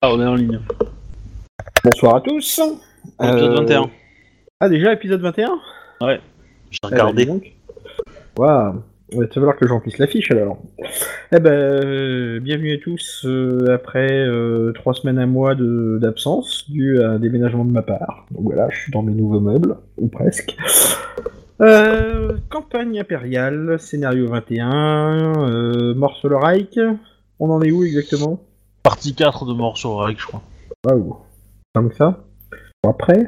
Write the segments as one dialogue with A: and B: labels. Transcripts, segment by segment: A: Ah, on est en ligne.
B: Bonsoir à tous.
C: Épisode
B: Euh,
C: 21.
B: Ah déjà épisode 21
C: J'ai
B: Eh ben,
C: regardé.
B: dis donc. Waouh, il va falloir que je remplisse l'affiche alors. Eh ben, euh, bienvenue à tous euh, après euh, trois semaines à mois de- d'absence dû à un déménagement de ma part. Donc voilà, je suis dans mes nouveaux meubles, ou presque. Euh, campagne impériale, scénario 21, euh, mort sur le Reich. On en est où exactement
A: Euh, Partie 4 de Mort sur Reich, je crois.
B: Waouh, comme ça Bon, Après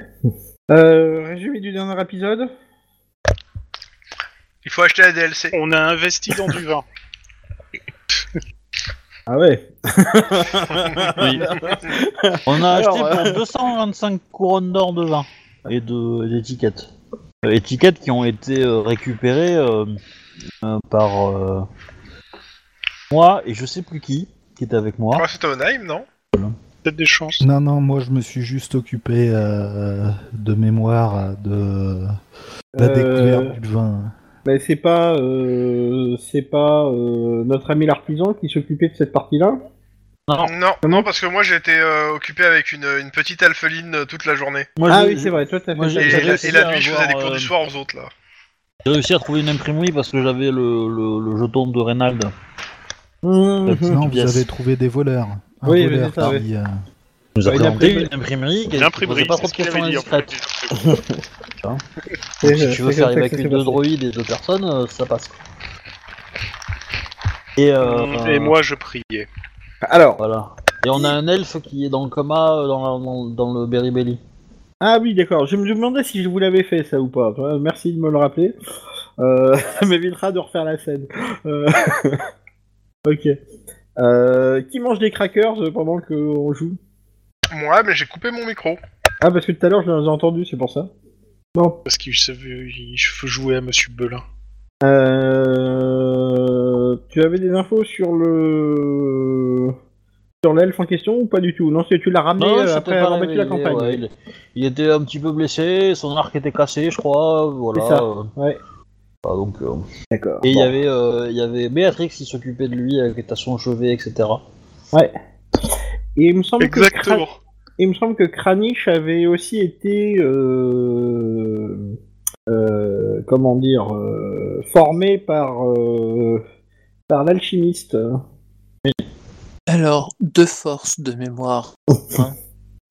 B: euh, Résumé du dernier épisode
D: Il faut acheter la DLC.
E: On a investi dans du vin.
B: Ah ouais
A: Oui. On a
D: Alors,
A: acheté pour
B: euh,
A: 225 couronnes d'or de vin et de- d'étiquettes. Euh, étiquettes qui ont été euh, récupérées euh, euh, par euh, moi et je sais plus qui qui était avec
D: Je
A: moi.
D: crois que c'était Onaim, Ah, non
E: Peut-être des chances.
F: Non, non, moi je me suis juste occupé euh, de mémoire euh, de la
B: Euh,
F: découverte du vin.
B: Mais c'est pas, euh, c'est pas euh, notre ami l'artisan qui s'occupait de cette partie-là.
D: Non, non, parce que moi j'étais euh, occupé avec une, une petite alpheline euh, toute la journée.
A: Moi,
B: Ah
A: j'ai-
B: oui, c'est vrai, toi t'as
A: moi,
B: fait ça.
D: Et,
A: j'ai-
D: et la,
A: réussi
D: et la
A: à
D: nuit, je faisais
A: avoir,
D: des cours
A: euh,
D: du soir aux autres là.
A: J'ai réussi à trouver une imprimerie parce que j'avais le, le- le jeton de Reynald.
B: Mhm.
A: petite
F: Non, vous
A: pièce.
F: avez trouvé des voleurs. Un
B: Oui, mais
F: voleur
B: c'est ça,
F: qui, euh,
A: Il nous a
B: Ouais, Ah, une
A: présenté
B: imprimerie.
A: une imprimerie qui qui posait
E: L'imprimerie,
A: pas trop de
E: c'est ce qu'il
A: questions
E: avait dit. en
A: indiscrètes.
E: fait.
B: C'est-
A: si tu veux faire
B: c'est comme ça que ça
A: évacuer
B: s'est
A: deux
B: passé.
A: droïdes et deux personnes, euh, ça passe. quoi. Et, euh,
E: Mmh, Et moi, je priais.
B: Alors,
A: Voilà. Et on a un elfe qui est dans le coma euh, dans, la- dans- dans le Beribelli.
B: ah oui, d'accord. Je me demandais si je vous l'avais fait ça ou pas. Ouais, Merci de me le rappeler. Euh, ça m'évitera de refaire la scène. Euh, ok. Euh, qui mange des crackers euh, pendant qu'on joue
D: Moi, mais j'ai coupé mon micro.
B: Ah, parce que tout à l'heure je les ai entendus, c'est pour ça. Non.
E: Parce que je savais, il- je jouais à Monsieur Belin.
B: Euh, tu avais des infos sur le sur l'elfe en question ou pas du tout Non, c'est- tu l'as ramené euh,
A: je
B: après
A: t'ai pas
B: avoir battu la
A: réveillé,
B: campagne.
A: ouais, il, il était un petit peu blessé, son arc était cassé, je crois. Voilà.
B: C'est ça,
A: euh,
B: ouais.
A: voilà, donc, euh,
B: D'accord.
A: Et il
B: Bon.
A: y avait, euh, il y avait Béatrix qui s'occupait de lui, euh, qui était à son chevet, etc.
B: Et il me semble Oh, que Kra-
E: Exactement.
B: il me semble que Kranich avait aussi été euh, euh, comment dire euh, formé par euh, par l'alchimiste.
G: Alors, de force de mémoire.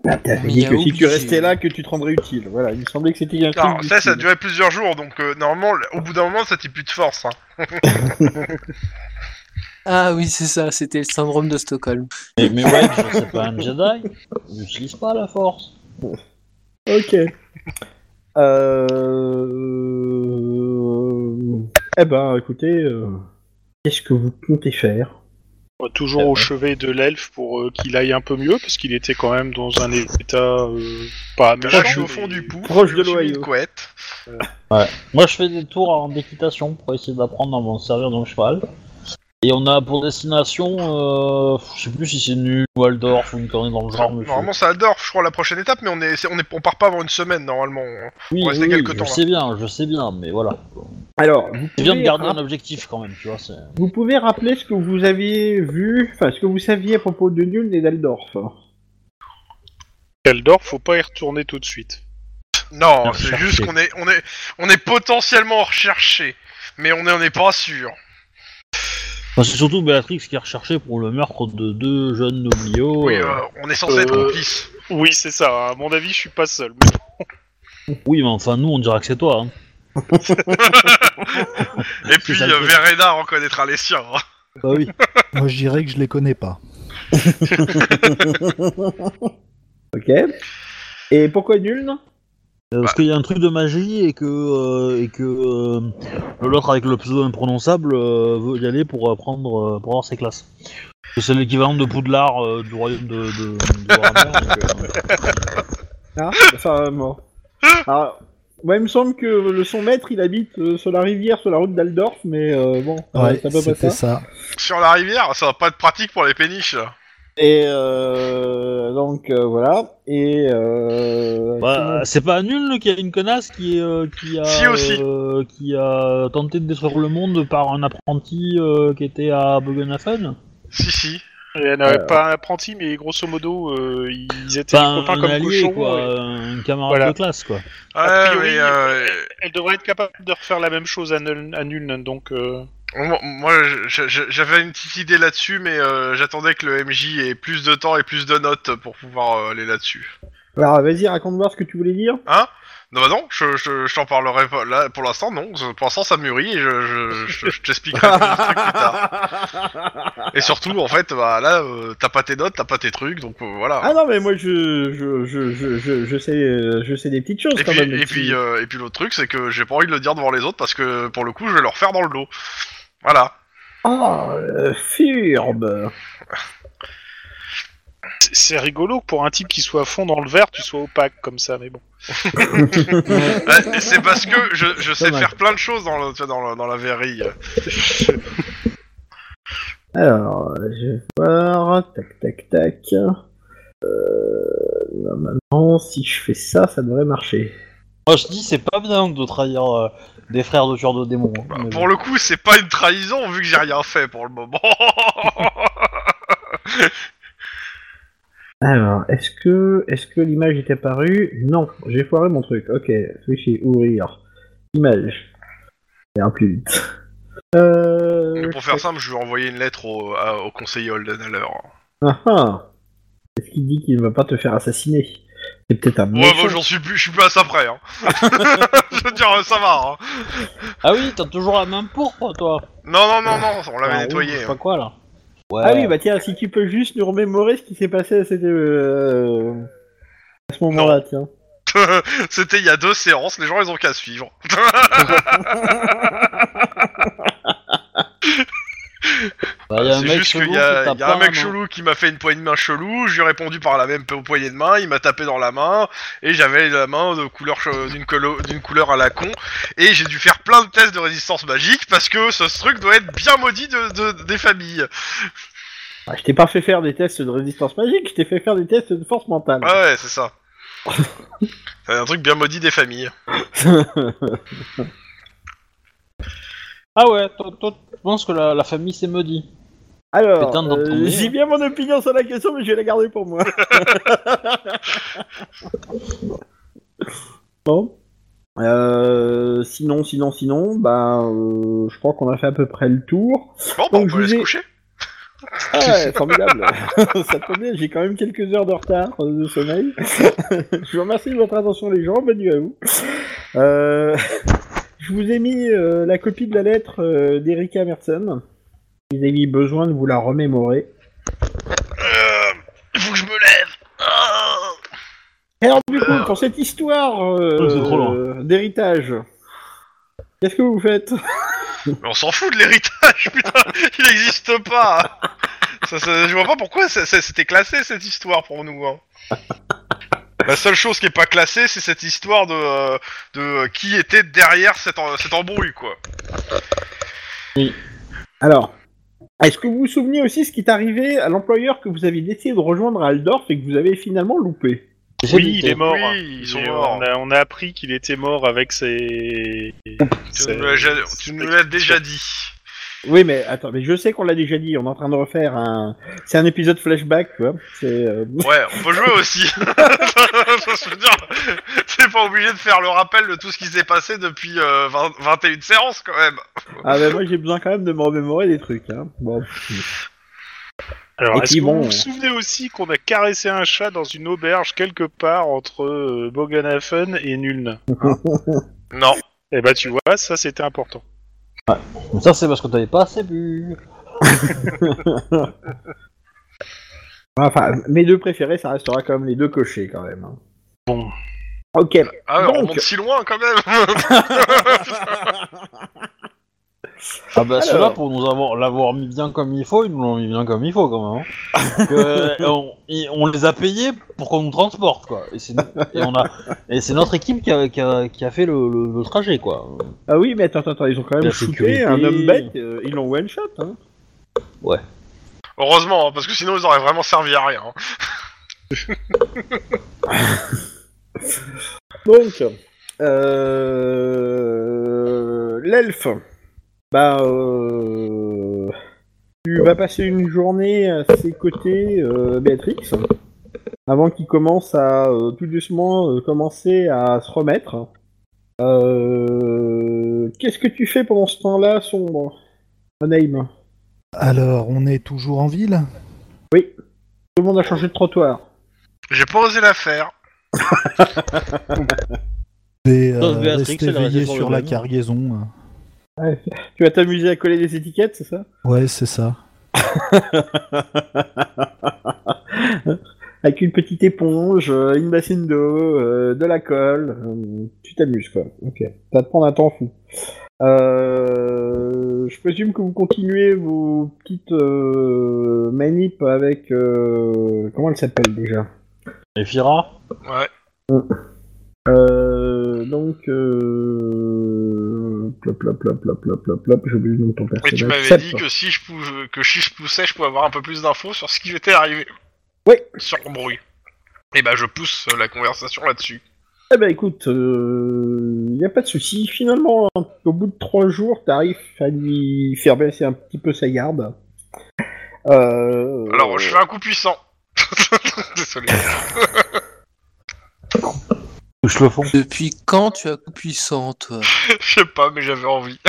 B: T'avais
G: Mais
B: dit
G: il a
B: Bah, que si tu
G: oublié.
B: restais là, que tu te rendrais utile. Voilà, il me semblait que c'était un truc
D: Alors, Ah, ça, ça a
B: d'utile.
D: duré plusieurs jours, donc euh, normalement, le- au bout d'un moment, ça t'a plus de force. hein.
G: Ah oui, c'est ça, c'était le syndrome de Stockholm.
A: Mais, mais ouais, je- c'est pas un Jedi, il n'utilise pas la force.
B: Ok. Euh... Eh ben, écoutez, euh, qu'est-ce que vous comptez faire
E: Bah, toujours au chevet de l'elfe pour euh, qu'il aille un peu mieux, parce qu'il était quand même dans un état euh, pas
D: Mais
E: méchant,
D: là, je suis au fond
E: mais-
D: du pou.
B: Proche de
D: je me suis mis une
B: l'Ohio.
D: couette.
A: Moi, je fais des tours en équitation pour essayer d'apprendre à m'en servir dans le cheval. Et on a pour destination, euh, je sais plus si c'est nu, Waldorf ou une connerie dans le genre. mais je-
D: Normalement, ça adore, je crois, la prochaine étape, mais on, est, c'est- on, est, on part pas avant une semaine normalement.
A: Oui,
D: rester
A: oui,
D: quelques hein.
A: je
D: temps, là.
A: sais bien, je sais bien, mais voilà.
B: Alors, vous
A: C'est bien de
B: pouvez
A: garder
B: rap-
A: un objectif quand même, tu vois. c'est-
B: vous pouvez rappeler ce que vous aviez vu, enfin, ce que vous saviez à propos de Nuln et d'Aldorf.
E: Kaldor, faut pas y retourner tout de suite.
D: Non,
A: Recherché.
D: c'est juste qu'on est, on est, on est potentiellement recherché, mais on est, on est pas sûr.
A: Enfin, c'est surtout Béatrix qui est recherchée pour le meurtre de deux jeunes nobliaux.
D: Oui,
A: euh,
D: euh, on est censé être
E: Euh,
D: complice.
E: Oui, c'est ça. À mon avis, je suis pas seul. Mais
A: oui, mais enfin, nous, on dirait que c'est toi. hein.
D: Et puis
A: ça le
D: euh,
A: truc.
D: Verena reconnaîtra les siens. hein.
A: Bah oui.
F: Moi je dirais que je les connais pas.
B: Ok. Et pourquoi Nuln
A: Euh,
D: Bah.
A: parce qu'il y a un truc de magie et que, euh, et que euh, l'autre avec le pseudo imprononçable euh, veut y aller pour apprendre, euh, pour avoir ses classes. C'est l'équivalent de Poudlard euh, du royaume de, de, de Warhammer, donc, euh,
B: Ah, enfin, moi. Alors, moi, Ah, il me semble que le son maître, il habite euh, sur la rivière, sur la route d'Aldorf, mais euh, bon,
F: Ouais,
B: ça peut pas
F: c'était
B: ça.
F: ça.
D: Sur la rivière, ça va pas être pratique pour les péniches.
B: Et euh, donc, euh, voilà. Et... Euh,
A: Bah, c'est pas nul qu'il y a une connasse qui, est, euh, qui a
D: Si, aussi.
A: euh, qui a tenté de détruire le monde par un apprenti euh, qui était à Bougainville.
D: Si si.
E: Et elle n'avait pas un apprenti, mais grosso modo, euh, ils étaient
A: Enfin,
E: copains
A: un
E: comme
A: allié,
E: cochons.
A: quoi,
E: et
A: euh, un camarade
E: Voilà.
A: de classe, quoi.
E: A
D: Ouais,
E: priori,
D: mais, euh,
E: Elle devrait être capable de refaire la même chose à Nul, à Nuln, donc... euh,
D: Moi, moi, je- je- j'avais une petite idée là-dessus, mais euh, j'attendais que le MJ ait plus de temps et plus de notes pour pouvoir euh, aller là-dessus.
B: Alors, vas-y, raconte-moi ce que tu voulais dire.
D: Non, bah non, je, je- je t'en parlerai pas. Là, pour l'instant, non. Pour l'instant, ça mûrit et je, je, je- je t'expliquerai tous les trucs plus tard. Et surtout, en fait, bah là, euh, t'as pas tes notes, t'as pas tes trucs, donc euh, voilà.
B: Ah non, mais moi, je, je, je, je, je, je sais, euh, je sais des petites choses
D: et,
B: quand
D: puis,
B: même.
D: et,
B: là-dessus.
D: puis, euh, et puis l'autre truc, c'est que j'ai pas envie de le dire devant les autres parce que pour le coup, je vais leur faire dans le dos. Voilà.
B: Oh, euh, furbe
E: c'est- C'est rigolo que pour un type qui soit à fond dans le verre, tu sois opaque comme ça, mais bon.
D: Ouais, c'est parce que je, je sais
A: Dommage.
D: faire plein de choses dans, le, tu vois, dans, le- dans la verrille.
B: Alors, euh, je vais voir. Tac, tac, tac. Euh, normalement, si je fais ça, ça devrait marcher.
A: Moi, je dis, c'est pas bien de trahir euh, des frères de tueurs de démons. hein, mais
D: Bah, Pour le coup, c'est pas une trahison vu que j'ai rien fait pour le moment.
B: Alors, est-ce que, est-ce que l'image est apparue Non, j'ai foiré mon truc. Ok, fichier, ouvrir. Image. Et un plus vite. Euh,
D: Mais pour faire simple, je vais envoyer une lettre au, à- au conseiller Holden à l'heure.
B: Ah ah Est-ce qu'il dit qu'il ne va pas te faire assassiner C'est peut-être un
D: Ouais,
B: méchant.
D: bah, j'en suis plus, je suis plus à ça près. Hein. je veux dire, ça va. hein.
A: Ah oui, t'as toujours la main pourpre, toi.
D: Non, non, non, non, on l'avait
A: Ah, ou je
D: nettoyé. hein.
A: sais pas quoi, là. Ouais.
B: Ah oui, bah tiens, si tu peux juste nous remémorer ce qui s'est passé à, cette, euh, à ce moment-là, tiens.
D: C'était il y a deux séances, les gens ils ont qu'à suivre.
A: Bah, y a un
D: Ah, C'est
A: mec
D: juste qu'il
A: chelou
D: y a,
A: qui tape
D: il y a un
A: pas,
D: mec
A: non
D: chelou qui m'a fait une poignée de main chelou, je lui ai répondu par la même po- poignée de main, il m'a tapé dans la main, et j'avais la main de couleur che- d'une colo- d'une couleur à la con, et j'ai dû faire plein de tests de résistance magique parce que ce truc doit être bien maudit de, de- des familles.
B: Ah, je t'ai pas fait faire des tests de résistance magique, je t'ai fait faire des tests de force mentale.
D: Ouais, ouais, c'est ça. c'est un truc bien maudit des familles.
A: Ah ouais, toi, toi, tu penses que la, la famille s'est maudit.
B: Alors,
A: Putain, d'entendre.
B: euh, j'ai bien mon opinion sur la question, mais je vais la garder pour moi. bon. Euh, sinon, sinon, sinon, bah, euh, je crois qu'on a fait à peu près le tour.
D: Bon, bah,
B: Donc,
D: on
B: je
D: peut aller
B: vous
D: se
B: ai-
D: coucher.
B: Ah ouais, formidable. Ça tombe bien, j'ai quand même quelques heures de retard euh, de sommeil. je vous remercie de votre attention les gens, bonne nuit à vous. Euh, je vous ai mis euh, la copie de la lettre euh, d'Erika Mersen. Vous avez besoin de vous la remémorer.
D: Euh, Il faut que je me lève. Ah.
B: Et Alors du coup, pour cette histoire euh,
A: Oh, c'est trop loin.
B: euh, d'héritage, qu'est-ce que vous faites
D: Mais on s'en fout de l'héritage, putain, il n'existe pas. Ça, ça- je vois pas pourquoi ça- ça- c'était classé cette histoire pour nous. hein. La seule chose qui est pas classée, c'est cette histoire de, euh, de euh, qui était derrière cette, en- cette embrouille, quoi.
B: Alors, est-ce que vous vous souvenez aussi ce qui est arrivé à l'employeur que vous avez décidé de rejoindre à Aldorf et que vous avez finalement loupé
E: Oui, il est mort.
D: Oui, ils sont
E: Et
D: morts.
E: On a, on a appris qu'il était mort avec ses...
D: Tu
E: ses-
D: nous l'as déjà- tu nous l'as déjà dit.
B: Oui, mais attends, mais je sais qu'on l'a déjà dit, on est en train de refaire un. C'est un épisode flashback, tu vois. C'est. euh,
D: Ouais, on peut jouer aussi. Je veux dire, c'est pas obligé de faire le rappel de tout ce qui s'est passé depuis euh, 20 21 séances, quand même.
B: Ah, bah moi j'ai besoin quand même de me remémorer des trucs, hein. Bon.
E: Alors,
B: Et
E: est-ce
B: puis
E: que
B: bon,
E: vous
B: euh,
E: vous souvenez aussi qu'on a caressé un chat dans une auberge quelque part entre euh, Bogenhafen et Nuln
D: Non.
E: Eh bah tu vois, ça c'était important.
A: Ça, c'est parce que t'avais pas assez bu.
B: Enfin, mes deux préférés, ça restera quand même les deux cochés, quand même. hein.
E: Bon.
B: Ok.
D: Ah, ouais, on
B: Donc-
D: remonte si loin, quand même.
A: Ah bah
B: Alors.
A: ceux-là, pour nous avoir l'avoir mis bien comme il faut, ils nous l'ont mis bien comme il faut quand même. hein. Parce que, euh, on, ils- on les a payés pour qu'on nous transporte quoi. Et c'est et on a et c'est notre équipe qui a, qui a- qui a fait le, le- le trajet quoi.
B: Ah oui, mais attends, attends, attends, ils ont quand même
A: La
B: shooté
A: sécurité.
B: un homme bête, euh, ils l'ont one shot, hein.
D: Heureusement, hein, parce que sinon ils auraient vraiment servi à rien. hein.
B: Donc, euh, l'elfe, bah, euh, tu, tu vas passer une journée à ses côtés, euh, Béatrix, avant qu'il commence à euh, tout doucement euh, commencer à se remettre. Euh, Qu'est-ce que tu fais pendant ce temps-là, sombre Anaïm
F: Alors, on est toujours en ville
B: Oui. Tout le monde a changé de trottoir.
D: J'ai pas osé la faire.
F: Des, euh,
A: Sauf Béatrix,
F: rester
A: elle est restée
F: veillé
A: sur le
F: sur la
A: même.
F: cargaison.
B: Tu vas t'amuser à coller des étiquettes, c'est ça
F: Ouais, c'est ça.
B: Avec une petite éponge, euh, une bassine d'eau, euh, de la colle. euh, tu t'amuses, quoi. Ok. Ça te prend un temps fou. Euh, je présume que vous continuez vos petites euh, manips avec... euh, comment elle s'appelle déjà
A: Et Fira
D: Ouais.
B: euh, Donc... Euh... Plop, plop, plop, plop, plop, plop, plop. J'ai oublié le nom de ton
D: Mais
B: personnage.
D: tu m'avais
B: Sept.
D: dit que si je pou- que si je poussais, je pouvais avoir un peu plus d'infos sur ce qui m'était arrivé.
B: Oui.
D: Sur mon bruit. Et bah je pousse euh, la conversation là-dessus.
B: Eh ben écoute, il n'y a pas de souci. Finalement, hein, au bout de trois jours, t'arrives à lui faire baisser un petit peu sa garde. Euh,
D: Alors je fais un coup puissant. Désolé.
A: Je le fond.
G: Depuis quand tu as coup puissant, toi
D: Je sais pas, mais j'avais envie.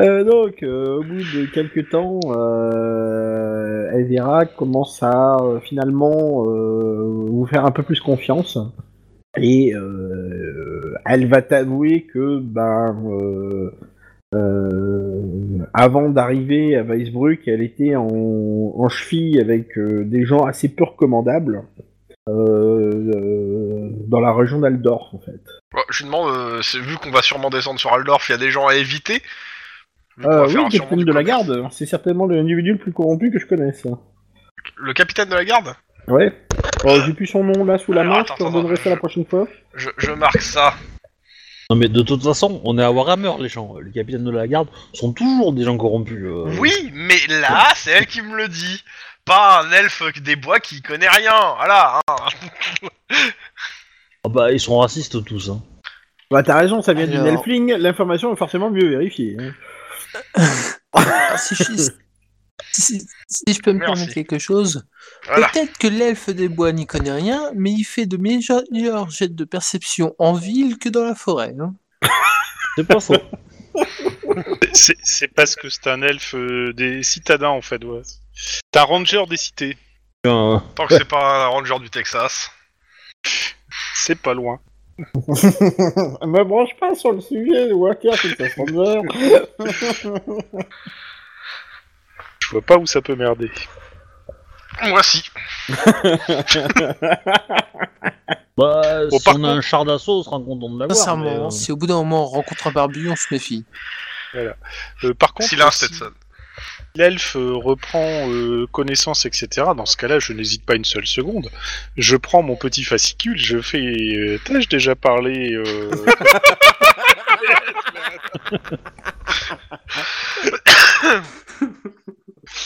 B: euh, donc, euh, au bout de quelques temps, euh, Elvira commence à euh, finalement euh, vous faire un peu plus confiance. Et euh, elle va t'avouer que, ben, euh, euh, avant d'arriver à Weisbruck, elle était en, en cheville avec euh, des gens assez peu recommandables euh, euh, dans la région d'Aldor, en fait.
D: Bon, je lui demande, euh, c'est- vu qu'on va sûrement descendre sur Aldorf, il y a des gens à éviter. Vu qu'on
B: Euh,
D: va
B: oui,
D: faire un
B: capitaine
D: surmont
B: de la
D: du
B: garde, c'est certainement l'individu le plus corrompu que je connaisse.
D: commerce. Le capitaine de la garde
B: Ouais. Euh, J'ai plus son nom là sous la
D: Alors,
B: main,
D: attends,
B: je te
D: attends,
B: redonnerai ça la prochaine fois.
D: je, je marque ça.
A: Non mais de toute façon, on est à Warhammer les gens. Les capitaines de la garde sont toujours des gens corrompus. euh.
D: Oui, mais là, c'est elle qui me le dit. Pas un elfe des bois qui connaît rien. Voilà. hein.
A: Ah bah ils sont racistes tous. Hein.
B: Bah t'as raison, ça vient d'une
G: Alors.
B: elfling, l'information est forcément mieux vérifiée. hein.
G: Ah, si, je... si- si je peux me
D: Merci.
G: permettre quelque chose,
D: Voilà.
G: peut-être que l'elfe des bois n'y connaît rien, mais il fait de meilleurs jets de perception en ville que dans la forêt. hein.
A: C'est pas faux.
E: C'est c'est parce que c'est un elfe euh, des citadins en fait, ouais. T'es un ranger des cités,
A: Euh,
D: Tant que c'est pas un ranger du Texas.
E: c'est pas loin.
B: Me Ah, bah, branche pas sur le sujet, Walker, c'est que ça se rendeur.
E: Je vois pas où ça peut merder.
D: Moi si.
A: bah
E: Bon,
A: si
E: par
A: on a un char d'assaut, on sera content de l'avoir. mais,
G: Sincèrement, hein,
A: euh,
G: si au bout d'un moment on rencontre un barbu, on se méfie.
E: Euh, par contre,
D: S'il a un
E: si
D: Stetson.
E: l'elfe euh, reprend euh, connaissance, etc., dans ce cas-là, je n'hésite pas une seule seconde. Je prends mon petit fascicule, je fais. euh, T'as déjà parlé. euh,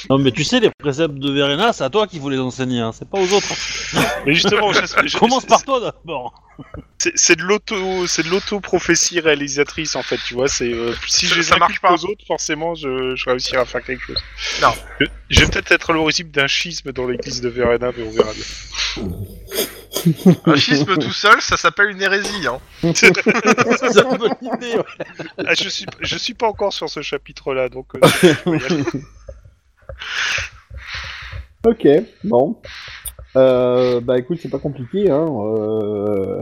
A: Non mais tu sais les préceptes de Verena, c'est à toi qu'il faut les enseigner, hein, c'est pas aux autres.
E: Mais justement, je- je-
A: Commence par toi d'abord.
E: C'est c'est de l'auto, c'est de l'auto-prophétie réalisatrice en fait, tu vois. C'est euh, si
D: Ça-
E: je les
D: ça marche
E: inculque
D: pas.
E: aux autres, forcément, je, je réussirai à faire quelque chose.
D: Non.
E: Je, je vais peut-être être l'origine d'un schisme dans l'église de Verena, mais on verra bien.
D: Un schisme tout seul, ça s'appelle une hérésie. Hein.
A: c'est une bonne idée. ouais.
E: Ah, je suis, je suis pas encore sur ce chapitre-là, donc. euh, on va y aller.
B: Ok, bon. Euh, bah écoute, c'est pas compliqué. Hein. euh,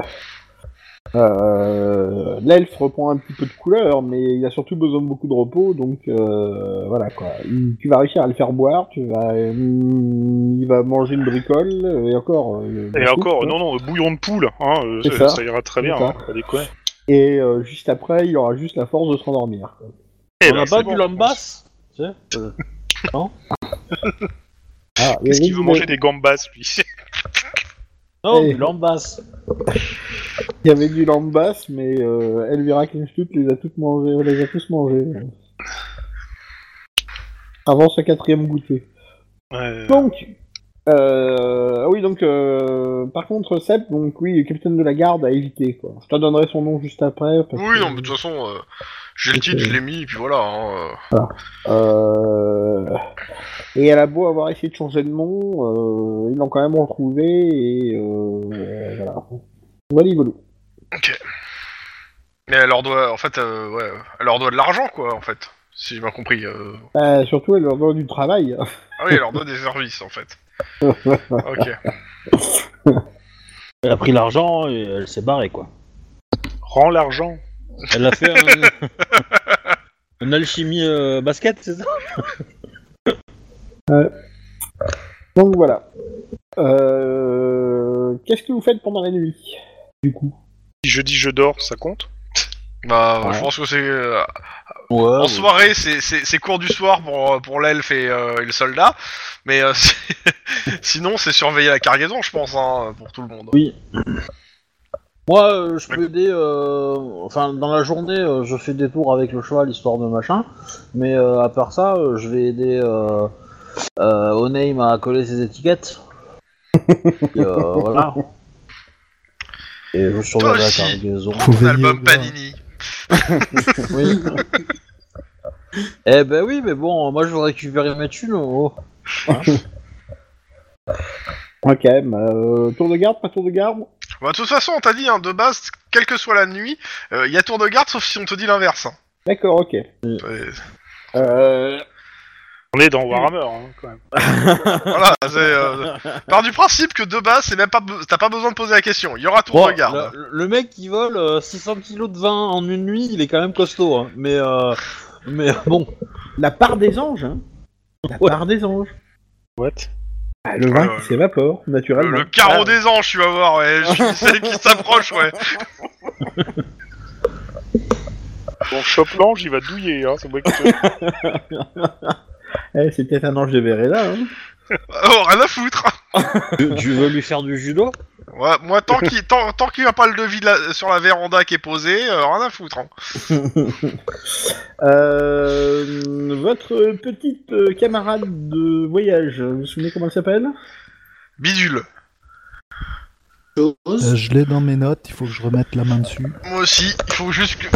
B: euh, L'elfe reprend un petit peu de couleur, mais il a surtout besoin de beaucoup de repos, donc euh, voilà quoi. Il- tu vas réussir à le faire boire, tu vas, mm, il va manger une bricole, et encore. euh,
E: Et
B: beaucoup,
E: encore,
B: quoi.
E: non, non, bouillon de poule, hein, euh,
B: C'est
E: ça,
B: ça.
E: ça ira très bien.
B: C'est
E: hein, pas déconner.
B: Et euh, juste après, il aura juste la force de se rendormir. quoi.
E: Eh
A: on
E: ben,
A: a
E: c'est
A: pas
E: bon,
A: du
E: je pense.
A: lambas tu sais euh,
B: Ah, il y a
E: Qu'est-ce qu'il
B: une-
E: veut manger des gambas, lui
A: Non,
B: Eh.
A: du lambas.
B: Il y avait du lambas, mais euh, Elvira Klinstut les a toutes mangés, les a tous mangés. Avant sa quatrième goûter.
E: Ouais.
B: Donc, Euh, ah oui, donc, euh, par contre, Sepp, donc oui, capitaine de la garde à éviter, quoi. Je te donnerai son nom juste après. parce
D: Oui,
B: que-
D: non, mais de toute façon, euh, j'ai le
B: Ok.
D: titre, je l'ai mis, et puis voilà. hein, euh.
B: Euh, Et elle a beau avoir essayé de changer de nom, euh, ils l'ont quand même retrouvé, et euh, voilà. Voilà, voilà.
D: Mais elle leur doit, en fait, euh, ouais, elle leur doit de l'argent, quoi, en fait, si j'ai bien compris. euh.
B: Bah, surtout, elle leur donne du travail.
D: Ah oui, elle leur doit des services, en fait. ok.
A: Elle a pris l'argent et elle s'est barrée, quoi.
E: Rends l'argent.
A: Elle a fait un... une alchimie euh, basket, c'est ça
B: Donc voilà. Euh, Qu'est-ce que vous faites pendant la nuit Du coup.
E: Si je dis je dors, ça compte
D: Bah,
B: Ouais.
D: je pense que c'est. euh,
A: Ouais.
F: Ah,
D: en soirée, c'est- c'est c'est cours du soir pour, euh, pour l'elfe et, euh, et le soldat. Mais euh, si- sinon, c'est surveiller la cargaison, je pense, hein, pour tout le monde.
A: Oui. Moi, euh, je peux aider. euh, Enfin, dans la journée, euh, je fais des tours avec le cheval, histoire de machin. Mais euh, à part ça, euh, je vais aider euh, euh, Oneim à coller ses étiquettes. Et, euh, voilà. Et je surveille
D: Toi
A: la
D: aussi.
A: cargaison.
F: Faut
D: Mon
F: veiller
D: album
F: au gars.
D: Panini.
A: Oui. eh ben oui, mais bon, moi je veux récupérer mes thunes. oh.
B: Ok, euh, tour de garde, pas tour de garde
D: Bah, de toute façon, on t'a dit, hein, de base, quelle que soit la nuit, il y a tour de garde, sauf si on te dit l'inverse. hein.
B: D'accord, ok.
D: Euh,
B: Euh,
E: On est dans
D: Hmm.
E: Warhammer, hein, quand même.
D: voilà, c'est. euh, Par du principe que de base, c'est même pas be- t'as pas besoin de poser la question. Il y aura tour
A: Bon,
D: de garde.
A: Le, le mec qui vole euh, 600 kilos de vin en une nuit, il est quand même costaud. hein. Mais, euh, mais bon.
B: La part des anges, hein. La
A: Ouais.
B: part des anges.
E: What
B: Ah, le vin
D: Ouais,
B: qui
D: ouais.
B: s'évapore, naturellement.
D: Euh, Le, le carreau des anges, tu vas voir, ouais. Je suis celle qui s'approche, ouais.
E: On chope l'ange, il va douiller, hein, c'est moi qui te-
B: Eh, c'est peut-être un ange de Verella, hein.
D: Oh, rien à foutre.
A: Tu, tu veux lui faire du judo
D: Ouais, moi, tant qu'il tant, tant qu'il y a pas le devis de la- sur la véranda qui est posé, euh, rien à foutre. hein.
B: Euh, votre petite euh, camarade de voyage, vous vous souvenez comment elle s'appelle
D: Bidule.
G: Chose.
F: Euh, je l'ai dans mes notes, il faut que je remette la main dessus.
D: Moi aussi, il faut juste que.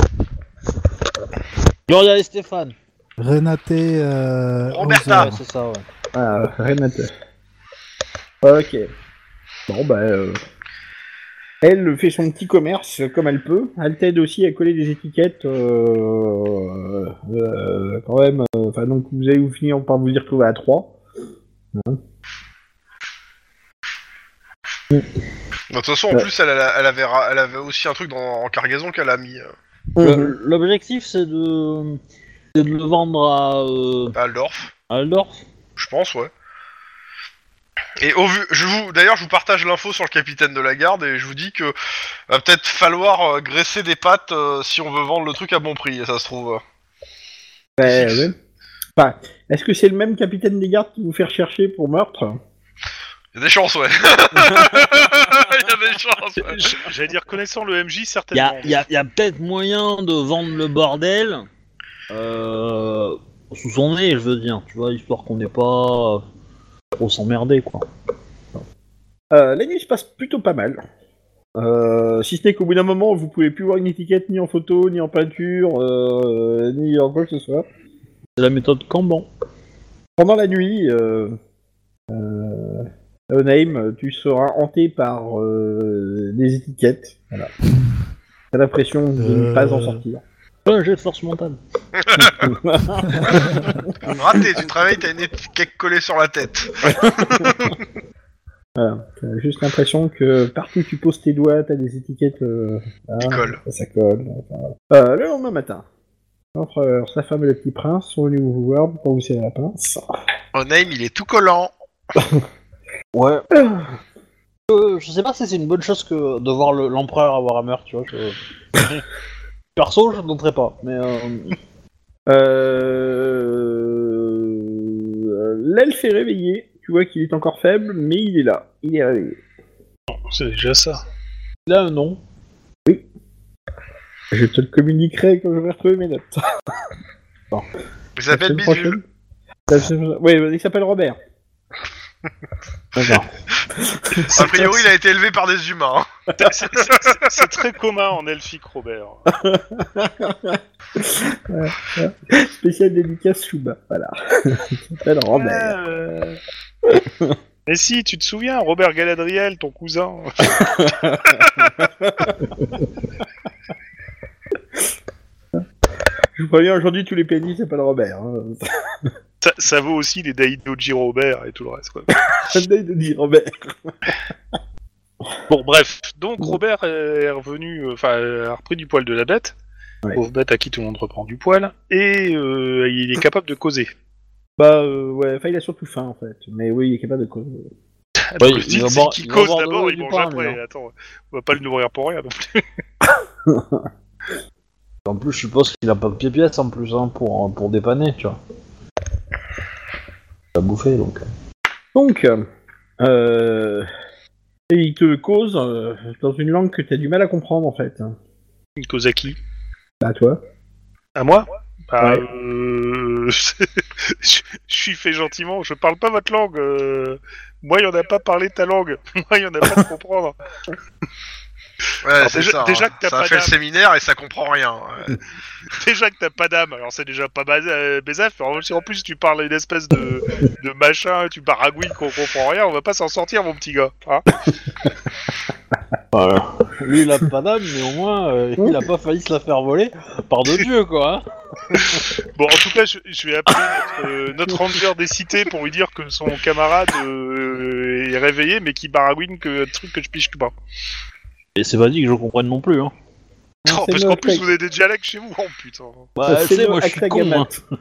A: Gloria et Stéphane.
F: Renate. Euh,
D: Roberta.
A: Ouais, c'est ça, ouais.
B: Ah, Renate. Ok. Bon, bah. euh, Elle fait son petit commerce comme elle peut. Elle t'aide aussi à coller des étiquettes. euh, euh, quand même. euh, Enfin, donc, vous allez vous finir par vous y retrouver à 3.
D: De toute façon, en
B: Ouais.
D: plus, elle, elle, elle avait, ra- elle avait aussi un truc dans, en cargaison qu'elle a mis euh,
A: Le- L'objectif, c'est de... c'est de le vendre à, euh,
D: à Aldorf,
A: à Aldorf.
D: je pense, ouais. Et au vu, je vous, d'ailleurs, je vous partage l'info sur le capitaine de la garde et je vous dis que va peut-être falloir euh, graisser des pattes euh, si on veut vendre le truc à bon prix, ça se trouve. euh.
B: Ouais, ouais. Ben, euh, Enfin, Est-ce que c'est le même capitaine des gardes qui vous fait rechercher pour meurtre
D: Il y a des chances, ouais. Il y a des chances. ouais.
E: J- J'allais dire, connaissant le MJ,
A: Il y a,
E: certainement.
A: y a- y a peut-être moyen de vendre le bordel euh, sous son nez, je veux dire, tu vois, histoire qu'on n'ait pas euh, trop s'emmerder, quoi.
B: Euh, la nuit se passe plutôt pas mal. Euh, si ce n'est qu'au bout d'un moment, vous pouvez plus voir une étiquette ni en photo, ni en peinture, euh, ni en quoi que ce soit.
A: C'est la méthode Camban.
B: Pendant la nuit, euh, euh, Onaim, tu seras hanté par euh, des étiquettes. Voilà. T'as l'impression de ne pas en sortir.
A: Pas un jet de force mentale.
D: Raté, tu travailles, t'as une étiquette collée sur la tête.
B: T'as juste l'impression que partout où tu poses tes doigts, t'as des étiquettes. euh, hein,
D: Qui colle.
B: ça colle. enfin, voilà. Euh, le lendemain matin, entre, euh, sa femme et le petit prince sont venus vous voir pour vous serrer la pince.
D: Mon name, il est tout collant.
A: Ouais. Euh, je sais pas si c'est une bonne chose que de voir le- l'empereur à Warhammer, tu vois. je- Perso, je ne donnerais pas, mais... euh,
B: Euh... L'elfe est réveillé. Tu vois qu'il est encore faible, mais il est là. Il est réveillé.
E: C'est déjà ça.
A: Il a un nom.
B: Je te le communiquerai quand je vais retrouver mes notes.
D: Il
B: La
D: s'appelle
B: semaine
D: Bidule.
B: prochaine. La semaine- Ouais, il s'appelle Robert.
A: D'accord.
D: A priori, il a été élevé par des humains. hein.
E: C'est- c'est- c'est- C'est très commun en elfique, Robert.
B: Spécial dédicace Chouba, voilà. Quel Robert.
E: Euh. Mais si, tu te souviens, Robert Galadriel, ton cousin.
B: Je vous préviens, aujourd'hui, tous les pénis s'appellent Robert. Hein.
E: Ça, ça vaut aussi les Daidoji Robert et tout le reste. Quoi.
B: Sunday de dire Robert.
E: Bon, bref. Donc, Robert est revenu, euh, enfin, a repris du poil de la bête.
B: Ouais.
E: Pauvre bête à qui tout le monde reprend du poil. Et euh, il est capable de causer.
B: Bah, euh, ouais, enfin, il a surtout faim, en fait. Mais oui, il est capable de causer.
A: Oui,
E: Le
A: il
E: style,
A: va
E: c'est
A: boire-
E: qu'il
A: il hein. va
E: cause
A: boire de l'eau
E: d'abord,
A: et
E: il
A: du
E: mange
A: pain,
E: après.
A: lui,
E: Attends, on va pas le nourrir pour rien. non plus.
A: En plus, je suppose qu'il a pas de pièce en plus hein, pour, pour dépanner, tu vois. Il a bouffé donc.
B: Donc, euh, et il te cause euh, dans une langue que t'as du mal à comprendre, en fait. hein.
E: Il cause à qui
B: Bah, toi.
E: À moi Bah,
B: Ouais.
E: euh, je je suis fait gentiment, je parle pas votre langue. euh, Moi, il y en a pas parlé ta langue. Moi, il y en a pas de comprendre.
D: Ouais,
E: Alors,
D: c'est
E: Ah, déjà-
D: ça.
E: déjà
D: hein.
E: que t'as
D: ça a
E: pas
D: fait le
E: d'âme.
D: séminaire et ça comprend rien. ouais.
E: Déjà que t'as pas d'âme, alors c'est déjà pas bas- euh, baisaf. En si en plus, tu parles une espèce de, de machin, tu baragouilles qu'on comprend rien, on va pas s'en sortir, mon petit gars. hein.
A: Lui, il a pas d'âme, mais au moins, euh, il a pas failli se la faire voler par deux dieux, quoi. hein.
E: Bon, en tout cas, je, je vais appeler notre, euh, notre ranger des cités pour lui dire que son camarade euh, est réveillé, mais qu'il baragouine que truc que je piche pas.
A: Et c'est pas dit que je comprenne non plus. Hein.
B: Non,
E: Oh,
B: c'est
E: parce
B: le
E: qu'en plus,
B: tech.
E: vous avez des dialectes chez vous, oh putain.
A: Bah,
B: Ça,
A: tu sais,
B: le
A: moi, je suis con.
B: Actagamat.
A: hein.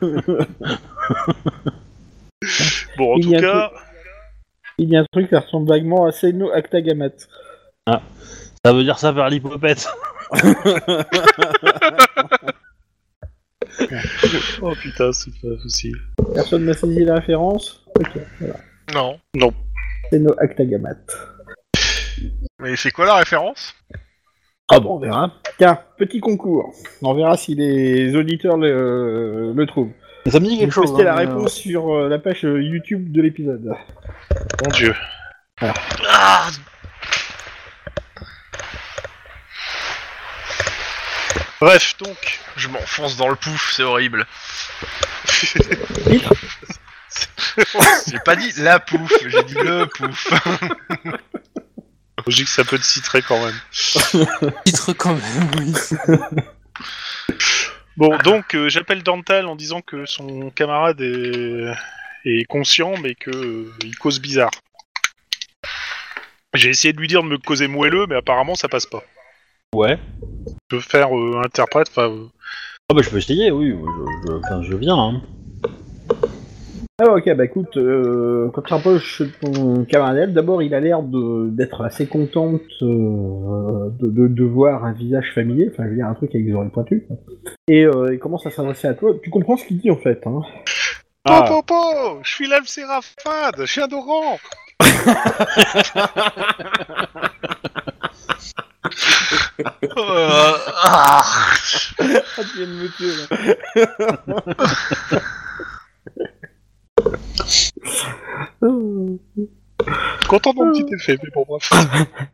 E: Bon, en
B: Il y
E: tout
B: a
E: cas,
B: Il y a un truc qui ressemble vaguement à Seino Actagamat.
A: Ça veut dire ça vers l'hypopète.
E: oh putain, c'est pas possible.
B: Personne n'a saisi la référence Ok, voilà.
D: Non.
B: Seino Actagamat.
D: Mais c'est quoi la référence
B: Ah bon, on verra. Tiens, petit concours. On verra si les auditeurs le, le trouvent.
A: Ça me dit
B: Vous
A: quelque chose.
B: postez la
A: hein, mais, euh,
B: réponse sur euh, la page euh, YouTube de l'épisode.
E: Mon dieu.
D: Ah
E: Bref, donc,
D: Je m'enfonce dans le pouf, c'est horrible. J'ai pas dit la pouf, j'ai dit le pouf.
E: logique, ça peut te citrer quand même.
G: Titre quand même, oui.
E: Bon, donc, euh, j'appelle Dantal en disant que son camarade est, est conscient, mais que euh, il cause bizarre. J'ai essayé de lui dire de me causer moelleux, mais apparemment, ça passe pas.
A: Ouais.
E: Je peux faire euh, interprète, enfin, euh,
A: Ah, bah, je peux essayer, oui. Je, je- enfin, je viens. Hein.
B: Ah ok, bah écoute, euh, quand tu rapproches de ton camarade, d'abord il a l'air de- d'être assez contente euh, de, de- de voir un visage familier, enfin je veux dire un truc avec des oreilles pointues, et euh, il commence à s'adresser à toi. Tu comprends ce qu'il dit en fait, hein
A: Ah.
E: Po, po, po Je suis l'âme séraphade Je suis adorant
D: Euh, ah.
B: Ah, tu viens de me tuer, là.
E: Content de mon petit effet, mais bon, bref.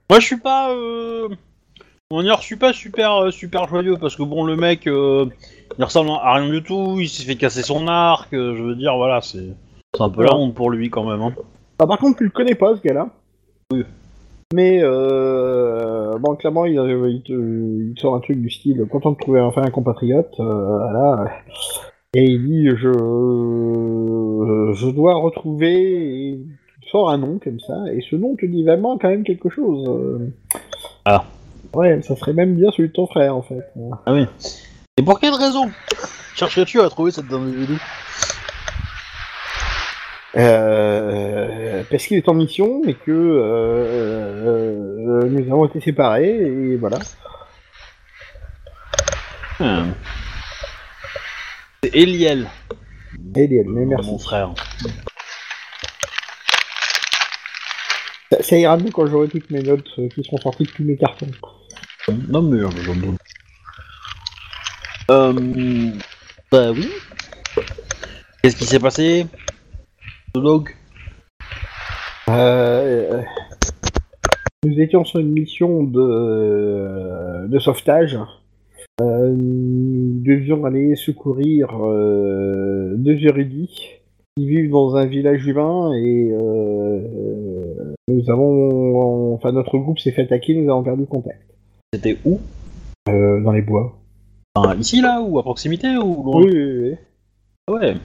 A: Moi, je suis pas. Euh... On y suis pas super, euh, super joyeux parce que bon, le mec, euh, il ressemble à rien du tout. Il s'est fait casser son arc. euh, je veux dire, voilà, c'est c'est un peu la honte pour lui quand même. Hein.
B: Ah, par contre, tu le connais pas ce gars-là. Mais euh, bon, clairement, il, il te, il te sort un truc du style content de trouver enfin un compatriote, euh, voilà. Et il dit je je dois retrouver et il te sort un nom comme ça et ce nom te dit vraiment quand même quelque chose. euh.
A: Ah.
B: Ouais, ça serait même bien celui de ton frère en fait.
A: Et pour quelle raison chercherais-tu à trouver cet individu
B: Euh, parce qu'il est en mission et que euh, euh, nous avons été séparés et voilà.
A: Hmm. C'est Eliel,
B: Et il est- mais merci.
A: mon frère.
B: Ça, ça ira mieux quand j'aurai toutes mes notes euh, qui seront sorties de tous mes cartons.
A: Non mais euh, j'en doute. Euh, bah oui. Qu'est-ce qui s'est passé, Dog
B: Euh, nous étions sur une mission de, de sauvetage. Euh, nous devions aller secourir euh, deux érudits qui vivent dans un village humain et euh, euh, nous avons, enfin notre groupe s'est fait attaquer, nous avons perdu contact
A: C'était où
B: Euh, dans les bois.
A: Enfin, Ici, là, ou à proximité ou loin
B: Oui, oui, oui.
A: Ah Ouais.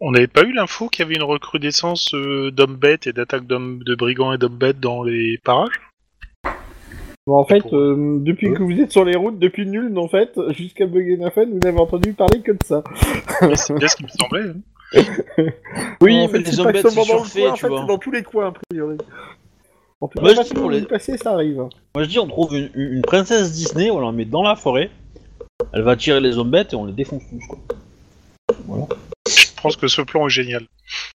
E: On n'avait pas eu l'info qu'il y avait une recrudescence euh, d'hommes bêtes et d'attaques d'hommes de brigands et d'hommes bêtes dans les parages
B: Bon, en fait,
E: Pour-
B: euh, depuis que vous êtes sur les routes, depuis nul, en fait, jusqu'à Bugenafen, vous n'avez entendu parler que de ça.
E: Ouais, C'est bien ce qui me semblait. hein.
A: Oui,
B: En
A: mais
B: fait,
A: les
B: c'est
A: hommes
B: pas
A: bêtes,
B: seulement
A: c'est
B: dans le
A: surfait,
B: coin, en
A: tu
B: fait,
A: vois.
B: c'est dans tous les coins, a priori. En tout
A: Moi, je
B: cas,
A: dis
B: maintenant,
A: pour les-
B: vous passez, ça arrive.
A: Moi, je dis, on trouve une, une princesse Disney, on la met dans la forêt, elle va tirer les hommes bêtes et on les défonce tous, quoi.
E: Je pense que ce plan est génial.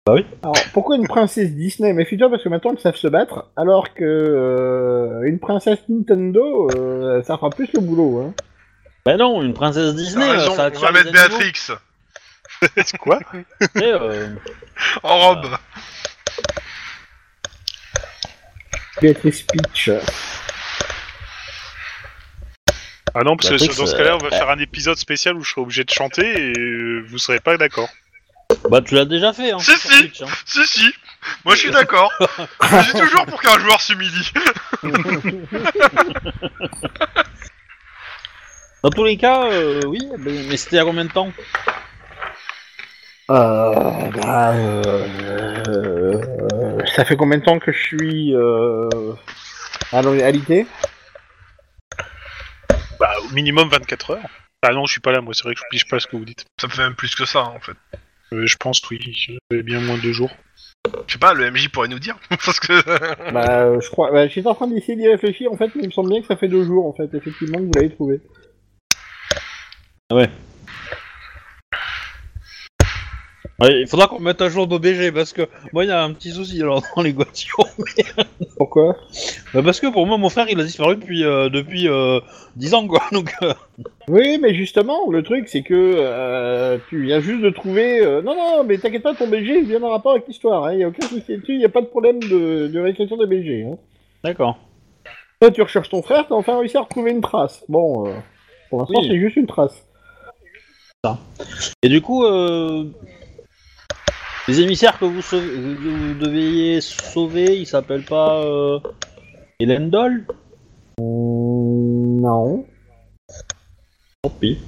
B: Alors, pourquoi une princesse Disney Mais figure parce que maintenant, ils savent se battre, alors que euh, une princesse Nintendo, euh, ça fera plus le boulot. Hein.
A: Ben non, une princesse Disney, euh,
D: T'as raison,
A: ça
D: on va
A: attire
D: mettre
A: les animaux.
D: Béatrix
E: Quoi
A: Tu sais, euh,
D: en robe.
A: Ah.
B: Béatrice Peach.
E: Ah non, parce
A: Bah,
E: que
A: Trix,
E: dans ce
A: euh,
E: cas-là, on va
A: bah.
E: faire un épisode spécial où je serai obligé de chanter et euh, vous serez pas d'accord.
A: Bah, tu l'as déjà fait, hein.
D: Si,
A: sur
D: si.
A: Twitch, hein.
D: Si, si, moi je suis d'accord. Je suis toujours pour qu'un joueur s'humilie.
A: Dans tous les cas, euh, oui, mais, mais c'était à combien de temps
B: Euh, bah, euh, euh, ça fait combien de temps que je suis euh, à l'oralité
E: Bah, au minimum 24 heures. Ah non, je suis pas là, moi, c'est vrai que je pige pas ce que vous dites.
D: Ça me fait même plus que ça en fait.
E: Euh, je pense, oui, j'avais bien moins de deux jours.
D: Je sais pas, le MJ pourrait nous dire. Parce que.
B: Bah, euh, je crois. Bah, j'étais en train d'essayer d'y réfléchir en fait, mais il me semble bien que ça fait deux jours en fait, effectivement, que vous l'avez trouvé.
A: Ouais, Il faudra qu'on mette à jour d'OBG, parce que moi, il y a un petit souci alors, dans les guatillons.
B: Pourquoi
A: Bah, parce que pour moi, mon frère, il a disparu depuis, euh, depuis euh, 10 ans, quoi. Donc, euh,
B: Oui, mais justement, le truc, c'est que euh, tu viens juste de trouver. euh, Non, non, mais t'inquiète pas, ton BG est bien en rapport avec l'histoire. Il hein, y a aucun souci dessus, il y a pas de problème de, de réécriture des BG. Hein.
A: D'accord.
B: Toi, tu recherches ton frère, t'as enfin réussi à retrouver une trace. Bon, euh, pour l'instant,
A: Oui.
B: c'est juste une trace.
A: Et du coup, euh, les émissaires que vous, sauve- que vous deviez sauver, ils s'appellent pas euh, Hélène Doll
B: Mm, non.
A: Tant pis.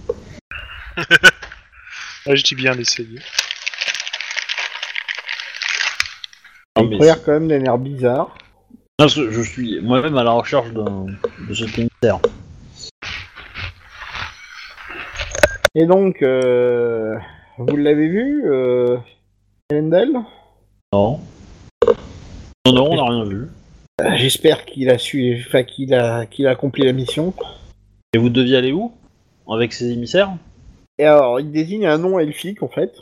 E: Ah, je dis bien d'essayer.
A: Non,
B: Il
A: Ah, mais
B: me regarde quand même d'un air bizarre.
A: parce que je suis moi-même à la recherche d'un- de cet émissaire.
B: Et donc, euh, vous l'avez vu, euh, Elendel
A: Non. Non, non, on n'a rien vu.
B: Euh, J'espère qu'il a su, enfin, qu'il a, qu'il a accompli la mission.
A: Et vous deviez aller où Avec ces émissaires
B: Et alors, il désigne un nom elfique, en fait.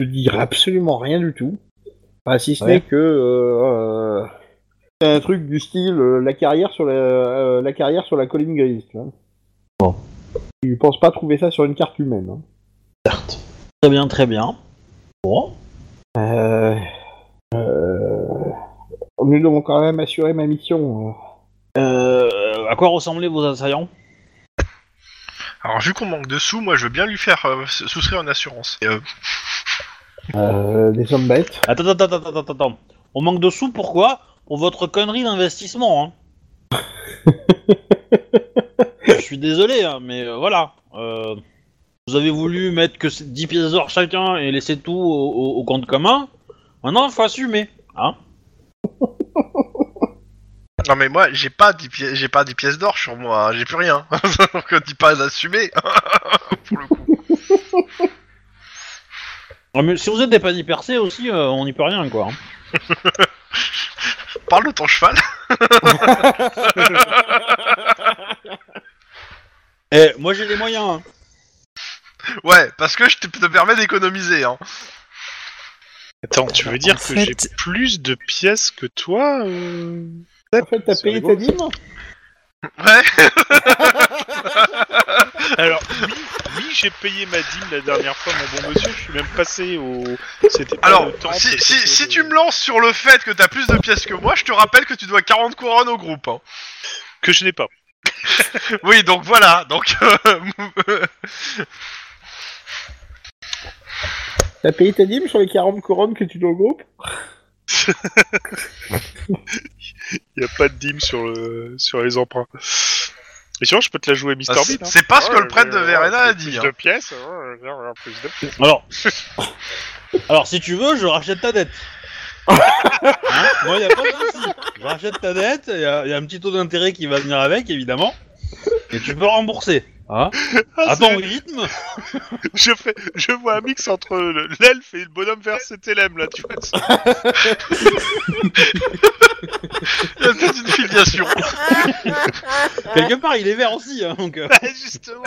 B: Je ne dirais absolument rien du tout. Enfin, si ce
A: Ouais.
B: n'est que... euh, euh, c'est un truc du style euh, la, carrière sur la, euh, la carrière sur la colline grise. Tu vois.
A: Bon.
B: Tu penses pas trouver ça sur une carte humaine. hein.
A: Certes. Très bien, très bien. Bon.
B: Euh, euh, nous devons quand même assurer ma mission.
A: Euh, à quoi ressemblaient vos assaillants
D: Alors, vu qu'on manque de sous, moi je veux bien lui faire euh, s- souscrire une assurance. Et, euh,
B: Euh, des hommes bêtes.
A: Attends, attends, attends, attends, attends, attends. On manque de sous, pourquoi Pour votre connerie d'investissement, hein. Je suis désolé, hein, mais euh, voilà. Euh, vous avez voulu mettre que c'est 10 pièces d'or chacun et laisser tout au, au- au compte commun. Maintenant, faut assumer, hein.
D: Non, mais moi j'ai pas 10 pièces, j'ai pas 10 pièces d'or sur moi, hein, j'ai plus rien. Donc, dis pas assumé.
A: Ah, mais si vous êtes des panis percés aussi, euh, on n'y peut rien, quoi. hein.
D: Parle de ton cheval.
A: Eh, moi j'ai les moyens, hein.
D: Ouais, parce que je te, te permets d'économiser. Hein.
E: Attends, tu veux dire
G: en
E: que
G: fait-
E: j'ai plus de pièces que toi euh,
B: En fait, t'as
E: C'est
B: payé ta
E: rigolo, ça.
B: dîme
D: Ouais.
E: Alors, oui, Oui, j'ai payé ma dîme la dernière fois, mon bon monsieur. Je suis même passé au. C'était pas
D: Alors,
E: le temple,
D: si,
E: c'était
D: si, si
E: le-
D: tu me lances sur le fait que t'as plus de pièces que moi, je te rappelle que tu dois 40 couronnes au groupe. hein.
E: Que je n'ai pas.
D: Oui, donc voilà. Donc, euh,
B: T'as payé ta dîme sur les 40 couronnes que tu dois au groupe
E: Il n'y a pas de dîme sur, le... sur les emprunts. Et sinon, je peux te la jouer Mister
D: Ah,
E: Bean. hein.
D: c'est pas ce que
E: Ouais,
D: le prêtre de
E: mais,
D: Verena
E: ouais,
D: a dit,
E: Plus
D: hein.
E: de pièces, ouais, ouais, plus de pièces.
A: Alors, alors si tu veux, je rachète ta dette. Hein Moi, y a pas de souci. Je rachète ta dette, il y, a y a un petit taux d'intérêt qui va venir avec, évidemment. Et tu peux rembourser. Hein
E: Ah,
A: à
E: c'est-
A: ton rythme.
E: je, fais... je vois un mix entre le- l'elfe et le bonhomme vers CTLM, là, tu vois.
D: il y a peut-être une filiation.
A: Quelque part, il est vert aussi. Hein, donc, euh.
E: Justement.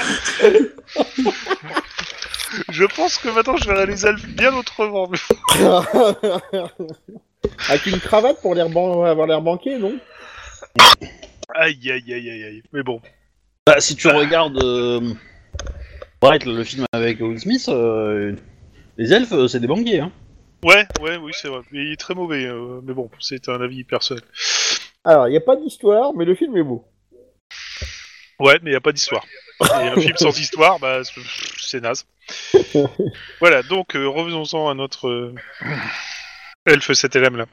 E: je pense que maintenant, je verrai les elfes bien autrement.
B: Avec une cravate pour l'air ban- avoir l'air banqué, non
E: Aïe, aïe, aïe, aïe, aïe. Mais bon.
A: Bah, si tu regardes euh, Bright, le film avec Will Smith, euh, les elfes, euh, c'est des banquiers. Hein.
E: Ouais, ouais, oui, c'est vrai. Il est très mauvais, euh, mais bon, c'est un avis personnel.
B: Alors, il a pas d'histoire, mais le film est beau.
E: Ouais, mais il n'y a pas d'histoire. Et un film sans histoire, bah, c'est- c'est naze. voilà, donc euh, revenons-en à notre euh, elfe CTLM là.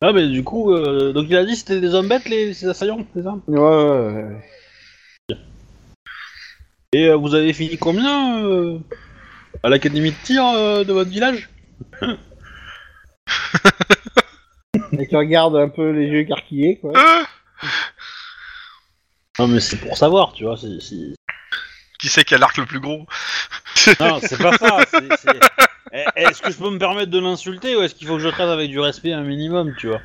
A: Ah, mais du coup, euh, donc il a dit que c'était des hommes bêtes, les, ces assaillants, c'est ça
B: Ouais, ouais, ouais.
A: Et euh, vous avez fini combien euh, à l'académie de tir euh, de votre village
B: Et qui regarde un peu les yeux écarquillés, quoi.
D: Euh,
A: Non, mais c'est pour savoir, tu vois. c'est- c'est-
D: qui c'est qui a l'arc le plus gros
A: Non, c'est pas ça. c'est- c'est- Eh, Est-ce que je peux me permettre de l'insulter ou est-ce qu'il faut que je traite avec du respect un minimum, tu vois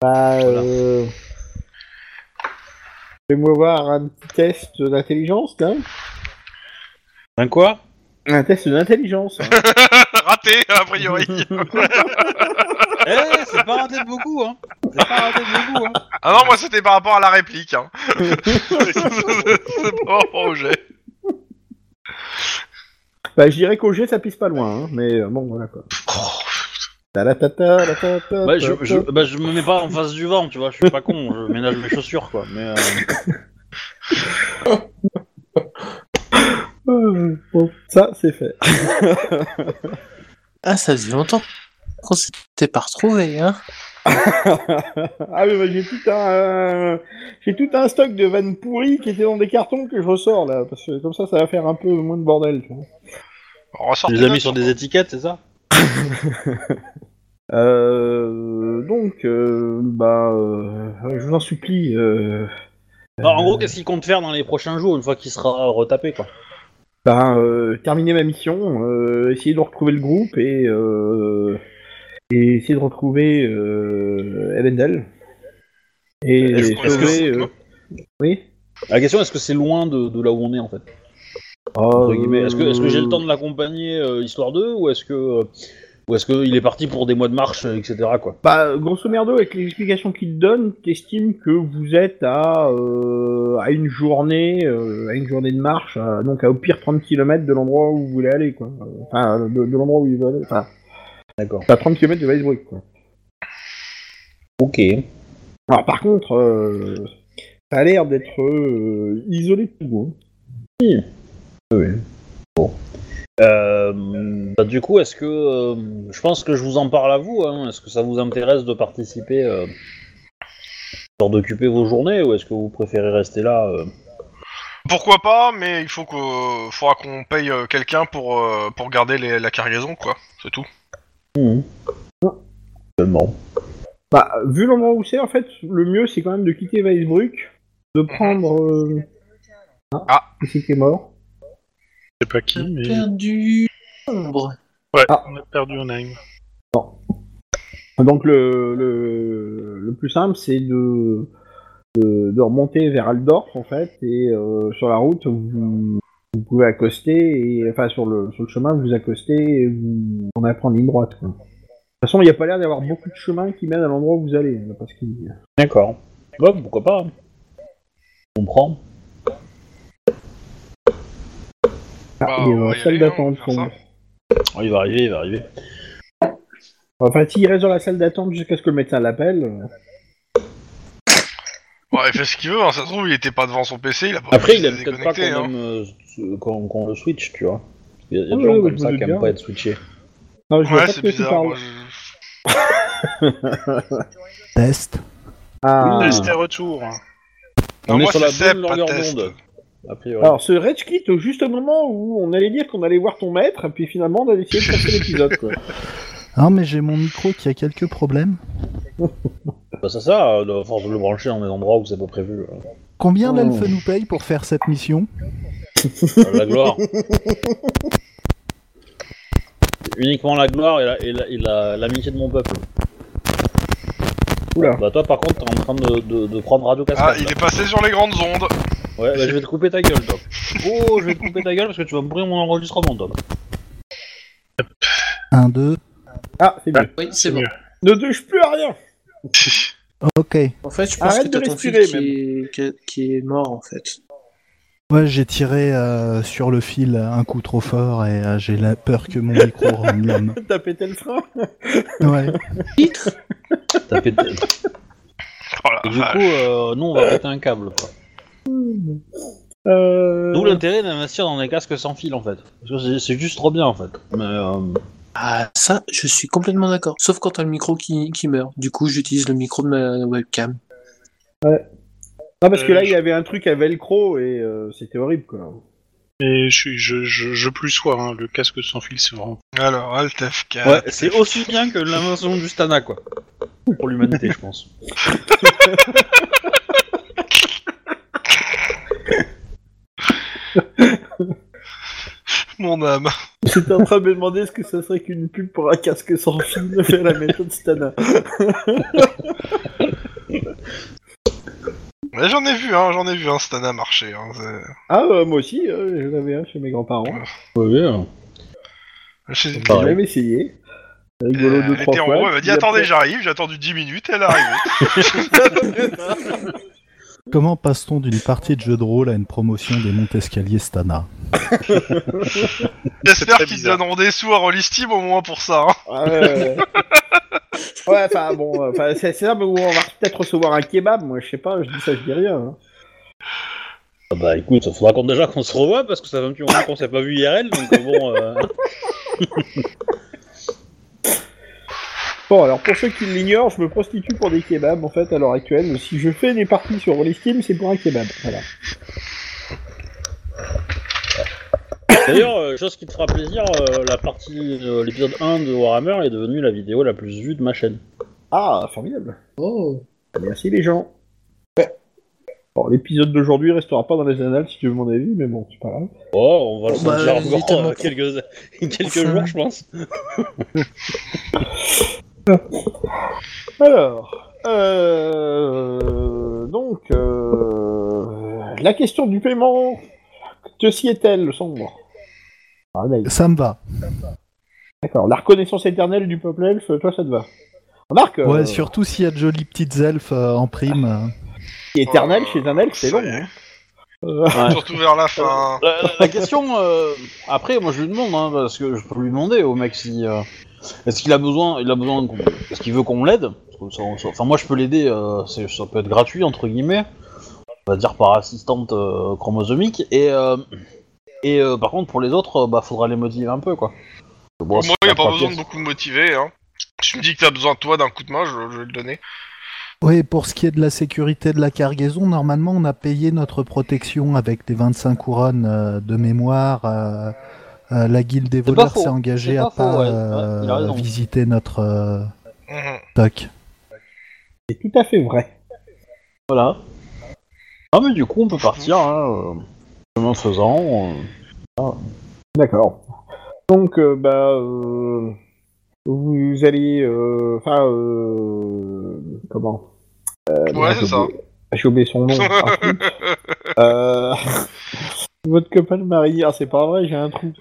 B: Bah,
A: Voilà.
B: euh... Fais-moi voir un petit test d'intelligence, là.
A: Un Ben, quoi
B: Un test d'intelligence. hein.
D: Raté, a priori.
A: Eh, c'est pas raté de beaucoup, hein C'est pas raté de beaucoup, hein
D: Ah non, moi c'était par rapport à la réplique. Hein. c'est pas au jet.
B: bah, je dirais qu'au G, ça pisse pas loin, hein. Mais euh, bon, voilà, quoi. Ta la ta ta la ta ta
A: Bah
B: ta
A: je,
B: ta.
A: je, bah, je me mets pas en face du vent, tu vois, je suis pas con, je ménage mes chaussures, quoi. Mais, euh,
B: Euh, bon, ça, c'est fait.
G: Ah, ça faisait longtemps qu'on s'était pas retrouvé, hein.
B: Ah mais bah, j'ai tout un euh, j'ai tout un stock de vannes pourries qui étaient dans des cartons que je ressors là parce que comme ça ça va faire un peu moins de bordel. Tu vois.
E: Oh,
D: On ressort
A: tu les as mis sur des étiquettes, c'est ça
B: Euh, donc euh, bah euh, je vous en supplie. Euh,
A: Bah, En gros, qu'est-ce qu'il compte faire dans les prochains jours, une fois qu'il sera retapé, quoi
B: ben, euh, terminer ma mission, euh, essayer de retrouver le groupe et, euh, et essayer de retrouver euh, Evendel. Et
D: Est-ce qu'on- est-ce
B: sauver.
D: que c'est-
B: euh, Oui.
A: La question, est-ce que c'est loin de, de là où on est, en fait entre guillemets Est-ce que, est-ce que j'ai le temps de l'accompagner, euh, histoire d'eux, ou est-ce que... euh, ou est-ce qu'il est parti pour des mois de marche, euh, etc. quoi
B: Bah, grosso merdo, avec les explications qu'il donne, t'estimes que vous êtes à, euh, à une journée, euh, à une journée de marche, à- donc à au pire 30 km de l'endroit où vous voulez aller, quoi. Euh, Enfin, de, de l'endroit où il veut aller. Enfin,
A: D'accord.
B: à 30 km de Weisbruck, quoi.
A: Ok.
B: Alors, par contre, euh, ça a l'air d'être euh, isolé de tout, hein.
A: Euh, bah, du coup, est-ce que euh, je pense que je vous en parle à vous hein, Est-ce que ça vous intéresse de participer, euh, genre d'occuper vos journées, ou est-ce que vous préférez rester là euh
D: Pourquoi pas, mais il faut qu'on faudra qu'on paye euh, quelqu'un pour, euh, pour garder les- la cargaison, quoi. C'est tout.
A: Hmm. Seulement.
B: Bah, vu l'endroit où c'est, en fait, le mieux, c'est quand même de quitter Weisbruck, de prendre... euh,
D: Ah.
B: ici qui est mort.
E: Je sais pas qui, mais
G: Perdu. Ombre.
E: on a perdu un aim.
B: Donc le, le, le plus simple, c'est de, de, de remonter vers Aldorf, en fait, et euh, sur la route, vous, vous pouvez accoster, et, enfin sur le, sur le chemin, vous accostez et vous, on a à prendre ligne droite. quoi. De toute façon, il n'y a pas l'air d'avoir beaucoup de chemins qui mènent à l'endroit où vous allez, hein, parce qu'il dit.
A: D'accord. Bon, pourquoi pas hein. On prend.
B: Ah,
D: Bah,
B: il est
D: on
B: dans
D: va
B: la
D: y
B: salle
D: aller, hein,
B: d'attente.
D: on va
B: pour
D: faire
B: moi.
A: Oh, il va arriver, il va arriver.
B: Enfin, s'il reste dans la salle d'attente jusqu'à ce que le médecin l'appelle. euh,
D: Ouais, il fait ce qu'il veut, hein, ça se trouve, il était pas devant son PC, il a pas
A: Après,
D: pu
A: il
D: se
A: aime peut-être pas qu'on
D: déconnecter, hein.
A: aime, euh, ce- qu'on qu'on le switch, tu vois. Il y a, il y a
B: Ah
A: des gens
B: ouais, ouais, je
A: comme
B: me
A: ça
B: doute
A: qui
B: bien.
A: aiment pas être switchés.
B: Non, je vois
D: Ouais,
B: pas de
D: c'est
B: quoi tu
D: bizarre.
B: parles.
D: moi, je-
F: Test.
B: Ah.
A: Oui,
E: Test et retour. hein.
D: Non,
A: on est
D: moi,
A: sur
D: c'est
A: la
D: Seb,
A: bonne
D: pas
A: longueur
D: test.
A: d'onde. A priori.
B: Alors, ce Rage Kit, au juste au moment où on allait dire qu'on allait voir ton maître, et puis finalement on a décidé de passer l'épisode, quoi.
F: Non, Ah, mais j'ai mon micro qui a quelques problèmes.
A: Bah, c'est ça, la force de le brancher hein, dans des endroits où c'est pas prévu. euh.
F: Combien
B: Oh.
F: l'elfe nous paye pour faire cette mission
A: la gloire. Uniquement la gloire et la- et la- et la- l'amitié de mon peuple.
B: Oula.
A: Bah toi par contre t'es en train de, de- de prendre Radio
D: Ah,
A: Cascade.
D: il est passé sur les grandes ondes.
A: Ouais bah je vais te couper ta gueule Tom. Oh je vais te couper ta gueule parce que tu vas me brûler mon enregistrement Tom.
F: 1, 2.
B: Ah, c'est bien.
G: Oui, c'est bon.
B: Ne touche plus à rien
F: Ok.
G: En fait, je pense
B: Arrête
G: que t'as
B: de
G: ton fil
B: respirer,
G: qui, est... qui- qui est mort, en fait.
F: Ouais, j'ai tiré euh, sur le fil un coup trop fort et euh, j'ai la peur que mon micro rende l'âme.
B: T'as pété le frein
F: Ouais.
G: Titre
A: T'as pété-
D: Oh la
A: Et du
D: vache.
A: coup euh, nous on va péter un câble quoi.
B: Euh...
A: D'où l'intérêt d'investir dans des casques sans fil en fait. Parce que c'est- c'est juste trop bien en fait. Mais, euh,
G: Ah, ça, je suis complètement d'accord. Sauf quand t'as le micro qui, qui meurt. Du coup, j'utilise le micro de ma webcam.
B: Non, parce que
E: Euh,
B: là,
E: je-
B: il avait un truc à velcro et euh, c'était horrible, quoi.
E: Et je, suis- je, je, je plus sois, hein, le casque sans fil, c'est vraiment.
D: Alors, Alt F4.
A: ouais, c'est aussi bien que l'invention du Stana quoi. Pour l'humanité je pense.
D: Mon âme.
B: J'étais en train de me demander ce que ça serait qu'une pub pour un casque sans fil de faire la méthode Stana.
D: Ouais, j'en ai vu, hein, j'en ai vu un Stana marcher. Hein, c'est-
B: Ah, euh, moi aussi, euh, je l'avais un chez mes grands-parents.
D: Chez-
B: J'ai
A: Pareil.
B: jamais essayé. Rigolo
D: Euh,
B: deux,
D: Elle
B: trois
D: était en
B: fois,
D: haut, elle m'a dit
B: puis
D: attendez,
B: après-
D: j'arrive, j'ai attendu 10 minutes, elle est arrivée.
F: Comment passe-t-on d'une partie de jeu de rôle à une promotion des Montescalier Stana
E: C'est
D: J'espère
E: très
D: qu'ils
E: bizarre.
D: donneront des sous à Rollistim au moins pour ça. hein.
B: Ah ouais, ouais, ouais. Ouais, enfin bon, euh, enfin, c'est c'est là où on va peut-être recevoir un kebab, moi je sais pas, je dis ça, je dis rien. hein.
A: Ah Bah écoute, ça faudra qu'on déjà qu'on se revoie parce que ça fait un petit moment qu'on s'est pas vu IRL donc euh, bon. euh,
B: Bon, alors pour ceux qui l'ignorent, je me prostitue pour des kebabs en fait à l'heure actuelle. Si je fais des parties sur Rollisteam, c'est pour un kebab. Voilà.
A: D'ailleurs, euh, chose qui te fera plaisir, euh, la partie de l'épisode 1 de Warhammer est devenue la vidéo la plus vue de ma chaîne.
B: Ah, formidable.
G: Oh.
B: Merci les gens. Bon, l'épisode d'aujourd'hui restera pas dans les annales si tu veux mon avis, mais bon, c'est pas grave.
A: Oh, on va le
G: Bah,
A: sentir
G: il est
A: encore
G: tellement
A: euh, quelques, quelques
G: Enfin.
A: jours, je pense.
B: Alors, euh, donc, euh, la question du paiement, que s'y est-elle, le sombre Ah, là,
F: Ça me va.
B: D'accord, la reconnaissance éternelle du peuple elfe, toi ça te va. Remarque, euh,
F: Ouais, surtout s'il y a de jolies petites elfes euh, en prime. euh.
B: éternel
D: Euh,
B: chez un elfe, c'est
D: ça
B: long.
D: y est.
B: hein. Euh,
D: Surtout vers la fin.
A: La, la- la question, euh, après, moi je lui demande, hein, parce que je peux lui demander au mec si. euh, est-ce qu'il a besoin, il a besoin, qu'on- est-ce qu'il veut qu'on l'aide Parce que ça- ça- Enfin, moi je peux l'aider, euh, c'est- ça peut être gratuit, entre guillemets, on va dire par assistante euh, chromosomique, et, euh, et euh, par contre pour les autres, euh, bah faudra les motiver un peu quoi. Bon,
D: Pour
A: c'est
D: moi, il a pas
A: trois
D: besoin de
A: pièces.
D: beaucoup me motiver. Hein. Si tu me dis que t'as besoin de toi d'un coup de main, je, je vais le donner.
F: Oui, pour ce qui est de la sécurité de la cargaison, normalement on a payé notre protection avec des 25 couronnes euh, de mémoire. euh, euh, la guilde des
A: pas
F: voleurs
A: faux.
F: s'est engagée
A: C'est
F: à
A: pas faux,
F: pas
A: ouais.
F: euh,
A: Ouais, il a raison.
F: visiter notre euh,
D: Mhm.
F: dock.
B: c'est tout à fait vrai.
A: Voilà. Ah mais du coup on peut partir, hein, euh, chemin faisant. euh.
B: D'accord. Donc, euh, bah, euh, vous allez, euh, enfin, euh, comment Euh,
D: Ouais,
B: j'ai
D: c'est ça.
B: oublié- J'ai oublié son nom. Ah, flûte. Euh, Votre copain de mari, ah, c'est pas vrai, j'ai un trou.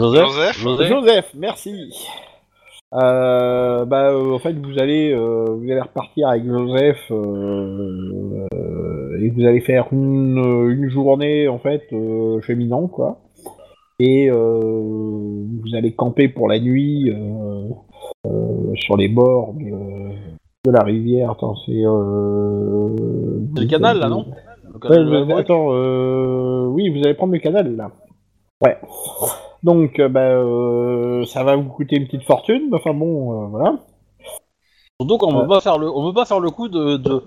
A: Joseph,
D: Joseph
A: Joseph
B: Joseph, merci. Euh, bah, euh, en fait, vous allez, euh, vous allez repartir avec Joseph euh, euh, et vous allez faire une, euh, une journée en fait euh, chez Minan, quoi. et euh, vous allez camper pour la nuit euh, euh, sur les bords de, de la rivière. Attends, c'est euh,
C: C'est le canal, là, non Le
B: Ouais,
C: canal de la
B: vous-
C: Broye.
B: attends, euh, oui, vous allez prendre le canal là. Ouais. Donc, euh, bah, euh, ça va vous coûter une petite fortune, mais enfin bon, euh, voilà.
C: Donc on
B: Ouais.
C: veut pas faire le, on veut pas faire le coup de de,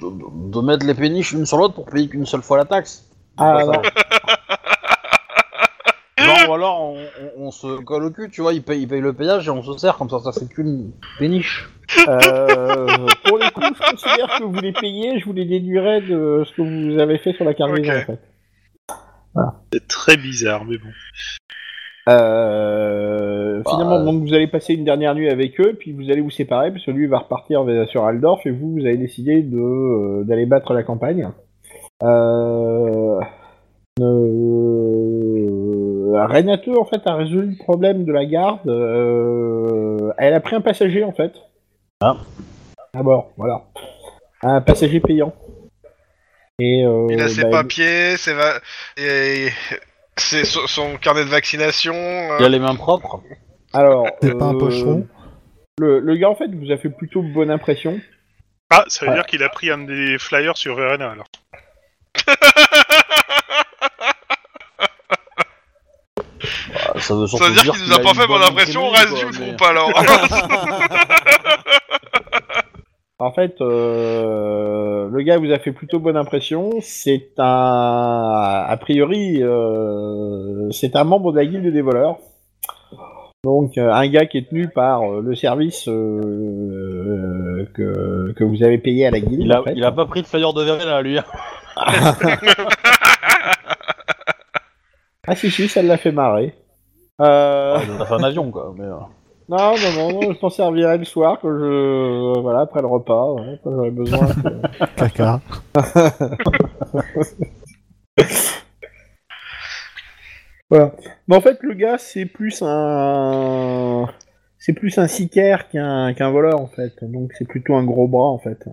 C: de, de mettre les péniches l'une sur l'autre pour payer qu'une seule fois la taxe.
B: Ah,
C: Pas
B: non.
C: ça. Genre, ou alors on, on- on se colle au cul, tu vois, ils payent, ils payent le péage et on se sert comme ça, ça fait qu'une péniche.
B: Euh, pour les coups, je considère que vous les payez, je vous les déduirai de ce que vous avez fait sur la cargaison.
D: Ok.
B: En fait.
E: C'est très bizarre, mais bon.
B: Euh, finalement,
C: Bah,
B: donc vous allez passer une dernière nuit avec eux, puis vous allez vous séparer, parce que lui va repartir vers- sur Aldorf, et vous, vous avez décidé de euh, d'aller battre la campagne. Euh, euh, Renato, en fait, a résolu le problème de la garde. euh, elle a pris un passager, en fait.
A: Ah.
B: À bord, voilà. Un passager payant. Et, euh,
D: Il a ses
B: bah,
D: papiers, ses va- et- ses- son, son carnet de vaccination. euh,
C: Il a les mains propres.
B: Alors,
F: C'est pas un
B: euh,
F: pocheron.
B: Le, le gars, en fait, vous a fait plutôt bonne impression.
E: Ah, ça veut
B: Ouais.
E: dire qu'il a pris un des flyers sur Verena alors.
C: Bah, Ça veut,
D: Ça
C: surtout
D: veut dire qu'il nous a pas
C: une
D: fait bonne impression, on reste
C: imprimerie,
D: du
C: quoi,
D: front pas alors.
B: En fait, euh, le gars vous a fait plutôt bonne impression. C'est un, a priori, euh, c'est un membre de la guilde des voleurs. Donc, euh, un gars qui est tenu par euh, le service euh, euh, que, que vous avez payé à la guilde.
C: Il a,
B: en fait.
C: il a pas pris de flyer de verre là, lui. hein.
B: Ah si si, ça l'a fait marrer. Euh...
C: Il a fait un avion, quoi. Mais, euh,
B: Non, non, non, non, je t'en servirai le soir quand je. Voilà, après le repas, voilà, quand j'aurai besoin.
F: Caca.
B: Mais en fait, le gars, c'est plus un. C'est plus un sicaire qu'un qu'un voleur, en fait. Donc, c'est plutôt un gros bras, en fait.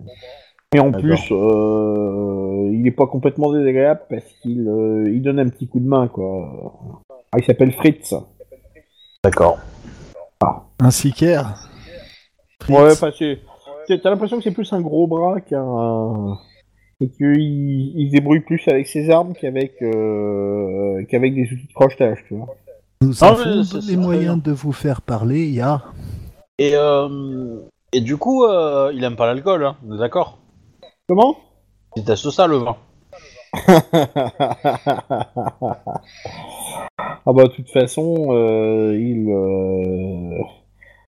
B: Et en
A: D'accord.
B: plus, euh, il n'est pas complètement désagréable parce qu'il euh, il donne un petit coup de main, quoi. Ah, il s'appelle Fritz.
A: D'accord.
F: Un sicaire. Fritz.
B: Ouais, enfin, c'est. c'est- T'as l'impression que c'est plus un gros bras qu'un. Et qu'il il se débrouille plus avec ses armes qu'avec euh, qu'avec des outils de crochetage, tu vois.
F: Nous
C: Ah,
F: avons
C: mais c'est-
F: les
C: c'est-
F: moyens de vous faire parler, il y a.
C: Et, euh, et du coup, euh, il aime pas l'alcool, hein, on est d'accord
B: Comment
C: Il teste ça, le vin.
B: ah bah de toute façon, euh, il, euh,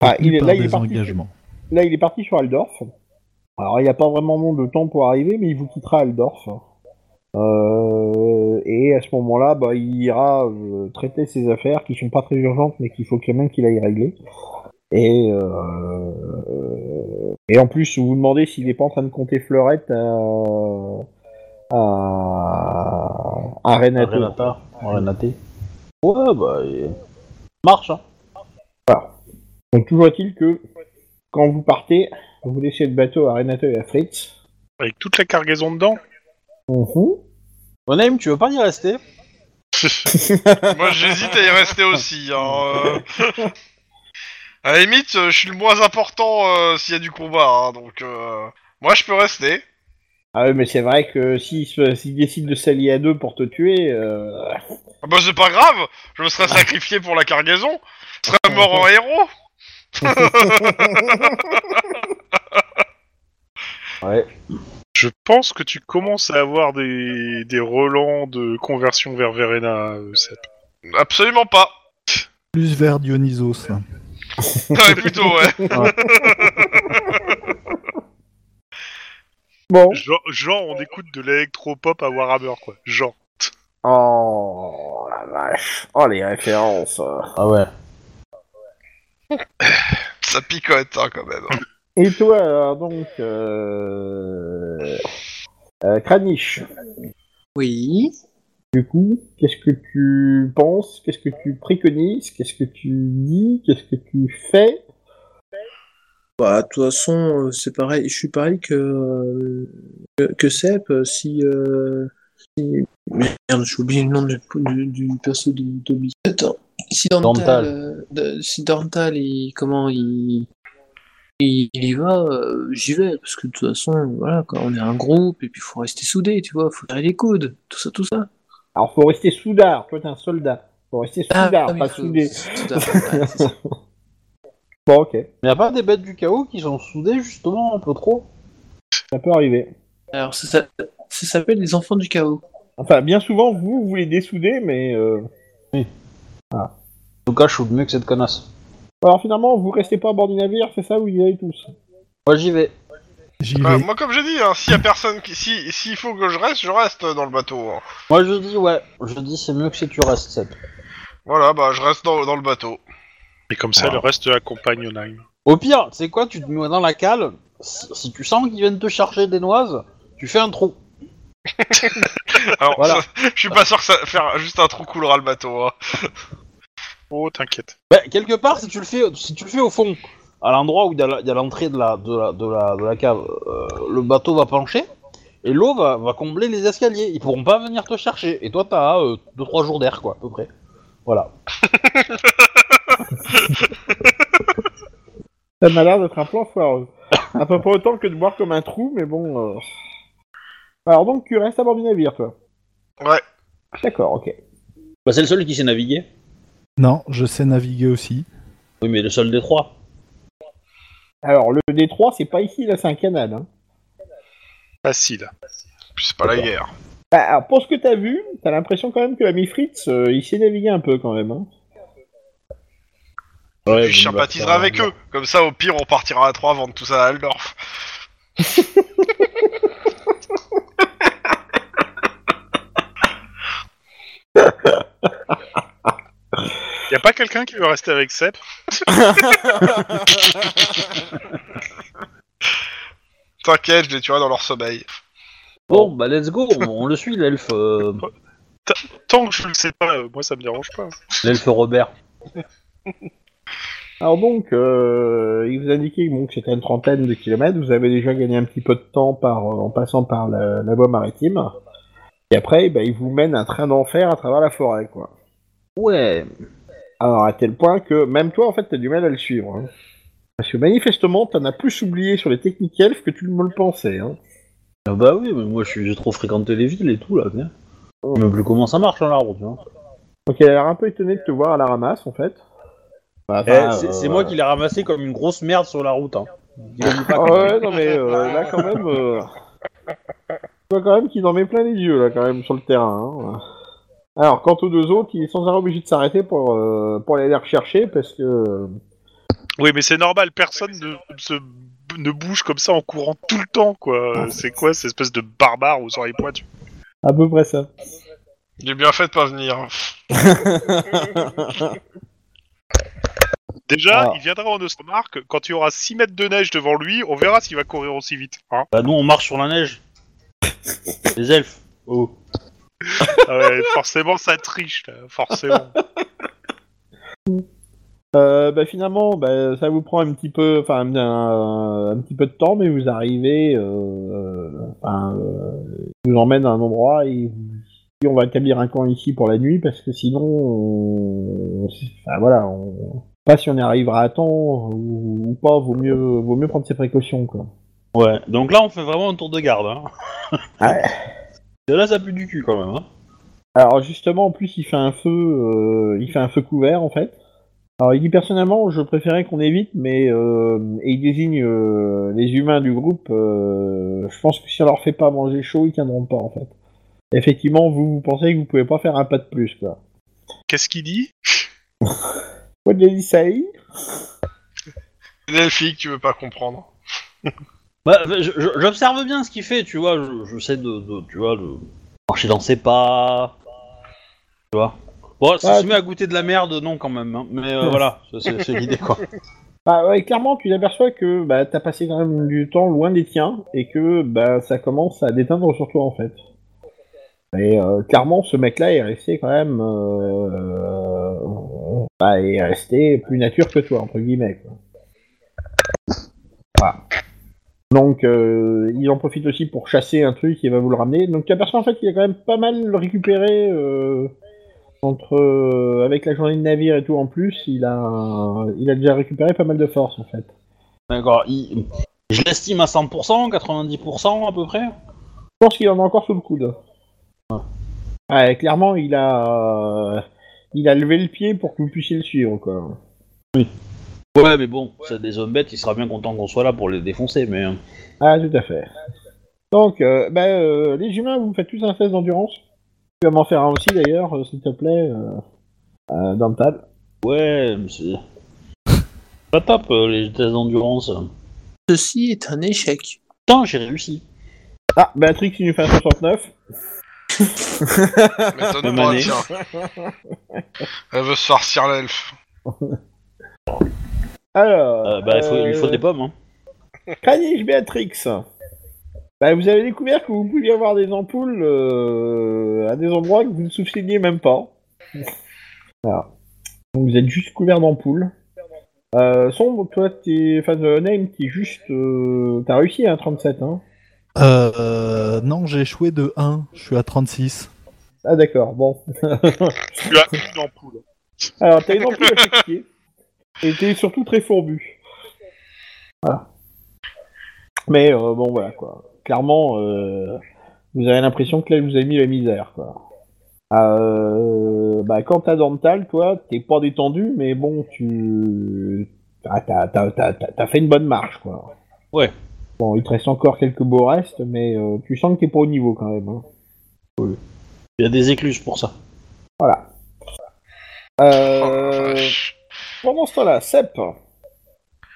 B: ah, il est-
F: par
B: là, il est
F: des
B: parti,
F: engagements.
B: là il est parti sur Aldorf. Alors il n'a pas vraiment nom de temps pour arriver, mais il vous quittera Aldorf. Euh, et à ce moment-là, bah, il ira euh, traiter ses affaires qui sont pas très urgentes, mais qu'il faut quand même qu'il aille régler. Et, euh, et en plus, vous vous demandez s'il n'est pas en train de compter fleurette à, à, à Renato.
C: Renata. Renaté. Ouais, bah. il- Marche, hein.
B: Donc toujours est-il que quand vous partez, vous laissez le bateau à Renato et à Fritz.
E: Avec toute la cargaison dedans.
C: Onaim, tu veux pas y rester
D: Moi j'hésite à y rester aussi. hein, euh. À la limite, euh, je suis le moins important euh, s'il y a du combat, hein, donc euh, moi je peux rester.
B: Ah oui, mais c'est vrai que s'ils se- s'ils décident de s'allier à deux pour te tuer, euh,
D: Ah bah c'est pas grave, je me serais sacrifié pour la cargaison, je serais mort en héros.
C: Ouais.
E: Je pense que tu commences à avoir des, des relents de conversion vers Verena. euh, Seb.
D: Absolument pas.
F: Plus vers Dionysos. là.
D: Ouais, plutôt, ouais.
B: bon.
E: Genre, genre, on écoute de l'électropop à Warhammer, quoi. Genre.
B: Oh la vache, oh les références.
C: Ah ouais.
D: Ça picote hein, quand même.
B: Et toi alors, donc, euh... euh, Kranich,
G: Oui.
B: Du coup, qu'est-ce que tu penses Qu'est-ce que tu préconises Qu'est-ce que tu dis Qu'est-ce que tu fais
H: Bah, de toute façon, euh, c'est pareil. Je suis pareil que, que, que Sepp. euh, Si, euh,
G: Merde, j'ai oublié le nom du, du, du perso de Dobby. Attends, si
C: Dorntal.
G: Dorntal, euh, de- si Dorntal, il, comment il, il, il y va, euh, j'y vais, parce que de toute façon, voilà, quoi, on est un groupe, et puis faut rester soudé, tu vois, faut tirer les coudes, tout ça, tout ça.
B: Alors, faut rester soudard. Toi, t'es un soldat. Faut rester soudard,
G: Ah, oui,
B: Ah, bah, pas
G: faut-
B: soudé.
G: soudard, ouais, c'est ça.
B: Bon, ok.
C: Mais y a pas des bêtes du chaos qui sont soudées justement un peu trop
B: Ça peut arriver.
G: Alors, ça, ça- ça s'appelle les enfants du chaos.
B: Enfin, bien souvent, vous, vous les dessoudez, mais... euh,
C: En tout cas, je soude mieux que cette connasse.
B: Alors, finalement, vous restez pas à bord du navire, c'est ça, vous y allez tous.
C: Moi, j'y vais.
F: J'y
A: Ah.
D: Bah,
F: vais.
D: moi, comme j'ai dit, hein, s'il y a personne qui. si- S'il faut que je reste, je reste dans le bateau. hein.
C: Moi, je dis ouais. Je dis c'est mieux que si tu restes, Seb.
D: Voilà, bah, je reste dans, dans le bateau.
E: Et comme ça, le reste accompagne Nine.
C: Au pire, c'est quoi Tu te mets dans la cale. Si, si tu sens qu'ils viennent te chercher des noises, tu fais un trou.
D: Alors,
C: Voilà.
D: ça- je suis pas sûr que ça, faire juste un trou coulera le bateau. hein.
E: Oh, t'inquiète.
C: Bah, quelque part, si tu le fais, si tu le fais au fond, à l'endroit où il y a la- il y a l'entrée de la, de, la, de, la, de la cave, euh, le bateau va pencher et l'eau va, va combler les escaliers. Ils pourront pas venir te chercher. Et toi, t'as 2-3 jours d'air, quoi, à peu près. Voilà.
B: Ça m'a l'air d'être un plan foireux. à peu près autant que de boire comme un trou, mais bon... euh. Alors, donc, tu restes à bord du navire, toi
D: Ouais.
B: D'accord, ok.
A: Bah, c'est le seul qui sait naviguer.
F: Non, je sais naviguer aussi.
A: Oui, mais le seul des trois.
B: Alors, le détroit, c'est pas ici, là, c'est un canal. Hein.
E: Facile.
D: Puis c'est pas la guerre.
B: Bah, alors, pour ce que t'as vu, t'as l'impression quand même que l'ami Fritz, euh, il sait naviguer un peu, quand même. Hein.
A: Ouais, bah,
D: Puis je sympathiserai avec eux. Comme ça, au pire, on partira à trois vendre tout ça à Aldorf.
E: Y a pas quelqu'un qui veut rester avec Sep
D: T'inquiète, je les tuerai dans leur sommeil.
A: Bon, bah, let's go. On le suit, l'elfe. euh,
E: Tant que je le sais pas, euh, moi, ça me dérange pas.
A: l'elfe Robert.
B: Alors donc, euh, il vous indiquait bon, que c'était une trentaine de kilomètres, vous avez déjà gagné un petit peu de temps par, euh, en passant par la, la voie maritime, et après, bah, il vous mène un train d'enfer à travers la forêt, quoi.
A: Ouais.
B: Alors, à tel point que même toi, en fait, t'as du mal à le suivre. hein. Parce que manifestement, t'en as plus oublié sur les techniques elfes que tu ne me le pensais. Hein.
A: Ah bah oui, mais moi je suis- j'ai trop fréquenté les villes et tout là, bien. Je sais même plus comment ça marche dans hein. l'arbre, tu vois.
B: Donc, elle a l'air un peu étonnée de te voir à la ramasse, en fait.
A: Eh,
B: Bah,
A: Ah,
B: enfin, euh,
A: l'ai ramassé comme une grosse merde sur la route. Hein.
B: Ah ouais, non mais euh, là quand même, euh... je vois quand même qu'il en met plein les yeux là quand même sur le terrain. hein. Alors quant aux deux autres, il est sans arrêt obligé de s'arrêter pour euh, pour aller les rechercher parce que euh,
E: Oui, mais c'est normal, personne ne, se- ne bouge comme ça en courant tout le temps, quoi. C'est quoi, cette espèce de barbare aux oreilles pointues
B: à peu près ça.
D: J'ai bien fait de pas venir.
E: Déjà,
B: Ah.
E: il viendra en Ostermark, quand tu auras 6 mètres de neige devant lui, on verra s'il va courir aussi vite. Hein
A: Bah nous on marche sur la neige. les elfes. Oh.
E: Ah ouais, forcément, ça triche, là, forcément.
B: Euh, bah finalement, bah, ça vous prend un petit peu, enfin un, un petit peu de temps, mais vous arrivez, euh, enfin, euh, il vous emmène à un endroit et vous dit, on va établir un camp ici pour la nuit parce que sinon, on, enfin, voilà, on, pas si on y arrivera à temps ou, ou pas, vaut mieux, vaut mieux prendre ses précautions quoi.
A: Ouais, donc là on fait vraiment un tour de garde. Hein.
B: Ouais.
A: Et là ça pue du cul quand même. Hein.
B: Alors justement, en plus, il fait un feu, euh, il fait un feu couvert en fait. Alors il dit personnellement, je préférais qu'on évite, mais euh, et il désigne euh, les humains du groupe. euh, je pense que si on leur fait pas manger chaud, ils tiendront pas en fait. Effectivement, vous, vous pensez que vous pouvez pas faire un pas de plus quoi.
E: Qu'est-ce qu'il dit
B: What did he say
D: L'elfique, tu veux pas comprendre.
A: Bah, je- je- j'observe bien ce qu'il fait, tu vois, je, je sais de, de- tu vois, de marcher dans ses pas, tu vois. Bon, si
B: Ouais,
A: tu mets à goûter de la merde, non quand même, hein. mais euh, voilà, ça, c'est c'est l'idée quoi.
B: Bah ouais, clairement, tu t'aperçois que bah t'as passé quand même du temps loin des tiens et que bah ça commence à déteindre sur toi en fait. Et euh, clairement, ce mec-là est resté quand même, euh, bah, est resté plus nature que toi entre guillemets. Quoi. Voilà. Donc, euh, il en profite aussi pour chasser un truc, il va vous le ramener. Donc, tu aperçois en fait qu'il a quand même pas mal récupéré euh, entre euh, avec la journée de navire et tout en plus. Il a, il a déjà récupéré pas mal de force en fait.
C: D'accord. il- Je l'estime à 100%, 90% à peu près.
B: Je pense qu'il en a encore sous le coude. Ouais, clairement, il a, il a levé le pied pour que vous puissiez le suivre quoi.
C: Ouais, mais bon, c'est des hommes bêtes, il sera bien content qu'on soit là pour les défoncer, mais. euh,
B: Ah, tout à fait. Donc, euh, bah, euh, les humains, vous me faites tous un test d'endurance. Tu vas m'en faire un aussi, d'ailleurs, euh, s'il te plaît, euh, euh, dans le table.
C: Ouais, c'est. Pas top, euh, les tests d'endurance.
G: Ceci est un échec.
C: Putain, j'ai réussi.
B: Ah, Béatrix, il nous fait un 69.
D: M'étonne
C: Même
D: pas,
C: année.
D: tiens. Elle veut se farcir l'elfe.
B: Alors,
C: Euh, bah, il, faut, il faut des pommes, hein.
B: Kranich, Béatrix. Bah, vous avez découvert que vous pouviez avoir des ampoules euh, à des endroits que vous ne soupçonniez même pas. Voilà. Donc, vous êtes juste couvert d'ampoules. Euh, sombre, toi, t'es. Enfin, euh, Name, t'es juste. euh, T'as réussi à 37, hein
F: Euh, euh, non, j'ai échoué de 1, je suis à 36.
B: Ah d'accord, bon.
E: Tu as une ampoule.
B: Alors t'as une ampoule à chaque pied. Et t'es surtout très fourbu. Voilà. Mais euh, bon voilà quoi. Clairement, euh, vous avez l'impression que là je vous ai mis la misère quoi. Euh, bah quand t'as dental, toi, t'es pas détendu, mais bon, tu... Ah, t'as, t'as- t'as- t'as- t'as fait une bonne marche quoi.
C: Ouais.
B: Bon, il te reste encore quelques beaux restes, mais euh, tu sens que t'es pas au niveau quand même. hein.
C: Il y a des écluses pour ça.
B: Voilà.
D: Oh, la
B: Euh,
D: vache.
B: pendant ce temps-là, Sep,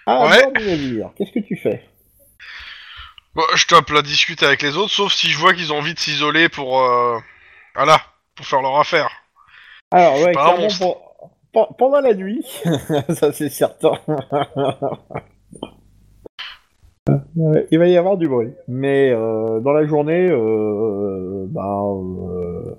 B: à
D: Ouais.
B: bord du navire, qu'est-ce que tu fais
D: Bon, je tape la discute avec les autres, sauf si je vois qu'ils ont envie de s'isoler pour. Euh... Voilà, pour faire leur affaire.
B: Alors,
D: Je suis
B: ouais,
D: pas un
B: clairement, pour- pen- pendant la nuit, ça c'est certain. Ouais, Il va y avoir du bruit, mais euh, dans la journée, euh, bah, euh,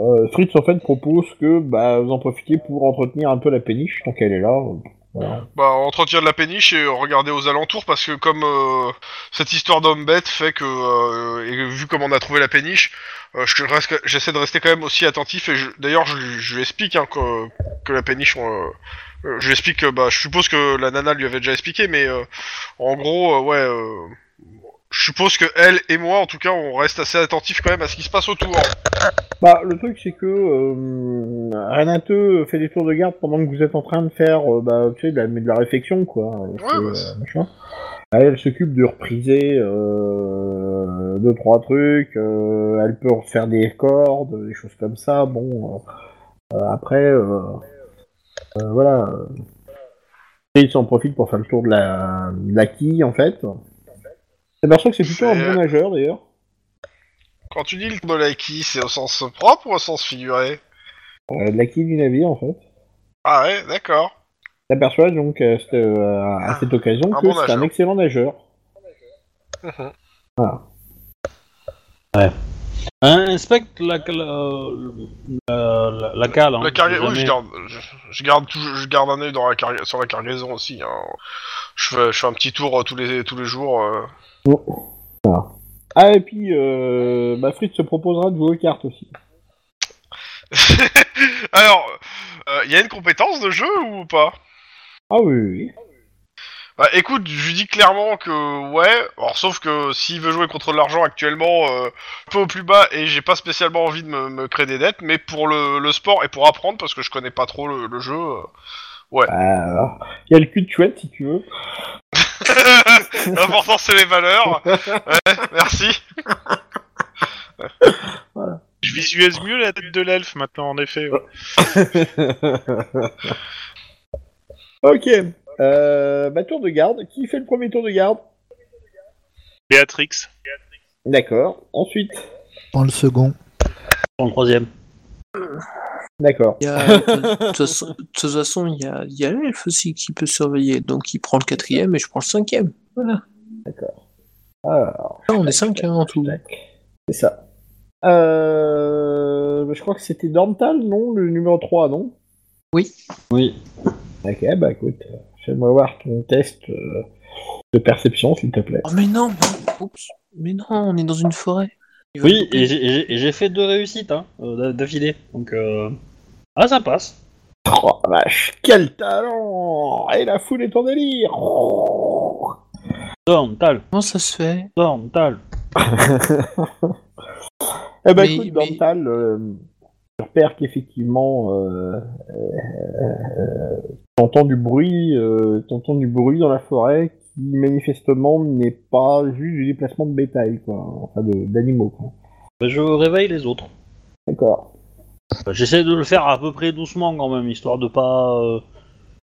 B: euh, Fritz en fait propose que bah, vous en profitiez pour entretenir un peu la péniche tant qu'elle est là. euh, voilà.
D: Bah, entretien de la péniche et regarder aux alentours parce que comme euh, cette histoire d'homme bête fait que euh, et vu comme on a trouvé la péniche, euh, je reste- j'essaie de rester quand même aussi attentif et je- d'ailleurs je, lui- je lui explique hein, que, que la péniche, euh, euh, je lui explique, que, bah, je suppose que la nana lui avait déjà expliqué, mais euh, en gros, euh, ouais, euh, je suppose que elle et moi en tout cas on reste assez attentif quand même à ce qui se passe autour.
B: Bah, le truc, c'est que euh, Renate fait des tours de garde pendant que vous êtes en train de faire euh, bah, tu sais, de, la, mais de la réflexion, quoi. euh, c'est,
D: bah,
B: euh,
D: c'est-
B: machin. Elle, elle s'occupe de repriser euh, deux, trois trucs. euh, elle peut faire des cordes, des choses comme ça. Bon, euh, euh, après, euh, euh, voilà. euh. Et ils s'en profitent pour faire le tour de la, de la quille, en fait. T'aperçois que c'est plutôt un
D: C'est-
B: bon nageur, d'ailleurs.
D: Quand tu dis le de la qui, c'est au sens propre ou au sens figuré
B: Euh, de la quille du navire, en fait.
D: Ah ouais, d'accord.
B: T'aperçois donc euh, c'est, euh, à cette occasion
D: Ah, un
B: que
D: bon
B: c'est un
D: nageur.
B: excellent nageur. Voilà.
C: Hein, inspecte la, la, la, la- la cale. Hein,
D: La carga-
C: jamais.
D: oui, je garde, je, je garde toujours, je garde un œil dans la carga- sur la cargaison aussi. hein. Je, fais, je fais un petit tour euh, tous les tous les jours. euh.
B: Bon. Voilà. Ah, et puis, euh, bah, Fritz se proposera de jouer aux cartes aussi.
D: Alors, il y a une compétence de jeu ou pas
B: Ah oui, oui, oui.
D: Bah, Écoute, je lui dis clairement que ouais. Alors, sauf que s'il veut jouer contre de l'argent actuellement, euh, un peu au plus bas, et j'ai pas spécialement envie de me, me créer des dettes, mais pour le, le sport et pour apprendre, parce que je connais pas trop le, le jeu. euh.
B: Bah, Il y a le cul de chouette, si tu veux.
D: L'important c'est les valeurs. Ouais, merci.
E: Je visualise mieux la tête de l'elfe maintenant, en effet. ouais.
B: ok. Euh, bah, tour de garde. Qui fait le premier tour de garde
E: Béatrix.
B: D'accord. Ensuite.
F: Dans le second.
C: Dans le troisième.
B: D'accord.
G: Il y a- De toute façon- de toute façon, il y a, il y a l'elfe aussi qui peut surveiller. Donc il prend le quatrième et je prends le cinquième. Voilà.
B: Alors,
G: Là, on est cinq hein, en tout.
B: tac. C'est ça. Euh, je crois que c'était Dormtal, non Le numéro 3, non
G: Oui.
C: Oui.
B: Ok, bah écoute, euh, fais-moi voir ton test euh, de perception, s'il te plaît.
G: Oh, mais non, mais... Oups. mais non, on est dans une forêt. Il va
A: Oui,
G: couper.
A: et j'ai- et j'ai- et j'ai fait deux réussites hein, euh, d'a- d'affilée. Donc, euh... ah, ça passe.
B: Oh la vache, quel talent Et la foule est en délire Oh.
A: Dorntal,
G: Comment ça se fait
A: Dorntal.
B: Eh ben
G: Mais-
B: écoute,
G: mais-
B: Dental, euh, tu repères qu'effectivement, euh, euh, euh, t'entends du bruit, euh, t'entends du bruit dans la forêt qui manifestement n'est pas juste du déplacement de bétail, quoi, enfin de- d'animaux. quoi.
A: Bah, je réveille les autres.
B: D'accord.
A: Bah, J'essaie de le faire à peu près doucement quand même, histoire de pas. euh,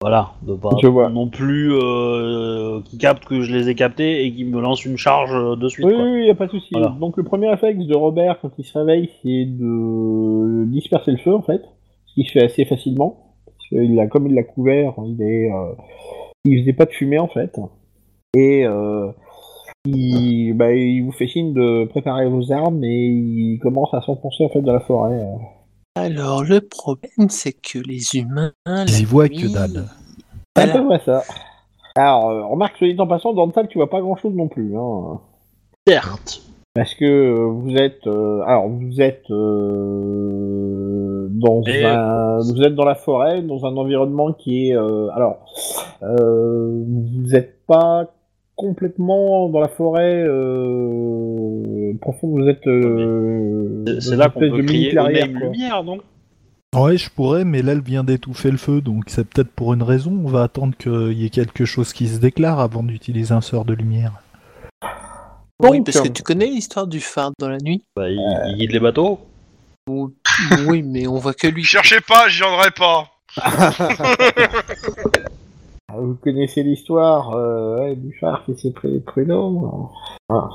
A: Voilà, de pas
B: Je vois.
A: non plus euh, qu'ils captent que je les ai captés et qu'ils me lancent une charge euh, de suite.
B: Oui,
A: quoi.
B: oui, oui, y a pas de souci.
A: Voilà.
B: Donc le premier réflexe de Robert quand il se réveille, c'est de disperser le feu en fait, ce qui se fait assez facilement. Parce que il a, comme il l'a couvert, il est, euh, il faisait pas de fumée en fait, et euh, il, bah, il vous fait signe de préparer vos armes et il commence à s'enfoncer en fait dans la forêt. euh.
G: Alors, le problème, c'est que les humains.
F: Ils y
G: la
F: voient que
G: nuit,
F: dalle.
B: C'est à
G: voilà.
B: peu près ça. Alors euh, remarque, soit dit en passant, dans le salle tu vois pas grand chose non plus. Hein.
A: Certes.
B: Parce que euh, vous êtes, euh, alors vous êtes euh, dans
A: Et-
B: un, vous êtes dans la forêt, dans un environnement qui est, euh, alors euh, vous n'êtes pas complètement dans la forêt euh, profonde, vous êtes. euh,
A: C'est- C'est
B: dans
A: là
B: une
A: qu'on
B: espèce
A: peut
B: de
A: crier
B: mini-clairière,
A: même
B: quoi.
A: lumière, donc.
F: Ouais, je pourrais, mais là, elle vient d'étouffer le feu, donc c'est peut-être pour une raison. On va attendre qu'il y ait quelque chose qui se déclare avant d'utiliser un sort de lumière.
G: Oui,
B: Donc,
G: parce que
B: euh,
G: tu connais l'histoire du phare dans la nuit
A: Bah, il, il guide les bateaux.
G: Ou- Oui, mais on voit que lui.
D: Cherchez pas, j'y viendrai pas.
B: euh, Vous connaissez l'histoire euh, ouais, du phare qui s'est pris prudent. Ah.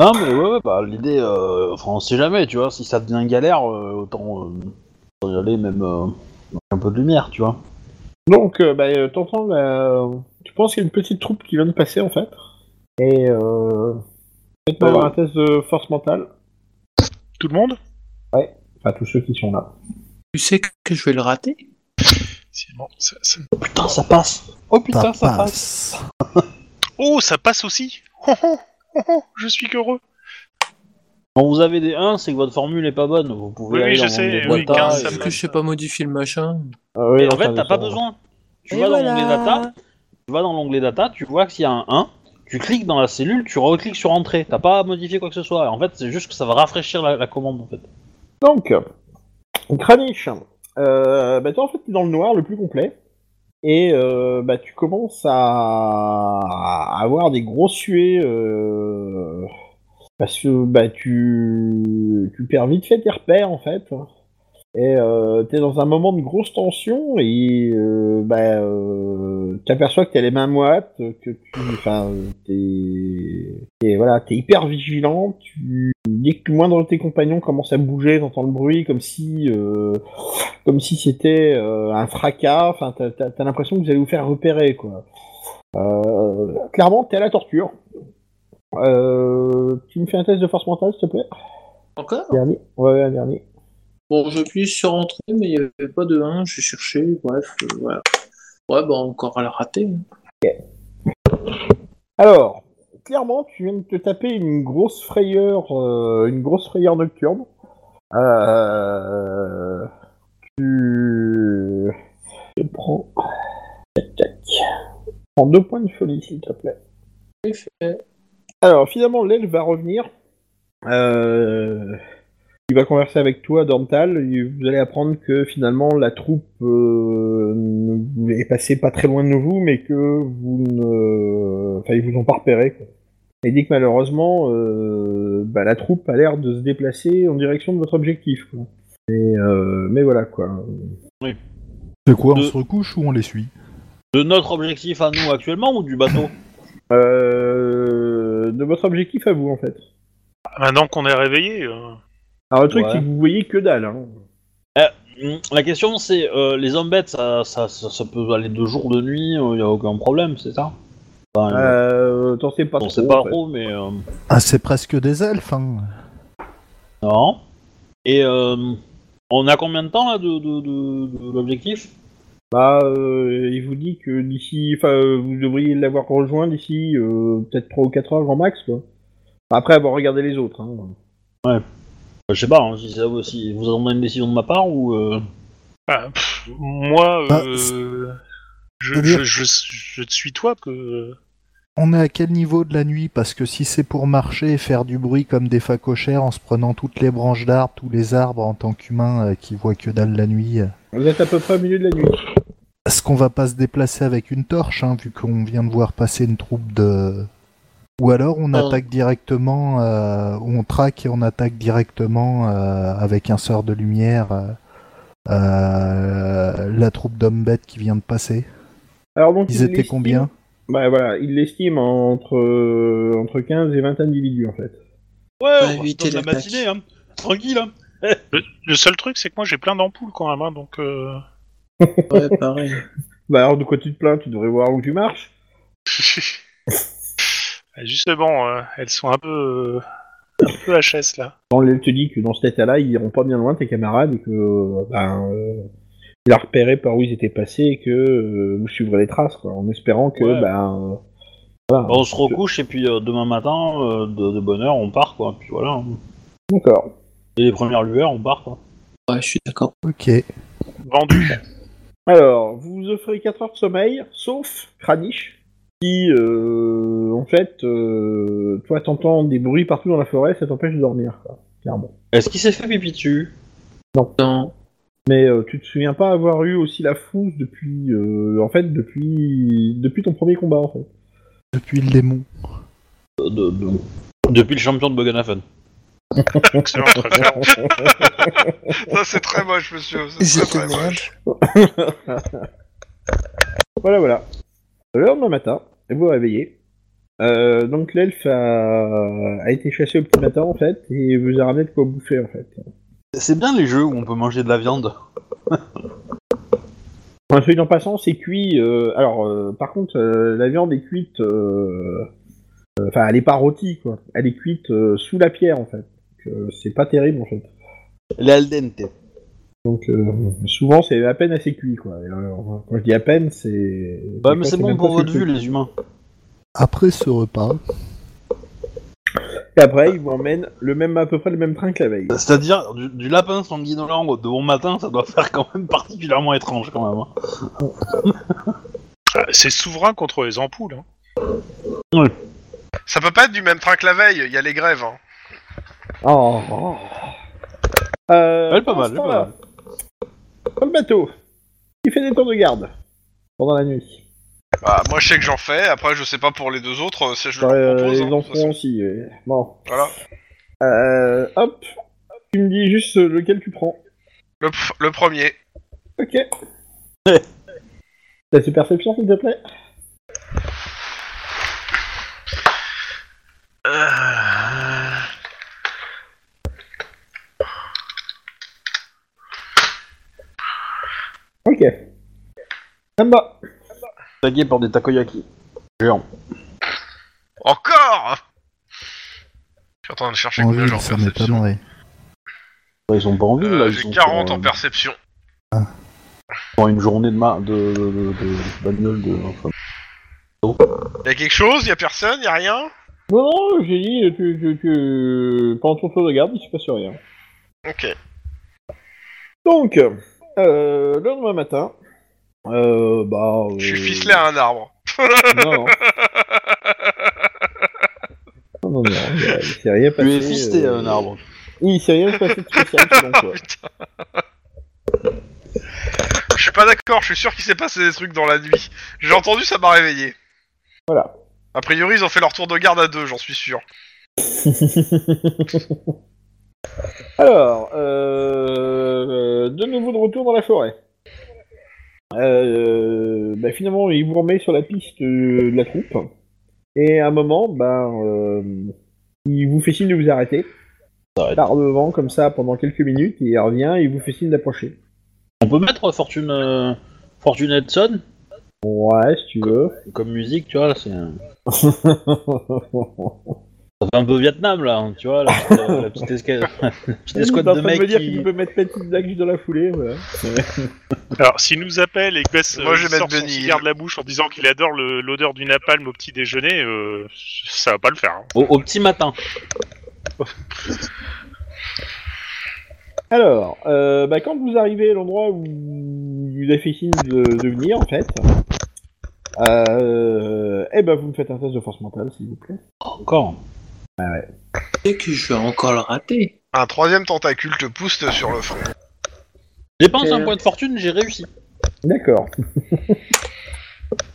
A: Non, mais ouais, ouais, bah, l'idée, euh, enfin, on sait jamais, tu vois, si ça devient galère, euh, autant euh, y aller même euh, avec un peu de lumière, tu vois.
B: Donc, euh, bah, euh, t'entends, la- tu penses qu'il y a une petite troupe qui vient de passer en fait. Et euh, peut-être
A: Bah, Ouais.
B: avoir un test de force mentale.
E: Tout le monde
B: Enfin, tous ceux qui sont là.
G: Tu sais que je vais le rater
E: Si, bon, ça- ça-
A: Oh, putain, ça passe Oh putain, ça passe
F: passe.
E: Oh, ça passe aussi oh, oh, oh, oh, Je suis qu'heureux
A: Quand vous avez des 1, c'est que votre formule est pas bonne, vous pouvez
E: Oui,
A: aller
E: oui, je
A: dans
E: sais,
A: des
E: Eh oui,
A: datas
E: 15,
A: et-
E: ça
G: Vu
E: me-
G: que je sais pas modifier le machin.
B: Ah
A: Mais en fait, t'as pas besoin. Tu
G: Et
A: vas dans
G: voilà.
A: l'onglet data, tu vas dans l'onglet data, tu vois qu'il y a un 1, tu cliques dans la cellule, tu recliques sur entrée, t'as pas à modifier quoi que ce soit. En fait, c'est juste que ça va rafraîchir la, la commande en fait.
B: Donc, Kranich, euh, bah, toi en fait, t'es dans le noir le plus complet. Et euh, bah, tu commences à... à avoir des gros suées. euh, Parce que bah, tu... tu perds vite fait tes repères en fait. Et euh, t'es dans un moment de grosse tension et euh, bah, euh, t'aperçois que t'as les mains moites, que tu, enfin, euh, t'es, t'es- voilà, t'es hyper vigilant. Tu, dès que le moindre de tes compagnons commence à bouger, t'entends le bruit comme si, euh, comme si c'était euh, un fracas. Enfin, t'as, t'as- t'as l'impression que vous allez vous faire repérer, quoi. Euh, clairement, t'es à la torture. Euh, tu me fais un test de force mentale, s'il te plaît.
G: Encore
B: Dernier. Ouais, ouais, un dernier.
G: Bon, j'appuie sur entrée, mais il n'y avait pas de 1, j'ai cherché, bref, euh, voilà. Ouais, bah encore à la rater. hein.
B: Alors, clairement, tu viens de te taper une grosse frayeur, euh, une grosse frayeur nocturne. Euh, tu je prends, tac, tac. prends deux points de folie, s'il te plaît.
G: C'est fait.
B: Alors, finalement, l'aile va revenir. Euh, il va converser avec toi, Dorntal. et Vous allez apprendre que finalement, la troupe euh, est passée pas très loin de vous, mais que vous ne... Enfin, ils vous ont pas repéré. quoi. Et dit que malheureusement, euh, bah, la troupe a l'air de se déplacer en direction de votre objectif. Quoi. Et, euh, mais voilà, quoi.
F: C'est quoi, on
A: De-
F: se recouche ou on les suit
A: De notre objectif à nous actuellement ou du bateau
B: Euh, de votre objectif à vous, en fait.
E: Ah, Maintenant qu'on est réveillé, euh,
B: Alors, le truc,
A: Ouais.
B: c'est que vous voyez que dalle. Hein.
A: Hmm, La question c'est, euh, les hommes bêtes, ça, ça, ça, ça peut aller de jour, de nuit, il a aucun problème, c'est ça Enfin, euh,
B: Euh, t'en sais pas
A: On
B: trop,
A: sait pas
B: en fait.
A: trop, mais... euh,
F: Ah, c'est presque des elfes, hein.
A: Non. Et euh, on a combien de temps là de, de, de- de l'objectif
B: Bah, euh, il vous dit que d'ici, enfin, euh, vous devriez l'avoir rejoint d'ici euh, peut-être 3 ou 4 heures grand max, quoi. Après avoir regardé les autres. Hein.
A: Je sais pas, hein, si, ça, si vous attendez une décision de ma part ou... euh,
E: Ah, pff, moi,
F: Bah,
E: euh, je,
F: c'est-à-dire-
E: je, je, je te suis toi que.
F: On est à quel niveau de la nuit Parce que si c'est pour marcher et faire du bruit comme des facochères en se prenant toutes les branches d'arbres, tous les arbres en tant qu'humain euh, qui voit que dalle la nuit, euh,
B: Vous êtes à peu près au milieu de la nuit.
F: est-ce qu'on va pas se déplacer avec une torche, hein, vu qu'on vient de voir passer une troupe de... Ou alors on
G: Ah.
F: attaque directement, euh, on traque et on attaque directement euh, avec un sort de lumière euh, euh, la troupe d'hommes bêtes qui vient de passer.
B: Alors donc,
F: Ils
B: il
F: étaient
B: l'estime-
F: combien
B: Bah voilà, il l'estime entre, euh, entre 15 et 20 individus, en fait.
A: Ouais,
E: euh,
G: Pas
A: on va se
G: éviter
A: donner la
G: l'attaque.
A: matinée, hein. Tranquille, hein.
E: Le seul truc, c'est que moi j'ai plein d'ampoules quand même, hein, donc. euh,
G: Ouais, pareil.
B: Bah alors, de quoi tu te plains Tu devrais voir où tu marches.
E: Justement, euh, elles sont un peu. euh, un peu HS là.
B: Quand elle te dit que dans cet état-là, ils iront pas bien loin, tes camarades, et que, euh, ben, euh, il a repéré par où ils étaient passés, et que euh, vous suivrez les traces, quoi, en espérant que,
A: Ouais.
B: ben...
A: Bah, on se recouche et puis euh, demain matin, euh, de, de bonne heure, on part, quoi. Puis voilà. hein.
B: euh, D'accord.
A: Et les premières lueurs, on part, quoi.
G: Ouais, je suis d'accord.
F: Ok.
E: Vendu.
B: Alors, vous vous offrez 4 heures de sommeil, sauf Kranich, qui, euh, en fait, euh, toi, t'entends des bruits partout dans la forêt, ça t'empêche de dormir, quoi, clairement.
A: Est-ce qu'il s'est fait pipi dessus
G: Non.
B: Mais euh, tu te souviens pas avoir eu aussi la fougue depuis, euh, en fait, depuis, depuis ton premier combat, en fait.
F: Depuis le démon.
A: Euh, de- de- Depuis le champion de Boganafen.
E: Excellente référence.
D: Ça, c'est très moche, monsieur. C'est
G: J'étais
D: très, très
G: malade.
D: moche.
B: Voilà, voilà. Le lendemain matin, vous vous réveillez. Euh, donc l'elfe a... a été chassé au petit matin, en fait, et vous a ramené de quoi bouffer, en fait.
A: C'est bien les jeux où on peut manger de la viande.
B: Un truc en passant, c'est cuit. euh, alors, euh, par contre, euh, la viande est cuite. euh, euh, Enfin, elle est pas rôtie, quoi. Elle est cuite euh, sous la pierre, en fait. Donc, euh, c'est pas terrible, en fait.
A: Les al dente.
B: Donc, euh, souvent, c'est à peine assez cuit, quoi. Et, euh, quand je dis à peine, c'est.
A: Ouais,
B: des
A: Bah, mais
B: fois,
A: c'est bon
B: même
A: pour
B: pas
A: votre
B: cuit.
A: vue, les humains.
F: Après ce repas,
B: Et après, ils vous emmènent le même, à peu près le même train que la veille.
A: C'est-à-dire, du, du lapin sanguinolent de bon matin, ça doit faire quand même particulièrement étrange, quand même. hein.
E: Ah, C'est souverain contre les ampoules. hein.
D: Ça peut pas être du même train que la veille, il y a les grèves. Hein.
B: Oh. Euh,
A: Elle est pas
B: pendant
A: mal,
B: ce
A: elle est pas
B: temps-là, Dans le bateau, il fait des tours de garde pendant la nuit.
D: Bah, moi, je sais que j'en fais. Après, je sais pas pour les deux autres, euh, si je
B: Dans,
D: leur
B: euh,
D: propose.
B: les
D: hein, de toute
B: enfants
D: façon.
B: aussi. euh, Bon.
D: Voilà.
B: Euh, hop, tu me dis juste euh, lequel tu prends.
D: Le, pr- le premier.
B: Ok. T'as ses perceptions, s'il te plaît Ok. Samba.
A: Tagué par des takoyaki. Géant.
D: Encore hein. Je suis en train de chercher
F: en
D: combien j'ai
F: ville,
D: en
F: ça
D: perception.
F: m'étonnerait.
A: Bah, ils sont pas en ville, là.
D: Euh,
A: ils
D: J'ai
A: sont
D: 40
A: sur,
D: en
A: euh,
D: perception.
A: Dans une journée de, ma... de, de, de, de bagnole, de- enfin,
D: Y a quelque chose Y a personne Y a rien
B: Non, non, j'ai dit, tu, tu, tu... pendant ton tour de garde, il se passe rien.
D: Ok.
B: Donc, euh, le lendemain matin, euh, bah...
D: Je suis
B: euh,
D: ficelé hein. à un arbre.
B: Non, non. Non, non, non, il s'est rien passé.
A: Tu es fisté
B: euh,
A: à un arbre.
B: Il s'est rien passé de spécial, selon toi.
D: Je suis pas d'accord, je suis sûr qu'il s'est passé des trucs dans la nuit. J'ai entendu, ça m'a réveillé.
B: Voilà.
D: A priori, ils ont fait leur tour de garde à deux, j'en suis sûr.
B: Alors, euh, euh, de nouveau de retour dans la forêt. Euh, bah, finalement, il vous remet sur la piste euh, de la troupe. Et à un moment, ben, euh, il vous fait signe de vous arrêter.
A: S'arrête.
B: Par devant, comme ça, pendant quelques minutes, et il revient et il vous fait signe d'approcher.
A: On peut mettre Fortune, euh, Fortune Edson
B: Ouais, si tu veux.
A: comme musique, tu vois, là, c'est... un- Ça fait un peu Vietnam là, hein, tu vois, la, petite- la petite, esca- la petite escouade
B: Il est en
A: de
B: train
A: mecs
B: me dire
A: qui-
B: qu'il peut mettre Petit Black juste dans la foulée, voilà.
E: Alors, s'il nous appelle et que Bess
D: Moi, je vais
E: euh, sort
D: mettre
E: son
D: Benny
E: cigare
D: Hill.
E: de la bouche en disant qu'il adore le- l'odeur du napalm au petit déjeuner, euh, ça va pas le faire. hein.
A: au, au petit matin.
B: Alors, euh, bah, quand vous arrivez à l'endroit où vous avez fait signe de, de venir, en fait, euh, eh ben vous me faites un test de force mentale, s'il vous plaît.
A: Encore.
G: Et que je vais encore le rater.
D: Un troisième tentacule te pousse sur le front.
A: Dépense
G: Euh.
A: un point de fortune, j'ai réussi.
B: D'accord.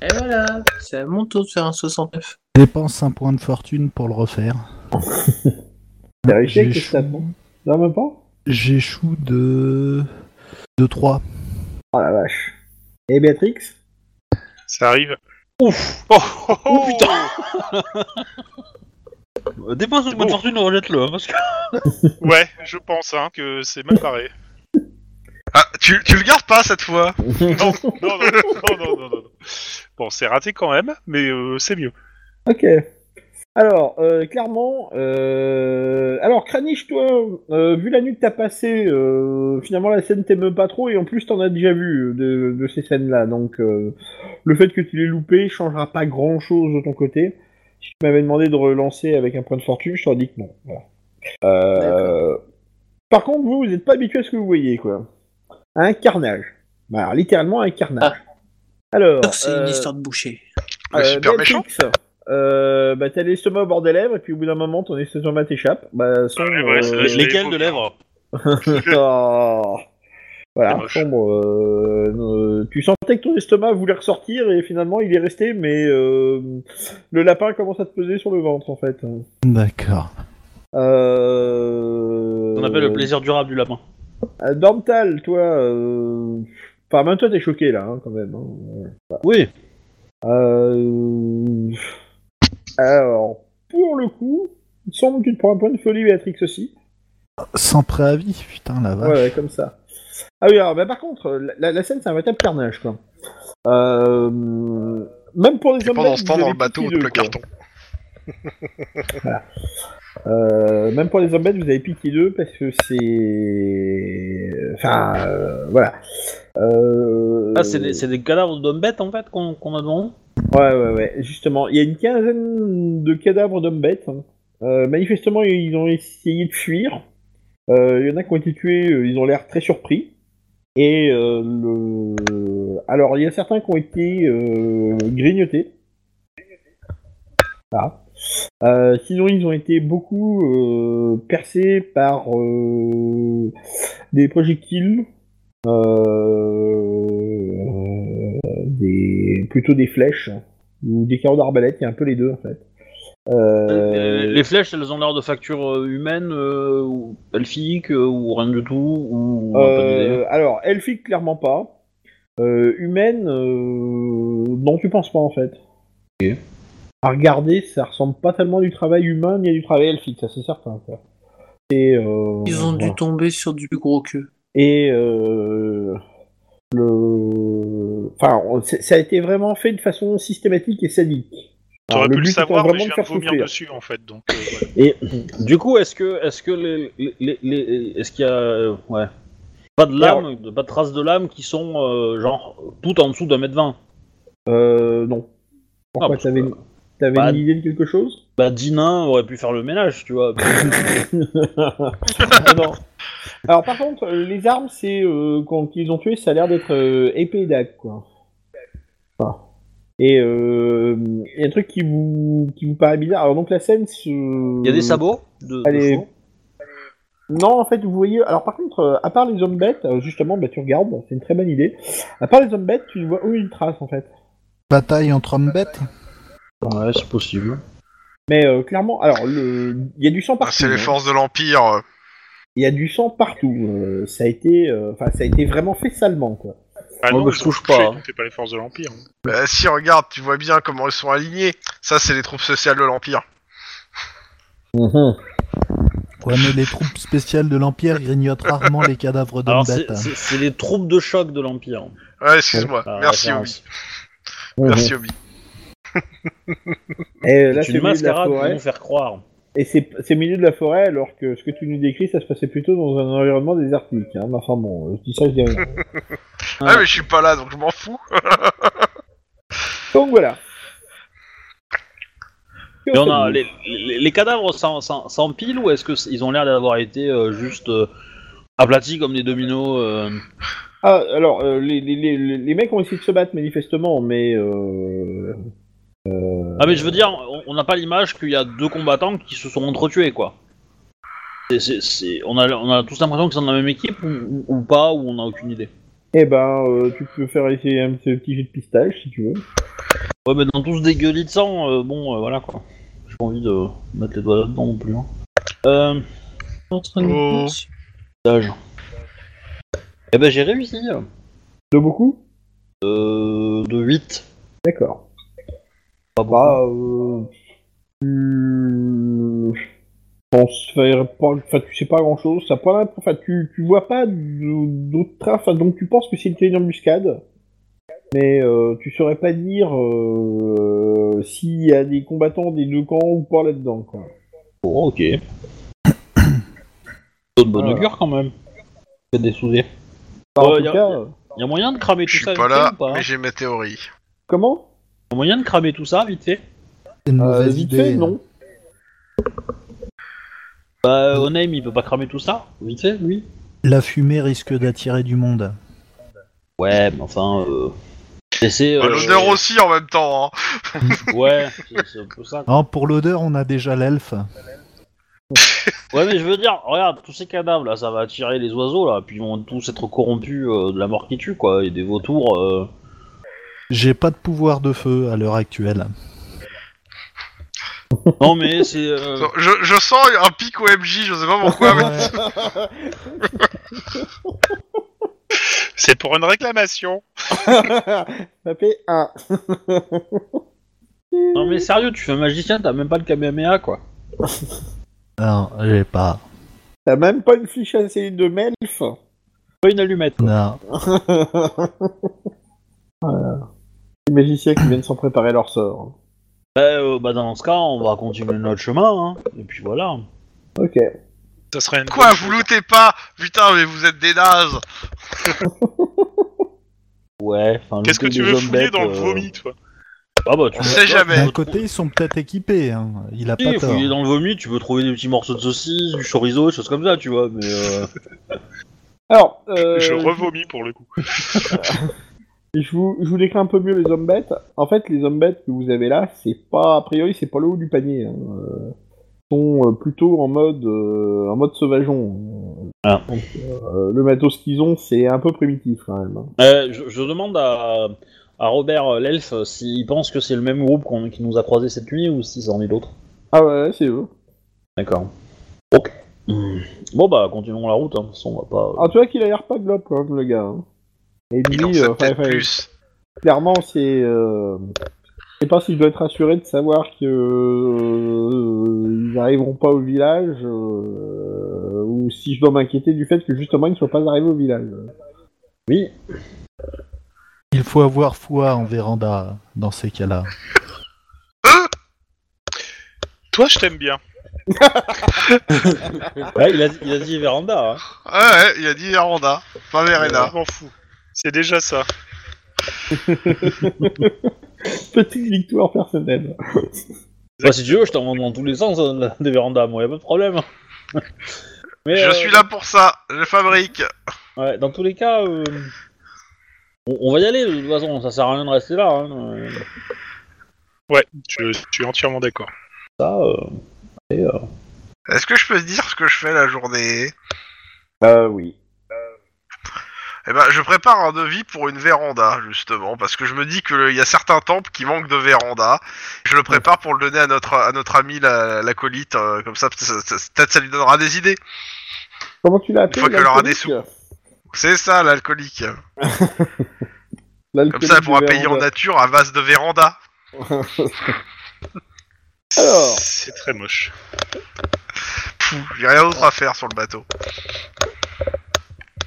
G: Et voilà, c'est à mon tour de faire un 69.
F: Dépense un point de fortune pour le refaire.
B: T'as réussi avec hein tes
F: J'échoue-
B: stats, non Non, même pas
F: J'échoue de... de 3.
B: Oh la vache. Et Béatrix
E: Ça arrive. Ouf Oh, oh, oh.
A: Euh, Dépense un point de fortune, rejette-le, hein, parce que.
E: Ouais, je pense hein, que c'est mal barré.
D: Ah, tu, tu le gardes pas cette fois
E: Non, non, non, non, non, non, non, non. Bon, c'est raté quand même, mais euh, c'est mieux.
B: Ok. Alors, euh, clairement, euh... alors Kranich, toi, euh, vu la nuit que t'as passée, euh, finalement la scène t'aime pas trop et en plus t'en as déjà vu euh, de, de ces scènes-là, donc euh, le fait que tu l'aies loupé changera pas grand-chose de ton côté. Si tu m'avais demandé de relancer avec un point de fortune, je t'aurais dit que non. Voilà. Euh, Par contre, vous, vous n'êtes pas habitué à ce que vous voyez, quoi. Un carnage. Bah, Alors, littéralement un carnage. Alors,
G: C'est
B: euh,
G: une histoire de boucher.
D: Le super méchant.
B: Matrix, euh, bah t'as l'estomac au bord des lèvres et puis au bout d'un moment ton estomac t'échappe. Bah son.
E: Ouais, ouais, c'est
B: euh,
E: vrai, je l'ai-
A: Lesquels de lèvres
B: Oh. Voilà,
E: C'est moche.
B: sombre, euh, euh, tu sentais que ton estomac voulait ressortir et finalement il est resté, mais euh, le lapin commence à te peser sur le ventre en fait.
F: D'accord.
B: Euh,
A: On appelle le plaisir durable du lapin.
B: euh, Dormtal, toi, euh, enfin même toi t'es choqué là hein, quand même. hein.
A: Oui.
B: Euh... Alors, pour le coup, il me semble que tu te prends un point de folie, Béatrix, aussi.
F: Sans préavis, putain la vache.
B: Ouais, ouais, comme ça. Ah oui, alors, bah, par contre, la, la- la scène, c'est un véritable carnage, quoi. Euh... Même pour les
D: Et
B: hommes
D: pendant
B: bêtes,
D: ce
B: vous
D: temps, dans
B: avez
D: le bateau
B: pitié
D: où te
B: d'eux,
D: le
B: quoi.
D: carton.
B: Euh, même pour les hommes bêtes, vous avez pitié d'eux parce que c'est. Enfin, euh, voilà. Euh...
A: Ah, c'est des, c'est des cadavres d'hommes bêtes en fait qu'on qu'on a devant nous
B: Ouais, ouais, ouais, justement. Il y a une quinzaine de cadavres d'hommes bêtes. hein. Euh, manifestement, ils ont essayé de fuir. Euh, Il y en a qui ont été tués, euh, ils ont l'air très surpris. Et euh, le... Alors, il y a certains qui ont été euh, grignotés. Voilà. Euh, sinon, ils ont été beaucoup euh, percés par euh, des projectiles, euh, des, plutôt des flèches ou des carreaux d'arbalète. Il y a un peu les deux en fait. Euh,
A: Les- Les flèches, elles ont l'air de facture euh, humaine, euh, ou elfique, euh, ou rien du tout, ou. ou un peu de délire.
B: Euh, alors, elfique, clairement pas. Euh, humaine, euh, non, tu penses pas en fait. À regarder, ça ressemble pas tellement à du travail humain ni à du travail elfique, ça c'est certain. quoi. Et, euh,
G: Ils ont dû
B: voilà.
G: tomber sur du plus gros que.
B: Et euh, le. Enfin, on- c'est- ça a été vraiment fait de façon systématique et sadique. Alors,
E: T'aurais pu le
B: but étant
E: savoir, mais
B: vraiment
E: je
B: de
E: viens
B: faire
E: de vomir
B: souffrir.
E: dessus en fait. Donc, euh, voilà.
A: Euh, Du coup, est-ce que, est-ce que les, les, les- les- est-ce qu'il y a, euh, ouais, pas de lames, de- pas de traces de lames qui sont euh, genre tout en dessous d'un mètre vingt.
B: Euh, non.
E: Ah,
B: Pourquoi
A: parce
B: T'avais,
A: que-
B: t'avais
A: bah,
B: une idée de quelque chose
A: Bah, dix nains auraient pu faire le ménage, tu vois. euh,
B: Ah non. Alors par contre, euh, les armes, c'est euh, quand ils ont tué, ça a l'air d'être euh, épée et dague, quoi. Voilà. Et euh, il y a un truc qui vous qui vous paraît bizarre. Alors donc la scène, se-
A: Il y a des sabots de, de
B: Allez.
A: chevaux.
B: Non, en fait, vous voyez. Alors par contre, euh, à part les hommes bêtes, euh, justement, bah tu regardes, bon, c'est une très bonne idée. À part les hommes bêtes, tu ne vois aucune trace en fait.
F: Bataille entre hommes bêtes
A: Ouais, c'est possible.
B: Mais euh, clairement, alors le, il y a du sang
D: Ah,
B: partout.
D: C'est les
B: hein.
D: forces de l'Empire. euh.
B: Il y a du sang partout. euh, ça a été, euh, enfin, ça a été vraiment fait salement, quoi.
E: Ah
A: Moi,
E: non,
A: bah, je
E: ils ont
A: touche
E: touché,
A: pas, hein.
E: donc t'es pas les forces de l'Empire. hein.
D: Bah, si, regarde, tu vois bien comment ils sont alignés. Ça, c'est les troupes sociales de l'Empire.
F: Ouais, mais les troupes spéciales de l'Empire grignotent rarement les cadavres d'hommes
A: Alors, c'est
F: bêtes. hein.
A: c'est- c'est les troupes de choc de l'Empire.
D: Ouais, excuse-moi.
A: La
D: Merci, Obi.
A: référence.
B: Mhm.
D: Merci, Obi.
B: Et là,
A: C'est
B: c'est
A: une
B: le milieu de la
A: mascarade pour
B: forêt.
A: nous faire croire.
B: Et c'est c'est au milieu de la forêt, alors que ce que tu nous décris, ça se passait plutôt dans un environnement désertique. Hein. Mais Enfin bon, euh, je dis ça, je dis rien.
D: Ah, mais je suis pas là, donc je m'en fous.
B: Donc voilà.
A: Et on a- les, les- les cadavres s'en- s'en- s'empilent ou est-ce qu'ils ont l'air d'avoir été euh, juste euh, aplatis comme des dominos euh
B: Ah, alors, euh, les, les, les, les- les mecs ont essayé de se battre, manifestement, mais... Euh...
A: Ah mais je veux dire, on- on n'a pas l'image qu'il y a deux combattants qui se sont entretués quoi. C'est- c'est- c'est- on, a, on a tous l'impression que c'est dans la même équipe ou, ou- ou pas, ou on n'a aucune idée.
B: Eh ben, euh, tu peux faire essayer un petit petit jet de pistache, si tu veux.
A: Ouais mais dans tous des gueulis de sang, euh, bon euh, voilà quoi. J'ai pas envie de mettre les doigts là-dedans non plus. hein. Euh,
G: Je suis en train de me
D: Oh.
G: dire si-
A: stage. Eh ben j'ai réussi.
B: De beaucoup
A: Euh, de 8.
B: D'accord.
A: Pas
B: Bah, euh... Tu... Je pense faire pas... Enfin, tu sais pas grand-chose, ça a pas l'impression- Enfin, tu, tu vois pas de- d'autres traces, enfin, donc tu penses que c'était une embuscade, mais euh, tu saurais pas dire euh, s'il y a des combattants des deux camps ou pas là-dedans, quoi.
A: Bon, Oh, ok. D'autres bonne
B: Voilà.
A: augure quand même. Que des soudés.
B: Enfin, en
A: Ouais,
B: tout
A: y a-
B: cas,
A: y a-
B: euh,
A: Y a moyen de cramer tout
D: Je
A: ça
D: suis
A: vite
D: pas
A: fait
D: là,
A: ou pas hein
D: mais j'ai mes théories.
B: Comment
A: Y a moyen de cramer tout ça vite fait
F: C'est une
B: Euh,
F: mauvaise
B: Vite
F: idée,
B: fait,
F: hein.
B: non.
A: Bah, Onaim, il peut pas cramer tout ça Vite fait, lui
F: La fumée risque d'attirer du monde.
A: Ouais, mais enfin, euh... Laissez...
D: Bah,
A: euh,
D: L'honneur aussi en même temps. Hein.
A: Ouais, c'est- c'est un peu ça. quoi.
F: Alors, pour l'odeur, on a déjà l'elfe.
A: Ouais, mais je veux dire, regarde, tous ces cadavres, là, ça va attirer les oiseaux, là, puis ils vont tous être corrompus euh, de la mort qui tue, quoi, et des vautours... euh.
F: J'ai pas de pouvoir de feu à l'heure actuelle.
A: Non, mais c'est... euh,
D: Je, je sens un pic OMJ, je sais pas pourquoi. mais...
F: Ouais.
E: C'est pour une réclamation.
B: Tapez un.
A: Non, mais sérieux, tu fais un magicien, t'as même pas le Kamehameha, quoi.
F: Non, j'ai pas.
B: T'as même pas une fiche à essayer de Melf
A: Pas une allumette, quoi.
F: Non.
B: Voilà. Les magiciens qui viennent s'en préparer leur sort.
A: Bah, euh, bah, dans ce cas, on va continuer notre chemin, hein, et puis voilà.
B: Ok.
E: Ça serait une
D: Quoi,
E: bonne
D: vous
E: chose.
D: lootez pas Putain, mais vous êtes des nazes.
A: Ouais, enfin...
E: Qu'est-ce que
A: looter
E: tu
A: des
E: veux
A: hommes
E: fouiller
A: bêtes,
E: dans le
A: euh,
E: vomi, toi
A: Ah bah, tu
D: On sait jamais.
F: D'un côté, ils sont peut-être équipés. hein. Il a
A: Si,
F: pas tort.
A: fouiller dans le vomi, tu peux trouver des petits morceaux de saucisse, du chorizo, des choses comme ça, tu vois, mais... euh,
B: Alors, euh,
E: Je revomis pour le coup.
B: je, vous, je vous décris un peu mieux les hommes bêtes. En fait, les hommes bêtes que vous avez là, c'est pas, a priori, c'est pas le haut du panier. hein. Euh, Ils sont euh, plutôt en mode, euh, en mode sauvageon.
A: Ah.
B: Donc, euh, le matos qu'ils ont, c'est un peu primitif quand même. hein.
A: Euh, je, je demande à, à Robert euh, l'elfe euh, s'il pense que c'est le même groupe qu'on- qui nous a croisé cette nuit ou si c'en est d'autres.
B: Ah ouais, c'est eux.
A: D'accord. Ok. Hmm. Bon bah continuons la route, hein. de toute façon on va pas...
B: Ah, tu vois qu'il a l'air pas globe quand même, le gars. hein. Et
D: Il en
B: lui,
D: sait
B: euh,
D: peut-être
B: enfin, enfin,
D: plus.
B: clairement, c'est. euh, Je sais pas si je dois être rassuré de savoir que euh, ils n'arriveront pas au village, euh, ou si je dois m'inquiéter du fait que justement ils ne soient pas arrivés au village.
A: Oui,
F: Il faut avoir foi en Véranda dans ces cas-là.
E: Toi, je t'aime bien.
A: Ouais, il, a, il a dit Véranda. hein.
D: Ouais, ouais, il a dit Aranda. Pas Verena.
E: Euh, Je m'en fous. C'est déjà ça.
B: Petite victoire personnelle.
A: Bah, si tu veux, je t'envoie dans tous les sens hein, des Vérandas, moi, y a pas de problème. Mais,
D: Je
A: euh,
D: suis là pour ça. Je fabrique.
A: ouais, dans tous les cas, euh, on, on va y aller de toute façon, ça sert à rien de rester là. hein, euh,
E: Ouais, je suis entièrement d'accord.
A: ça, euh, et, euh,
D: Est-ce que je peux dire ce que je fais la journée
B: Ah oui.
D: Eh ben, je prépare un devis pour une véranda, justement, parce que je me dis qu'il y a certains temples qui manquent de véranda. Je le prépare pour le donner à notre, à notre ami la- l'acolyte, euh, comme ça, peut- ça- ça- peut-être ça lui donnera des idées.
B: Comment tu l'as appelé
D: Une fois qu'elle aura des
B: l'alcoolique
D: C'est ça, l'alcoolique. Comme
B: L'alcoolique
D: ça, elle pourra
B: de
D: payer en
B: Véranda.
D: nature à vase de véranda.
B: Alors.
E: C'est très moche.
D: Pfff, J'ai rien d'autre à faire sur le bateau.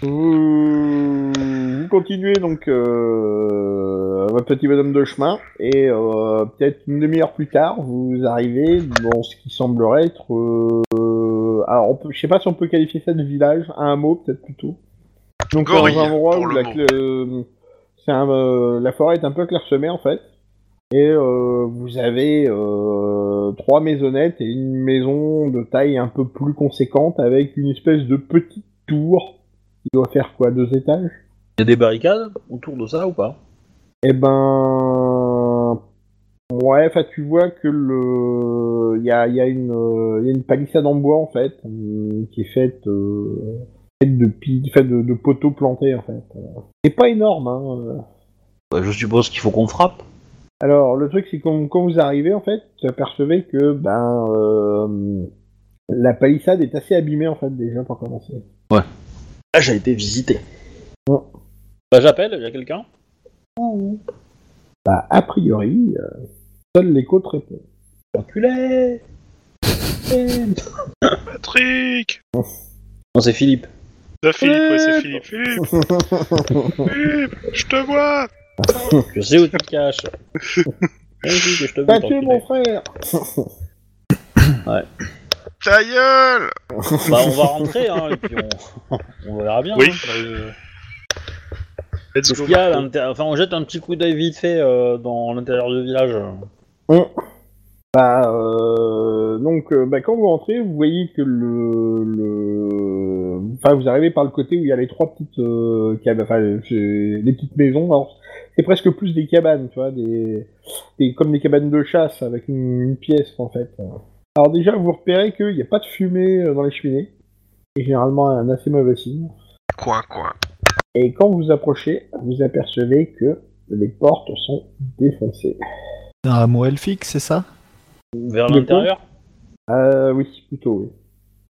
B: Vous... vous continuer donc euh, votre petit bonhomme de chemin et euh, peut-être une demi-heure plus tard, vous arrivez dans ce qui semblerait être. euh, alors, on peut- je sais pas si on peut qualifier ça de village, un mot peut-être plutôt. Donc dans
D: Gorille,
B: un endroit
D: pour
B: où
D: le
B: la,
D: mot.
B: cl- euh, c'est un, euh, la forêt est un peu clairsemée en fait, et euh, vous avez euh, trois maisonnettes et une maison de taille un peu plus conséquente avec une espèce de petite tour qui doit faire quoi, deux étages.
A: Il y a des barricades autour de ça ou pas
B: Eh ben, ouais, enfin tu vois que le, il y a, il y a une, euh, il y a une palissade en bois en fait, euh, qui est faite, euh, faite de pi- faite de, de poteaux plantés en fait. Euh, C'est pas énorme. Hein. euh.
A: Bah, Je suppose qu'il faut qu'on frappe.
B: Alors le truc c'est quand, quand vous arrivez en fait, vous apercevez que ben, euh, la palissade est assez abîmée en fait déjà pour commencer.
A: Là, Ah, j'ai été visité.
B: Ouais.
A: Bah, j'appelle, il y a quelqu'un
B: Bah a priori, euh, seuls les côtes répondent.
A: Enculé
E: Patrick
A: Non, c'est Philippe.
E: Là, Philippe, ouais, c'est Philippe. Philippe, Philippe, je te vois
A: Je sais où tu te caches. Vas-y, que je te
B: T'as
A: bute,
B: tué
A: enculé.
B: mon frère.
D: Ta gueule
A: Bah, on va rentrer, hein, et puis on, on verra bien.
E: Oui.
A: hein. Euh,
E: Let's
A: Qu'est-ce
E: go.
A: qu'il y a à l'intérieur Enfin, on jette un petit coup d'œil vite fait euh, dans l'intérieur du village. euh,
B: Bah, euh, donc, euh, bah, quand vous rentrez, vous voyez que le, le- Enfin, vous arrivez par le côté où il y a les trois petites... euh, cab- Enfin, euh, c'est- les petites maisons. Alors, c'est presque plus des cabanes, tu vois, des... des- Comme des cabanes de chasse, avec une, une pièce, en fait. Alors déjà, vous repérez qu'il n'y a pas de fumée euh, dans les cheminées. C'est généralement un assez mauvais signe.
D: Coin, coin.
B: Et quand vous approchez, vous apercevez que les portes sont défoncées.
F: C'est un mot elfique, c'est ça
A: Vers
B: Le
A: l'intérieur
B: Euh, oui, plutôt, oui.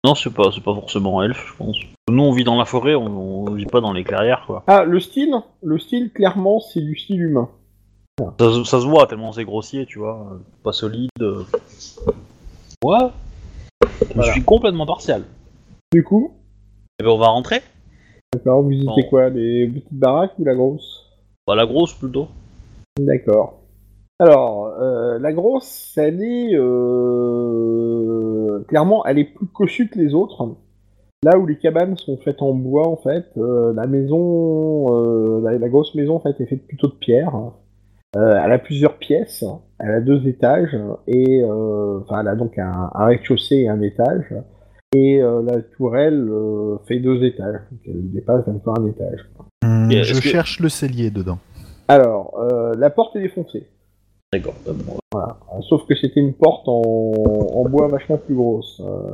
A: Non, c'est pas, c'est pas forcément elfe, je pense. Nous, on vit dans la forêt, on, on vit pas dans les clairières, quoi.
B: Ah, le style Le style, clairement, c'est du style humain.
A: Ça, se- ça se voit tellement c'est grossier, tu vois. euh, Pas solide. euh. Ouais. Je
B: Voilà.
A: suis complètement partial.
B: Du coup,
A: Et ben, on va rentrer
B: d'accord, vous visitez
A: Bon.
B: quoi Les petites baraques ou la grosse
A: Bah, la grosse plutôt.
B: D'accord. Alors, euh, la grosse, elle est... euh, Clairement, elle est plus cossue que les autres. Là où les cabanes sont faites en bois, en fait, euh, la maison... euh, la, la grosse maison, en fait, est faite plutôt de pierre. Euh, elle a plusieurs pièces, elle a deux étages, et... euh, Enfin, elle a donc un, un rez-de-chaussée et un étage. Et euh, la tourelle euh, fait deux étages, donc elle dépasse un peu un étage.
F: Hum,
A: Et
F: Je
A: est-ce que-
F: cherche le cellier dedans.
B: Alors, euh, la porte est défoncée.
A: D'accord. euh, bon.
B: Euh, Sauf que c'était une porte en, en bois vachement plus grosse. Euh,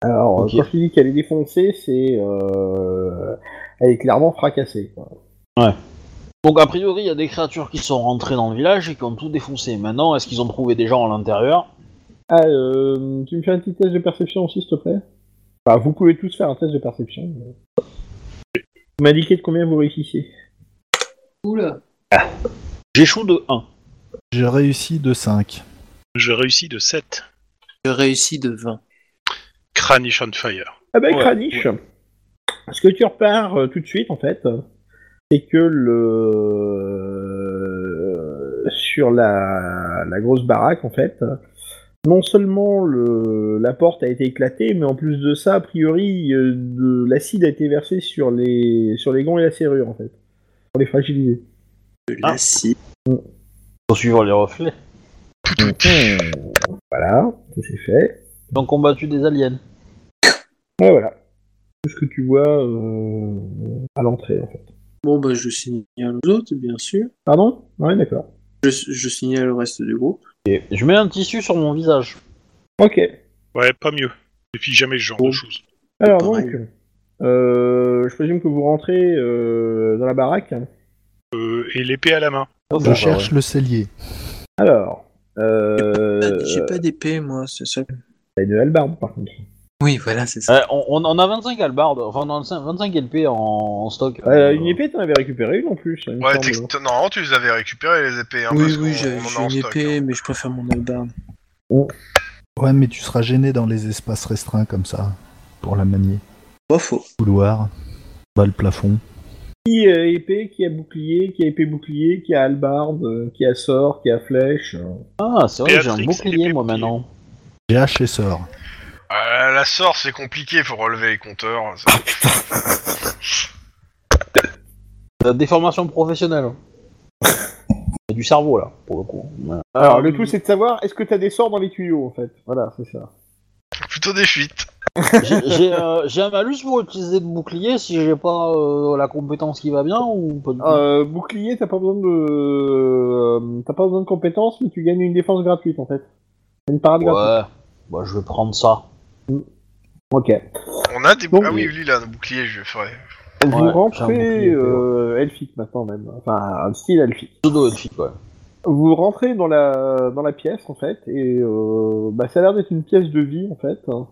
B: alors,
A: Ok.
B: euh, quand je te dis qu'elle est défoncée, c'est. euh, elle est clairement fracassée. quoi.
A: Donc, a priori, il y a des créatures qui sont rentrées dans le village et qui ont tout défoncé. Maintenant, est-ce qu'ils ont trouvé des gens à l'intérieur
B: Ah, euh, tu me fais un petit test de perception aussi, s'il te plaît Bah, vous pouvez tous faire un test de perception. mais- Vous m'indiquez de combien vous réussissez
G: Oula.
A: J'échoue de 1.
F: J'ai réussi de 5.
E: Je réussis de 7.
G: Je réussis de 20.
E: Cranish on fire.
B: Ah ben,
A: Ouais,
B: Kranich, ce que tu repars euh, tout de suite, en fait, c'est que le... sur la... la grosse baraque, en fait, non seulement le... la porte a été éclatée, mais en plus de ça, a priori, euh, de... l'acide a été versé sur les... sur les gonds et la serrure, en fait, pour les fragiliser.
H: De
G: Ah.
H: l'acide.
A: Faut suivre les reflets.
B: Voilà, ça c'est fait.
A: Donc, on battu des aliens.
B: Ouais, voilà. Tout ce que tu vois euh, à l'entrée, en fait.
G: Bon, bah, je signale aux autres, bien sûr.
B: Pardon Ouais, d'accord.
G: Je, je signale au reste du groupe.
A: Et je mets un tissu sur mon visage.
B: Ok.
E: Ouais, pas mieux. Et puis jamais ce genre de choses.
B: Alors
G: Pareil.
B: donc, euh, je présume que vous rentrez euh, dans la baraque.
E: Euh, et l'épée à la main.
A: Oh,
F: Je cherche le cellier.
B: Alors, euh,
G: Ah, J'ai pas d'épée, moi, c'est ça.
B: t'as une hallebarde par contre.
G: Oui, voilà, c'est ça.
A: Euh, on, on- on a 25 albardes, enfin on a 25, 25 LP en, en stock.
B: Euh, une épée, t'en avais récupéré une en plus. il me
D: Ouais,
B: semble.
D: t'es- t'es- normalement, tu les avais récupérés, les épées. Hein,
G: oui,
D: parce
G: oui,
D: qu'on-
G: j'avais
D: on en a en
G: une
D: stock,
G: épée,
D: hein.
G: mais je préfère mon albarde.
F: Ouais, mais tu seras gêné dans les espaces restreints comme ça, pour la manier.
G: Pas faux.
F: Couloir, bas le plafond.
B: qui a épée, qui a bouclier, qui a épée bouclier, qui a halbarde, euh, qui a sort, qui a flèche. euh.
A: Ah, c'est vrai, que j'ai un
E: Béatrix,
A: bouclier, moi,
E: épée,
A: maintenant.
F: J'ai haché sort.
D: Ah, la sort, c'est compliqué, faut relever les compteurs. hein, ça.
A: La déformation professionnelle. hein. C'est du cerveau, là, pour le coup. Ouais.
B: Alors le tout c'est de savoir est-ce que t'as des sorts dans les tuyaux en fait. Voilà, c'est ça.
D: Plutôt des fuites.
A: J'ai- J'ai euh, j'ai un malus pour utiliser le bouclier si j'ai pas euh, la compétence qui va bien ou pas du tout.
B: Euh, bouclier, t'as pas besoin de euh, t'as pas besoin de compétences, mais tu gagnes une défense gratuite en fait. Une parade gratuite.
A: Ouais, bah, je vais prendre ça.
B: Ok.
D: On a des
B: Bon,
D: boucliers. Ah oui,
B: mais-
D: lui, il a un bouclier, je ferai.
B: Vous
A: Ouais, j'ai un
B: rentrez
A: bouclier,
B: euh, elfique maintenant même, enfin un style elfique.
A: Pseudo elfique, ouais.
B: Vous rentrez dans la dans la pièce en fait et euh, bah, ça a l'air d'être une pièce de vie en fait, hein.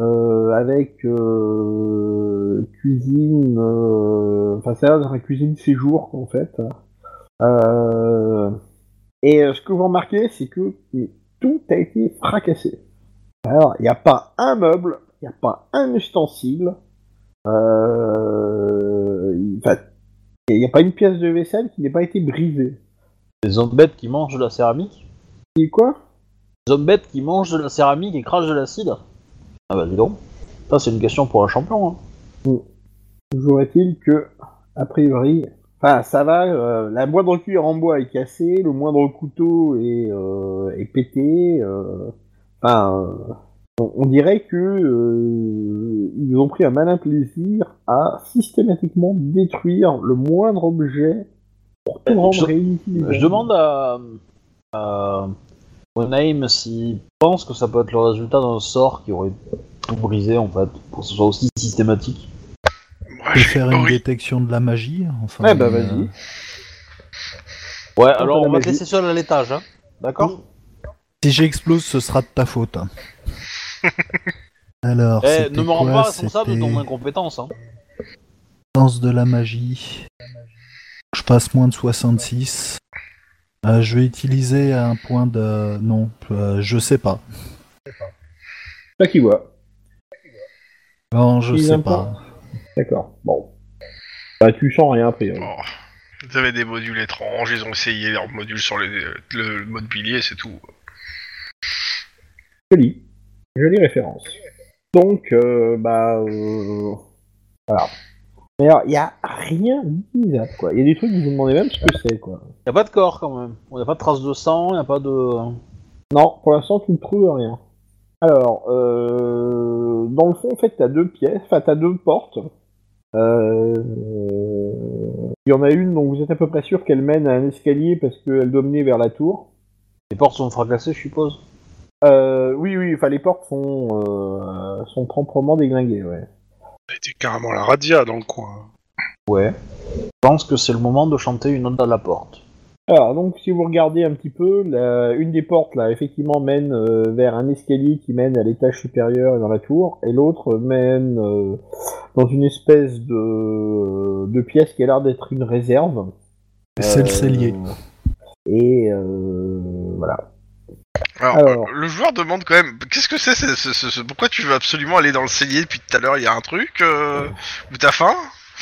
B: Euh, avec euh, cuisine, euh, enfin ça a l'air d'être un cuisine séjour en fait. hein. Euh, et euh, ce que vous remarquez c'est que tout a été fracassé. Alors il n'y a pas un meuble, il n'y a pas un ustensile, euh, enfin, il n'y a pas une pièce de vaisselle qui n'ait pas été brisée.
A: Des hommes bêtes qui mangent de la céramique
B: Et quoi
A: Des hommes bêtes qui mangent de la céramique et crachent de l'acide Ah bah dis donc. Ça, c'est une question pour un champion, hein.
B: Toujours est-il que, a priori, enfin ça va, euh, la moindre cuillère en bois est cassée, le moindre couteau est, euh, est pété, euh, enfin, euh, on, on dirait que euh, ils ont pris un malin plaisir à systématiquement détruire le moindre objet pour tout rendre
A: je-
B: réinutilisable.
A: Je demande à, à Onaim s'il pense que ça peut être le résultat d'un sort qui aurait tout brisé en fait, pour que ce soit aussi systématique.
D: Ouais,
F: Je
D: je
F: peux
D: suis
F: faire une
D: horrible.
F: détection de la magie. Enfin,
B: Eh ben,
F: euh,
B: vas-y.
A: Ouais,
B: Tente
A: alors
B: la
A: on va te
B: magie.
A: laisser seul à l'étage, hein D'accord
F: Si j'explose, ce sera de ta faute. hein. Alors,
A: Eh,
F: c'était
A: ne me rends
F: quoi
A: pas responsable de ton
F: C'était
A: incompétence, hein
F: sens de la magie. Je passe moins de 66. Euh, je vais utiliser un point de... Non, euh, je sais pas.
B: Pas qui voit.
F: Non, je
B: Il
F: sais
B: aime
F: pas.
B: D'accord. Bon. Bah tu sens rien a priori.
D: Bon. Oh. Ils avaient des modules étranges, ils ont essayé leur module sur les- le, le mode pilier, c'est tout.
B: Joli. Jolie référence. Donc, euh, bah. euh, voilà. Mais alors, il n'y a rien d'utilisable, quoi. Il y a des trucs, vous vous demandez même ce que c'est, quoi.
A: Y a pas de corps quand même. On a pas de traces de sang, y a pas de.
B: Non, pour l'instant, tu ne trouves rien. Alors, euh, dans le fond, en fait, t'as deux pièces, enfin, t'as deux portes. Euh, Il y en a une dont vous êtes à peu près sûr qu'elle mène à un escalier parce qu'elle doit mener vers la tour.
A: Les portes sont fracassées, je suppose.
B: Euh, oui, oui, enfin, les portes sont, euh, sont proprement déglinguées, ouais.
E: C'était carrément la radia dans le coin.
A: Ouais. Je pense que c'est le moment de chanter une ode à la porte.
B: Alors, donc, si vous regardez un petit peu, la- une des portes, là, effectivement, mène euh, vers un escalier qui mène à l'étage supérieur et dans la tour, et l'autre mène euh, dans une espèce de, de pièce qui a l'air d'être une réserve.
F: C'est le
B: Euh,
F: cellier.
B: Et euh, voilà.
D: Alors,
B: Alors.
D: euh, le joueur demande quand même, qu'est-ce que c'est ce- ce- ce- ce- Pourquoi tu veux absolument aller dans le cellier depuis tout à l'heure Il y a un truc euh, Ou t'as faim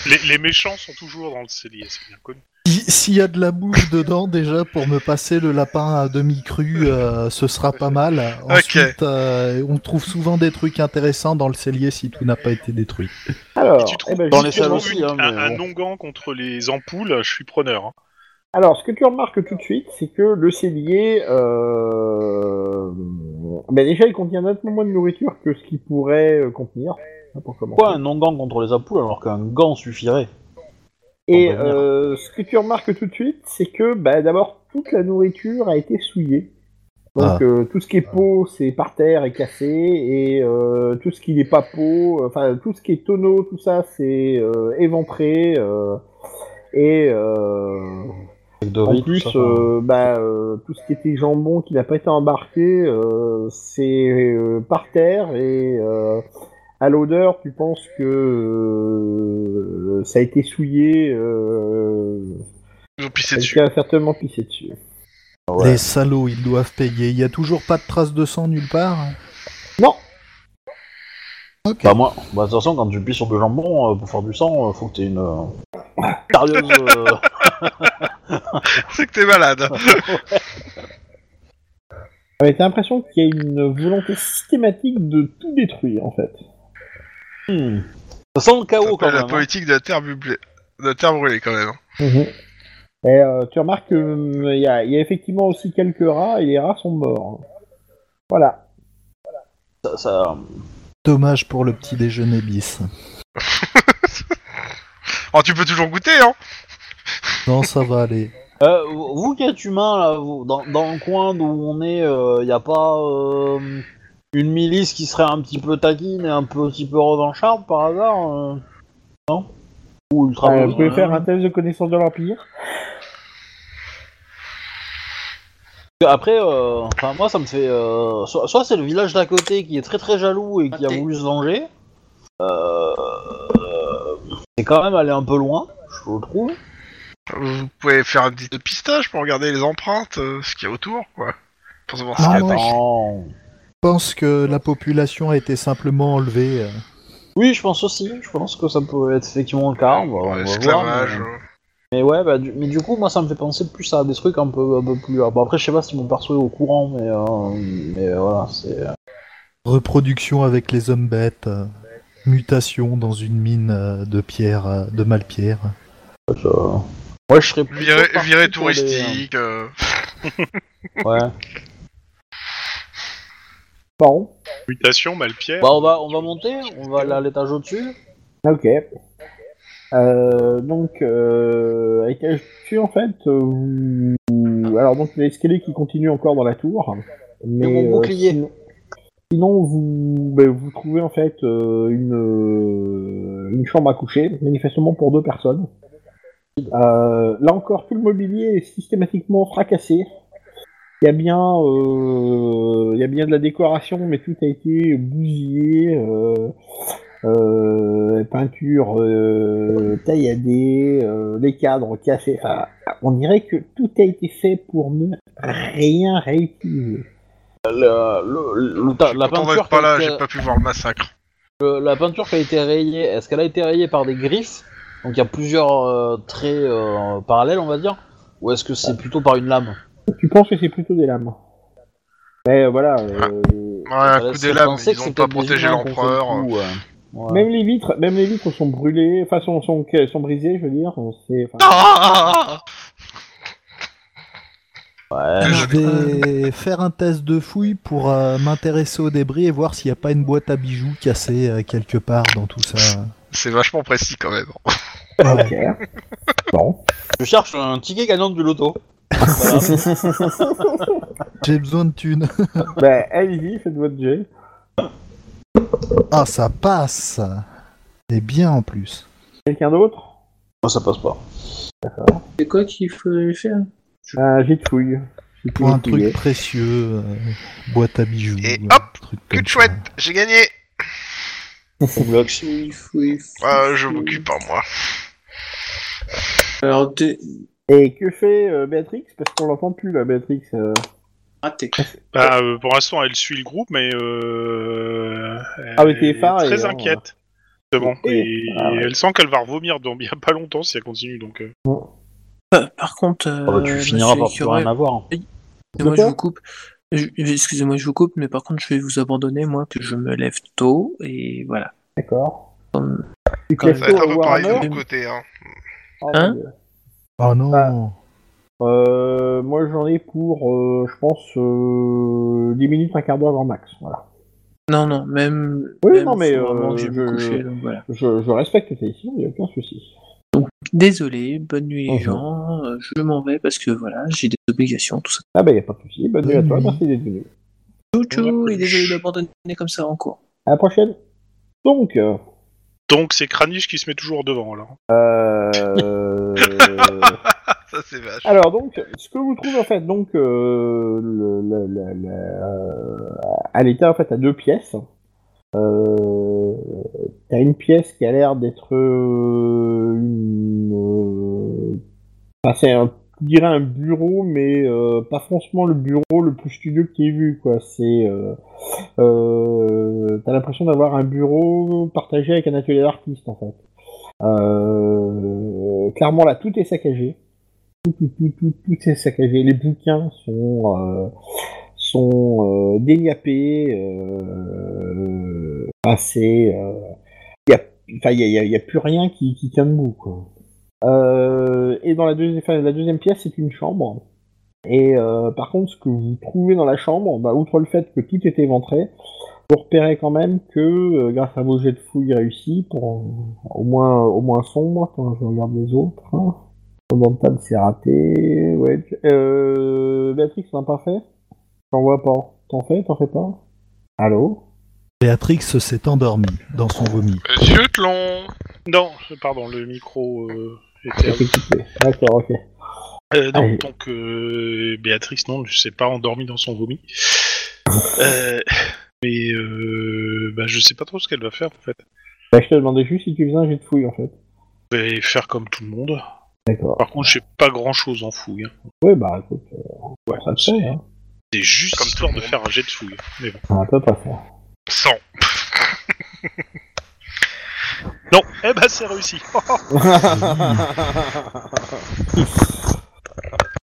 E: Les, les méchants sont toujours dans le cellier, c'est bien connu.
F: Si- S'il y a de la bouffe dedans, déjà, pour me passer le lapin à demi-cru, euh, ce sera pas mal. Ensuite, euh, on trouve souvent des trucs intéressants dans le cellier si tout n'a pas été détruit.
B: Alors,
E: Et tu trouves
B: eh ben,
A: dans les
E: Tu
B: justement-
E: trouves
A: salles aussi,
E: une-
A: hein, mais
E: un, un
A: bon.
E: onguent contre les ampoules, je suis preneur. hein.
B: Alors, ce que tu remarques tout de suite, c'est que le cellier, euh... ben déjà, il contient nettement moins de nourriture que ce qu'il pourrait euh, contenir. hein, pour commencer.
A: Pourquoi un onguent contre les apoules alors qu'un gant suffirait
B: Et
A: Pour revenir.
B: euh, ce que tu remarques tout de suite, c'est que bah, d'abord toute la nourriture a été souillée. Donc
F: Ah.
B: euh, tout ce qui est pot, c'est par terre, est cassé, et euh, tout ce qui n'est pas pot, euh, enfin tout ce qui est tonneau, tout ça, c'est euh, éventré. euh, et euh,
A: Avec de
B: en
A: riz, tout
B: plus,
A: ça.
B: euh, bah, euh, tout ce qui était jambon qui n'a pas été embarqué, euh, c'est euh, par terre et euh, à l'odeur, tu penses que euh, ça a été souillé. Euh,
D: Ils ont pissé dessus.
B: Quelqu'un a certainement pissé dessus.
A: Ouais.
F: Les salauds, ils doivent payer. Il y a toujours pas de traces de sang nulle part.
B: Non,
F: Ok.
A: Bah moi, bah, de toute façon, quand tu pisses sur du jambon, euh, pour faire du sang, euh, faut que t'aies une... euh, sérieuse. euh,
D: C'est que t'es malade.
A: Ah,
B: J'avais l'impression qu'il y a une volonté systématique de tout détruire, en fait.
A: hmm. Ça sent le chaos
D: Ça s'appelle
A: quand
D: la
A: même. hein.
D: politique de la terre bublée- de la terre brûlée quand même. hein.
B: Et euh, tu remarques qu'il y, a- il y a effectivement aussi quelques rats, et les rats sont morts. Voilà.
A: Ça- ça-
F: Dommage pour le petit déjeuner bis.
D: Oh, tu peux toujours goûter, hein
F: Non, ça va aller.
A: Euh, vous qui êtes humain, là, vous- dans, dans le coin d'où on est, il n'y a pas euh, une milice qui serait un petit peu taquine et un petit peu revancharde par hasard euh, Non Ou ultra
B: Euh, vous
A: violente,
B: pouvez
A: hein.
B: faire un test de connaissance de l'Empire.
A: Après, euh, enfin, moi ça me fait. euh, soit soit c'est le village d'à côté qui est très très jaloux et qui a
G: Raté.
A: voulu se venger. Euh, euh, c'est quand même aller un peu loin, je trouve.
D: Vous pouvez faire un petit pistage pour regarder les empreintes, euh, ce qu'il y a autour, quoi. Pour savoir ce
F: Ah,
D: qu'il y a
F: ouais.
D: dedans.
A: Non.
F: Je pense que la population a été simplement enlevée. euh.
A: Oui, je pense aussi. Je pense que ça peut être effectivement le cas. Ah, on va- on va voir,
D: Esclavage.
A: mais-
D: euh.
A: Mais ouais, bah, du, mais du coup, moi, ça me fait penser plus à des trucs un peu, un peu plus. Bon, après, je sais pas si mon perso est au courant, mais, euh, mais euh, voilà, c'est.
F: Reproduction avec les hommes bêtes. euh, Mutation dans une mine euh, de pierre, euh, de malpierre.
A: je- Ouais, je serais. plutôt
D: Viré,
A: parti
D: viré
A: pour des-
D: touristique. euh,
A: Ouais.
B: Bon,
E: Mutation, Malpierre.
A: Bah, on va, on va monter, on va aller à l'étage au-dessus.
B: ok. Euh, donc, euh, avec tu en fait, euh, vous... alors donc il y a l'escalier qui continue encore dans la tour, mais euh,
A: mon bouclier.
B: sinon, sinon, vous ben, vous trouvez en fait euh, une euh, une chambre à coucher, manifestement pour deux personnes. Euh, là encore, tout le mobilier est systématiquement fracassé. Il y a bien euh, il y a bien de la décoration, mais tout a été bousillé. Euh, euh, peinture euh, tailladée, euh, les cadres cassés. Enfin, on dirait que tout a été fait pour ne rien réutiliser.
A: Le, le- le- ta-
D: je suis
A: la,
D: content
A: peinture
D: d'être
A: qui
D: pas
A: a
D: là,
A: été-
D: j'ai pas pu voir le massacre.
A: le- Euh, la peinture qui a été rayée, est-ce qu'elle a été rayée par des griffes Donc, il y a plusieurs euh, traits euh, parallèles, on va dire. Ou est-ce que c'est plutôt par une lame
B: Tu penses que c'est plutôt des lames Mais euh, voilà.
D: Ah.
B: euh,
D: Ouais, un
A: Ça
D: coup
A: laisse
D: des lames,
A: penser
D: ils
A: que
D: ont
A: c'est peut-être
D: pas
A: des
D: protégé
A: humains qui ont fait le hein,
D: l'empereur.
A: coup, ouais. Ouais.
B: Même les vitres, même les vitres sont brûlées, enfin sont, sont, euh, sont brisées, je veux dire. C'est, enfin,
D: Ah, ah, ah, ah.
A: Ouais.
F: Je vais faire un test de fouille pour euh, m'intéresser aux débris et voir s'il n'y a pas une boîte à bijoux cassée euh, quelque part dans tout ça. Ah
D: C'est vachement précis quand même.
F: Ouais.
B: ok. Bon.
A: Je cherche un ticket gagnant du loto.
F: J'ai besoin de thunes.
D: Ah.
B: Ben, allez-y, faites votre jet.
F: Ah, ça passe Et bien en plus.
B: Quelqu'un d'autre
A: Moi, ça passe pas.
G: C'est quoi qu'il fallait faire
B: Un jet de fouille. Jet de
F: Pour un
B: fouille.
F: truc précieux, euh, boîte à bijoux.
D: Et
F: euh,
D: hop,
F: truc
D: Que
F: comme
D: de
F: ça.
D: chouette, j'ai gagné.
G: Fouille, fouille, fouille,
D: Ah, je
G: fouille.
D: m'occupe pas moi.
G: Alors, dé-
B: Et que fait euh, Béatrix Parce qu'on l'entend plus là, Béatrix. euh.
G: raté.
E: Bah, euh, pour l'instant, elle suit le groupe, mais. Euh,
B: Ah,
E: elle
B: mais t'es
E: est
B: effaré,
E: Très
B: hein.
E: inquiète. Justement.
B: Eh,
E: Et,
B: ah ouais.
E: elle sent qu'elle va revomir dans bien pas longtemps si elle continue. Donc, euh,
G: Par- Par contre, euh,
A: Ah bah, tu finiras
G: monsieur
A: par plus
G: Curé,
A: rien avoir.
G: excusez-moi,
B: De quoi
G: je vous coupe. Je- Excusez-moi, je vous coupe, mais par contre, je vais vous abandonner, moi, que je me lève tôt, et voilà.
B: D'accord.
G: Hum.
B: Tu
G: Quand
B: te lèves
D: Euh, Ça va être
B: tôt
D: un
B: au
D: peu pareil de
B: Warhammer
D: mon côté. Hein.
B: Oh,
G: Hein
B: mon Dieu.
F: Oh non
B: euh, Moi j'en ai pour, euh, je pense, euh, 10 minutes, un quart d'heure grand max. Voilà.
G: Non, non, même.
B: Oui,
G: même,
B: non, mais,
G: faut vraiment
B: euh,
G: que j'aille me
B: je-
G: coucher, donc voilà.
B: Je, je respecte tes décisions, il n'y a aucun souci.
G: Désolé, bonne nuit, les
B: Mhm.
G: gens. euh, Je m'en vais parce que voilà, j'ai des obligations, tout ça.
B: Ah bah il n'y a pas de souci, bonne nuit à toi,
F: Bonne nuit.
B: merci d'être venu.
G: Tchou tchou, et désolé d'abandonner comme ça en cours.
B: À la prochaine. Donc, euh,
E: donc c'est Kranich qui se met toujours devant, là.
B: euh,
D: Ça c'est vache.
A: Ah.
B: alors donc, ce que vous trouvez en fait, donc, euh, le- le- le- le- euh, à l'état en fait, à deux pièces. Euh, T'as une pièce qui a l'air d'être euh, une, euh, enfin, c'est un, je dirais un bureau, mais euh, pas franchement le bureau le plus studieux que t'aies vu, quoi. C'est, euh, euh, t'as l'impression d'avoir un bureau partagé avec un atelier d'artiste, en fait. Euh, clairement, là, tout est saccagé. Tout, tout, tout, tout, tout est saccagé. Les bouquins sont, euh, sont euh, déniapés. Euh, assez. Il n'y a, y a- y a plus rien qui, qui tient debout. Quoi. Euh, et dans la deuxième, enfin, la deuxième pièce, c'est une chambre. Et euh, par contre, ce que vous trouvez dans la chambre, bah, outre le fait que tout est éventré, vous repérez quand même que, euh, grâce à vos jets de fouilles réussis, pour, au, moins, au moins sombre, quand je regarde les autres, hein. Fondantal, c'est raté, ouais. Euh, Béatrix, t'en as pas fait T'en vois pas. T'en fais T'en fais pas Allô
F: Béatrix s'est endormie dans son vomi.
D: Monsieur Tlon
E: Non, pardon, le micro euh, était à
B: C'était coupé. D'accord, ok.
E: Euh, non,
B: Allez.
E: donc euh, Béatrix, non, je sais pas, endormie dans son vomi. Euh, mais euh, bah, je sais pas trop ce qu'elle va faire en fait.
B: Bah, je te demandais juste si tu faisais un jet de fouille, en fait.
E: Je vais faire comme tout le monde.
B: D'accord.
E: Par contre, j'ai pas grand chose en fouille. hein.
B: Ouais, bah écoute, euh, ça te fait, hein.
E: C'est juste
D: Comme tout
E: histoire
D: le
E: de
D: monde.
E: faire un jet de fouille. Mais bon.
B: Ah, peut pas faire.
D: 100.
E: Non, eh ben c'est réussi.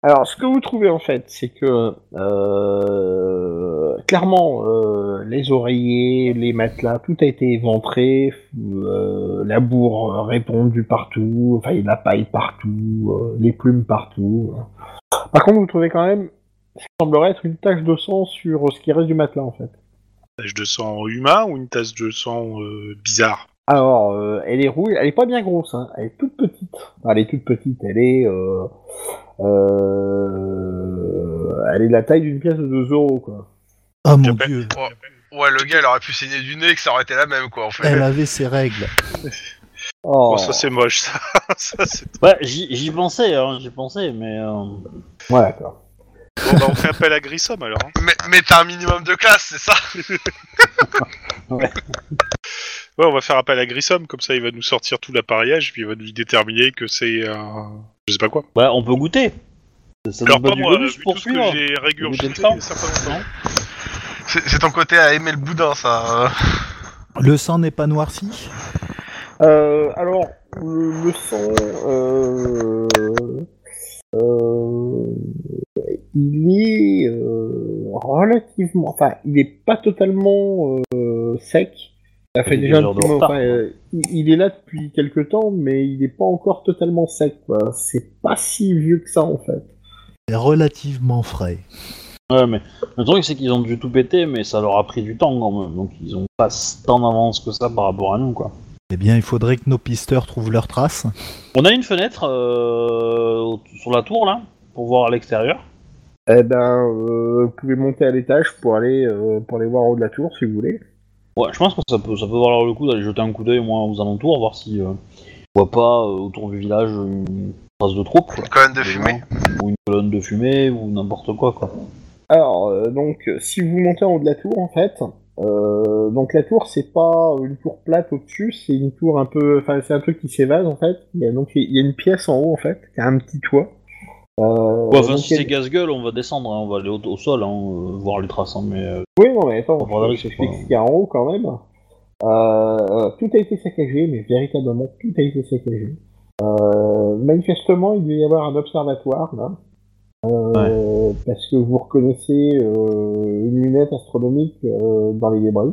B: Alors, ce que vous trouvez en fait, c'est que euh, clairement, euh, les oreillers, les matelas, tout a été éventré, euh, la bourre euh, répandue partout, enfin, il y a de la paille partout, euh, les plumes partout. hein. Par contre, vous trouvez quand même, ce qui semblerait être une tache de sang sur ce qui reste du matelas en fait.
E: Une tache de sang humain ou une tache de sang euh, bizarre
B: Alors, euh, elle est rouille, elle est pas bien grosse, hein. elle est toute petite. Enfin, elle est toute petite, elle est, euh, euh, elle est de la taille d'une pièce de 2 euros, quoi.
F: Ah mon
E: J'appelle-
F: dieu,
D: Ouais, le gars, il aurait pu saigner du nez que ça aurait été la même, quoi, en fait.
A: Eh
F: elle avait ses règles.
B: Oh.
E: Bon, ça c'est moche, ça. Ça, c'est-
A: Ouais, j'y j'y pensais, hein, j'y pensais, mais. euh,
B: Ouais, d'accord.
E: Bon, bah, on fait appel à Grissom alors. hein.
D: Mais, mais t'as un minimum de classe, c'est ça
E: Ouais, on va faire appel à Grissom, comme ça il va nous sortir tout l'appareillage, puis il va nous déterminer que c'est un. Je sais pas quoi.
A: Bah, on peut goûter. Ça- Ça
E: Alors,
A: donne pas
E: pas
A: du
E: moi, vu
A: bonus
E: tout
A: pour
E: ce que
A: suivre.
E: j'ai
A: Vous
E: régurgité,
A: êtes pas
E: certainement.
D: C'est c'est ton côté à aimer le boudin, ça. euh.
F: Le sang n'est pas noirci
B: Euh, alors, le, le son, euh, euh, il est euh, relativement, enfin, il est pas totalement euh, sec. Ça fait
A: Il est
B: déjà un
A: genre
B: petit
A: de
B: moment-
A: retard,
B: enfin, euh, il, il est là depuis quelques temps, mais il n'est pas encore totalement sec. quoi. C'est pas si vieux que ça en fait.
F: C'est relativement frais.
A: Ouais, mais le truc, c'est qu'ils ont dû tout péter, mais ça leur a pris du temps quand même. Donc, ils ont pas tant d'avance que ça par rapport à nous, quoi.
F: Eh bien, il faudrait que nos pisteurs trouvent leurs traces.
A: On a une fenêtre euh, sur la tour, là, pour voir à l'extérieur.
B: Eh ben, euh, vous pouvez monter à l'étage pour aller euh, pour aller voir en haut de la tour si vous voulez.
A: Ouais, je pense que ça peut, ça peut valoir le coup d'aller jeter un coup d'œil, au moins, aux alentours, voir si euh, on voit pas euh, autour du village une trace de troupe. quoi.
D: Colonne de fumée.
A: Ou une colonne de fumée, ou n'importe quoi, quoi.
B: Alors, euh, donc, euh, si vous montez en haut de la tour, en fait, euh, donc la tour, c'est pas une tour plate au-dessus, c'est une tour un peu, enfin, c'est un truc qui s'évase, en fait. Il y a donc, il y a une pièce en haut, en fait, qui a un petit toit. Euh,
A: Ouais, enfin,
B: donc,
A: si
B: il y a-
A: c'est casse-gueule, on va descendre, hein, on va aller au, au sol, hein, euh, voir les traces, hein, mais... euh,
B: Oui, non, mais attends,
A: On prendra le
B: je
A: risque,
B: t'explique ce qu'il y a en haut quand même. Euh, tout a été saccagé, mais véritablement tout a été saccagé. Euh, manifestement, il doit y avoir un observatoire là. Euh, Parce que vous reconnaissez euh, une lunette astronomique euh, dans les débris.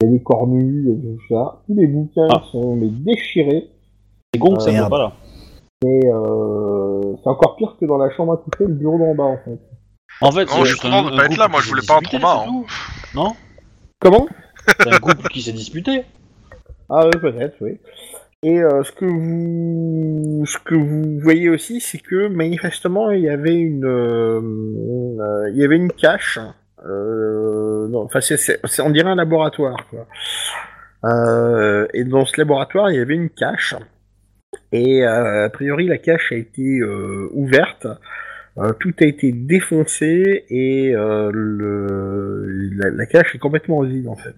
B: Il y a des cornues, il y a tout ça. Tous les bouquins
A: Ah.
B: sont mais déchirés.
A: C'est con que
B: Euh,
A: ça soit
F: merde.
A: pas là.
B: Et euh, c'est encore pire que dans la chambre à coucher, le bureau d'en bas en fait.
A: En fait,
D: Non,
A: c'est
D: je
A: juste
D: suis content
A: un-
D: de
A: un
D: pas être
A: couple
D: là, moi,
A: qui
D: je voulais
A: s'est
D: pas un
A: disputé,
D: trauma, hein.
A: c'est tout. Non
B: Comment
A: C'est un couple qui s'est disputé.
B: Ah oui, peut-être, oui. Et euh, ce que vous ce que vous voyez aussi, c'est que manifestement il y avait une euh, euh, il y avait une cache. Euh, non, enfin c'est, c'est- c'est- on dirait un laboratoire. Quoi. Euh, et dans ce laboratoire il y avait une cache. Et euh, a priori la cache a été euh, ouverte. Euh, tout a été défoncé et euh, le, la, la cache est complètement vide en fait.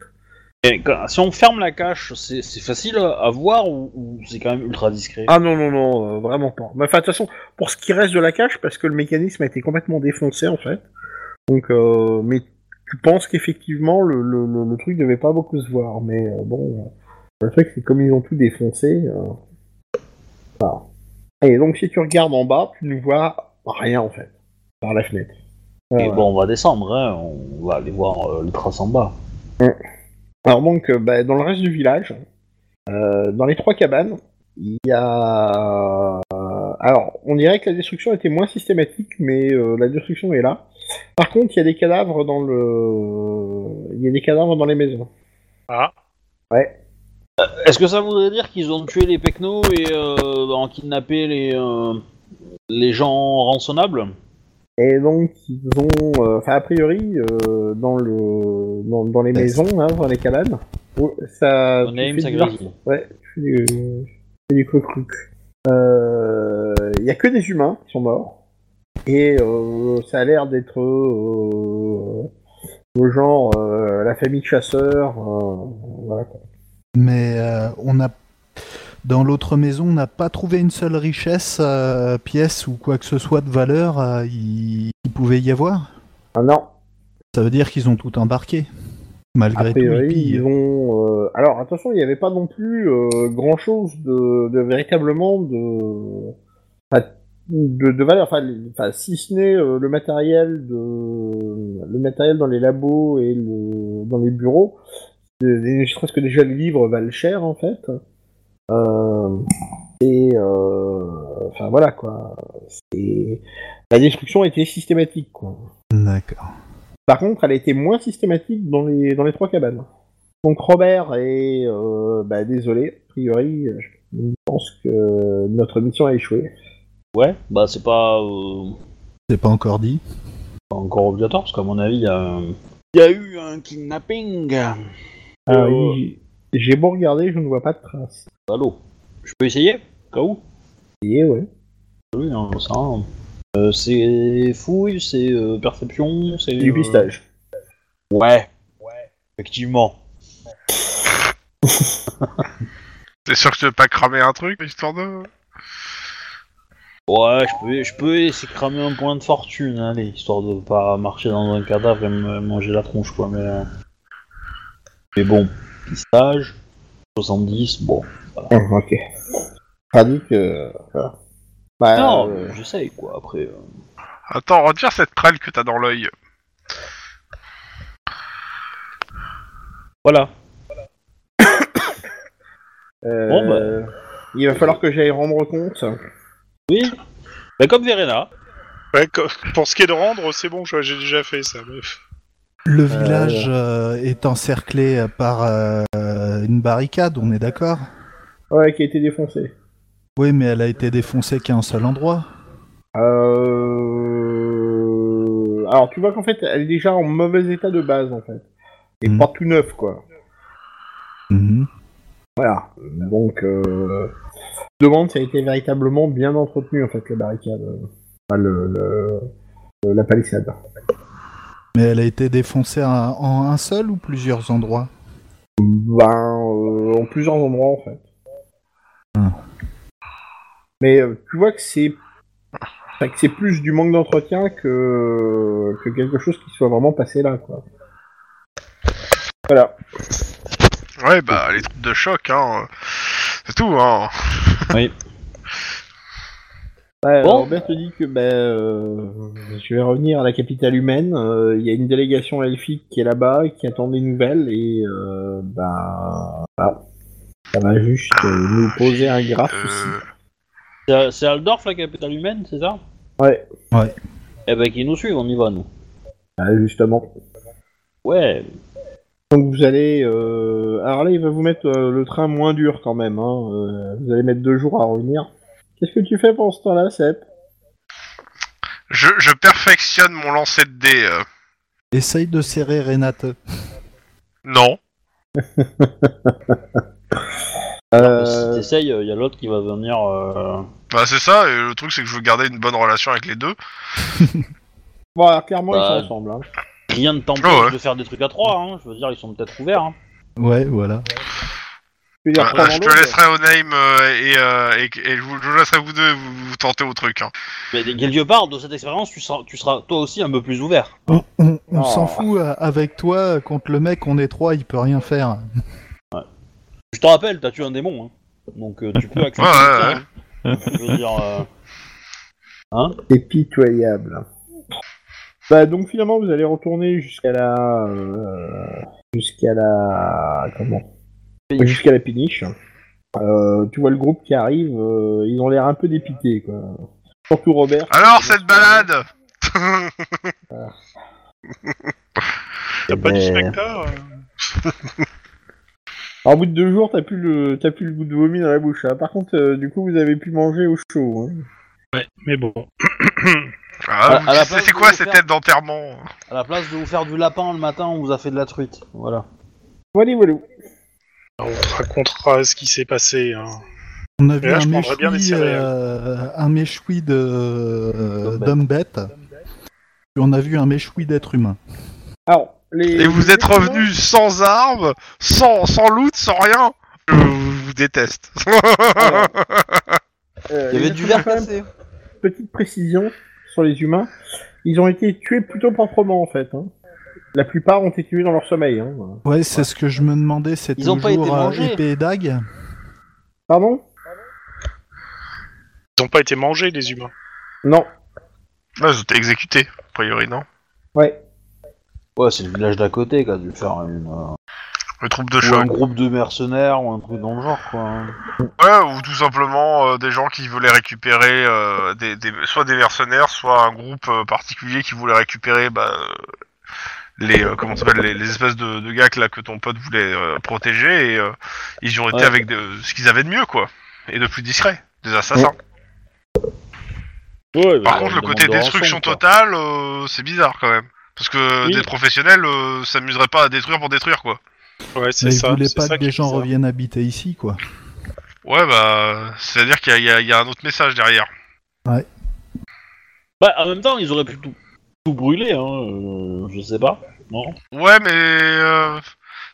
A: Et quand- si on ferme la cache, c'est c'est facile à voir ou, ou c'est quand même ultra discret
B: Ah non, non, non, euh, vraiment pas. Mais enfin, de toute façon, pour ce qui reste de la cache, parce que le mécanisme a été complètement défoncé en fait. Donc, euh, mais tu penses qu'effectivement le, le, le, le truc devait pas beaucoup se voir. Mais euh, bon, euh, le truc c'est comme ils ont tout défoncé. euh, Et donc, si tu regardes en bas, tu ne vois rien en fait, par la fenêtre. Euh,
A: Et bon, on va descendre, hein, on va aller voir euh, les traces en bas.
B: Alors donc, euh, bah, dans le reste du village, euh, dans les trois cabanes, il y a... euh, Alors, on dirait que la destruction était moins systématique, mais euh, la destruction est là. Par contre, il y a des cadavres dans le... Il y a des cadavres dans les maisons.
E: Ah,
A: Est-ce que ça voudrait dire qu'ils ont tué les pecnos et euh, en kidnappé les, euh, les gens rançonnables
B: Et donc, ils ont... euh, Enfin, a priori, euh, dans, le... dans, dans les maisons, là, dans les cabanes, oh, ça...
A: On aime
B: tu fais
A: ça
B: du- Ouais, tu fais du, tu fais du clou-clou. Euh, Il y a que des humains qui sont morts. Et euh, ça a l'air d'être euh, le genre euh, la famille de chasseurs. euh, voilà, quoi.
F: Mais euh, on a dans l'autre maison, on n'a pas trouvé une seule richesse, euh, pièce ou quoi que ce soit de valeur euh, il... il pouvait y avoir.
B: Ah non,
F: Ça veut dire qu'ils ont tout embarqué.
B: a
F: Malgré tout,
B: priori,
F: ils pillent.
B: ils ont. euh, Alors attention, il n'y avait pas non plus grand chose de, de véritablement de. enfin, De, de valeur, enfin, les- enfin, si ce n'est euh, le matériel de le matériel dans les labos et le, dans les bureaux, de- ne serait-ce que déjà les livres valent cher en fait. Euh, et euh, enfin voilà quoi. C'est- La destruction était systématique quoi.
F: D'accord.
B: Par contre, elle a été moins systématique dans les, dans les trois cabanes. Donc Robert est euh, bah, désolé, a priori, je pense que notre mission a échoué.
A: Ouais, bah c'est pas, euh,
F: C'est pas encore dit.
A: pas encore obligatoire, parce qu'à mon avis, il y a un- il y a eu un kidnapping.
B: Alors,
A: Euh,
B: il- J'ai beau regarder, je ne vois pas de traces.
A: Allô Je peux essayer Au Cas où
B: Et ouais.
A: Oui, hein, ça. hein. Euh, c'est fouille, c'est euh, perception, c'est.
B: Du
A: euh,
B: pistage.
A: Ouais. Ouais. Effectivement.
D: T'es sûr que tu veux pas cramer un truc, histoire de...
A: Ouais, je peux, je peux essayer de cramer un point de fortune, allez, histoire de pas marcher dans un cadavre et me manger la tronche, quoi. Mais, euh, mais bon, pistage, 70, bon.
B: Ah, ok. Pas dit que. voilà. Bah,
A: non,
B: euh,
A: mais j'essaye, quoi, après. euh.
D: Attends, retire cette prêle que t'as dans l'œil.
A: Voilà.
B: euh,
A: bon, bah.
B: Il va falloir que j'aille rendre compte.
A: Oui. Bah, comme Verena.
E: ouais, co- pour ce qui est de rendre, c'est bon, je- j'ai déjà fait ça. bref.
F: Le village euh, est encerclé euh, par euh, une barricade, on est d'accord
B: Ouais, qui a été défoncé.
F: Oui, mais elle a été défoncée qu'à un seul endroit.
B: Euh... Alors tu vois qu'en fait, elle est déjà en mauvais état de base en fait. Et
A: Mm.
F: Mhm.
B: pas tout neuf quoi.
F: Mhm.
B: Voilà. Donc, euh, je demande si elle a été véritablement bien entretenue, en fait, la barricade. euh, Enfin, le, le- le- la palissade.
F: Mais elle a été défoncée à- en un seul ou plusieurs endroits
B: Ben, euh, en plusieurs endroits, en fait.
F: Hmm.
B: Mais euh, tu vois que c'est... enfin, que c'est plus du manque d'entretien que... que quelque chose qui soit vraiment passé là, quoi. Voilà.
D: Ouais, bah, les trucs de choc, hein. C'est tout, hein.
B: Ouais,
A: Bon.
B: Robert te dit que ben, euh, je vais revenir à la capitale humaine. Euh, Il y a une délégation elfique qui est là-bas, qui attend des nouvelles et euh, ben, voilà. ça va juste euh, nous poser un grave souci.
D: Euh...
A: C'est à- C'est Aldorf, la capitale humaine, c'est ça
B: Ouais.
F: Ouais.
A: Eh ben, qu'ils nous suivent, on y va, nous.
B: Ah, justement.
A: Ouais.
B: Donc vous allez, euh, alors là il va vous mettre euh, le train moins dur quand même. hein. Euh, vous allez mettre deux jours à revenir. Qu'est-ce que tu fais pendant ce temps-là, Seb
D: Je, je perfectionne mon lancer de dés. euh.
F: Essaye de serrer Renate.
D: Non.
A: Si
B: euh,
A: t'essayes, il y a l'autre qui va venir. euh,
D: Bah, c'est ça, et le truc, c'est que je veux garder une bonne relation avec les deux.
B: Bon, alors, clairement ils
A: Bah,
B: sont ensemble. hein.
A: Rien ne
D: Ah
A: t'empêche
D: ouais.
A: de faire des trucs à trois, hein. Je veux dire, ils sont peut-être ouverts, hein.
F: Ouais, voilà.
B: Tu veux dire,
D: Euh,
B: pendant
D: je te
B: l'autre
D: laisserai au name euh, et, euh, et, et je, vous, je vous laisserai vous deux vous, vous tenter au truc. Hein.
A: Mais quelque part, de cette expérience, tu seras, tu seras toi aussi un peu plus ouvert.
F: On, on- on
B: Oh.
F: s'en fout euh, avec toi, euh, contre le mec, on est trois, il peut rien faire.
A: Je te rappelle, t'as tué un démon, hein. Donc euh, tu peux accepter.
D: Ouais, ouais,
A: ça,
D: ouais.
A: hein. Je veux dire, euh,
B: C'est pitoyable. Bah donc finalement vous allez retourner jusqu'à la euh, jusqu'à la comment jusqu'à la péniche. Euh, tu vois le groupe qui arrive, euh, ils ont l'air un peu dépités quoi. Surtout Robert.
D: Alors, cette balade
E: T'as pas
B: Eh
E: du
B: ben.
E: spectre hein.
B: Alors, au bout de deux jours, t'as plus le t'as plus le goût de vomi dans la bouche. hein. Par contre, euh, du coup, vous avez pu manger au chaud. hein.
E: Mais bon.
D: Ah, vous-
A: à la
D: c'est-
A: place, vous
D: C'est quoi
A: voulez
D: cette
A: faire-
D: tête d'enterrement euh
A: à la place de vous faire du lapin le matin, on vous a fait de la truite. Voilà.
B: Voilà, voilà.
E: Ah, On te racontera ce qui s'est passé. hein.
F: On a vu
E: là,
F: un
E: je prendrais bien des
F: méchoui,
E: céréales.
F: euh, un méchoui de euh,
A: D'hommes
F: d'hommes bêtes. Puis on a vu un méchoui d'êtres humains.
B: Alors, les
D: Et vous
B: les
D: êtes revenu sans armes, sans, sans loot, sans rien Je vous déteste.
B: Alors, euh,
A: Il y
B: les
A: avait du
B: humains,
A: verre
B: quand même,
A: cassé.
B: petite précision sur les humains, ils ont été tués plutôt proprement en fait. hein. La plupart ont été tués dans leur sommeil. hein.
F: Ouais, c'est ce que je me demandais. C'est
A: Ils ont
F: toujours
A: pas été
F: euh,
A: mangés.
F: épée et dague.
B: Pardon
E: Ils ont pas été mangés, les humains.
B: Non.
D: Ah, ils ont été exécutés, a priori, non
B: Ouais.
A: Ouais, c'est le village d'à côté qui a dû faire une, euh,
D: Le troupe de
A: ou un
D: choc.
A: groupe de mercenaires ou un truc dans le genre, quoi. hein.
D: Ouais, ou tout simplement euh, des gens qui voulaient récupérer euh, des, des- soit des mercenaires, soit un groupe euh, particulier qui voulait récupérer bah, euh, les euh, comment ça s'appelle les, les espèces de, de gars que, là, que ton pote voulait euh, protéger et euh, ils y ont été
A: Ouais.
D: avec de- ce qu'ils avaient de mieux quoi et de plus discret, des assassins. Par contre, le
A: Euh,
D: côté destruction totale, euh, c'est bizarre quand même. Parce que
E: Oui.
D: des professionnels euh, s'amuseraient pas à détruire pour détruire quoi.
E: Ouais, c'est
F: Mais ils
E: ça.
F: voulaient
E: c'est
F: pas
E: ça
F: que
E: qui
F: des
E: est
F: gens
E: bizarre.
F: reviennent habiter ici, quoi.
D: Ouais bah c'est à dire qu'il y, a- il y a- il y a un autre message derrière.
A: Bah, en même temps, ils auraient pu tout, tout brûler, hein. euh, je sais pas. Non.
D: Ouais, mais euh,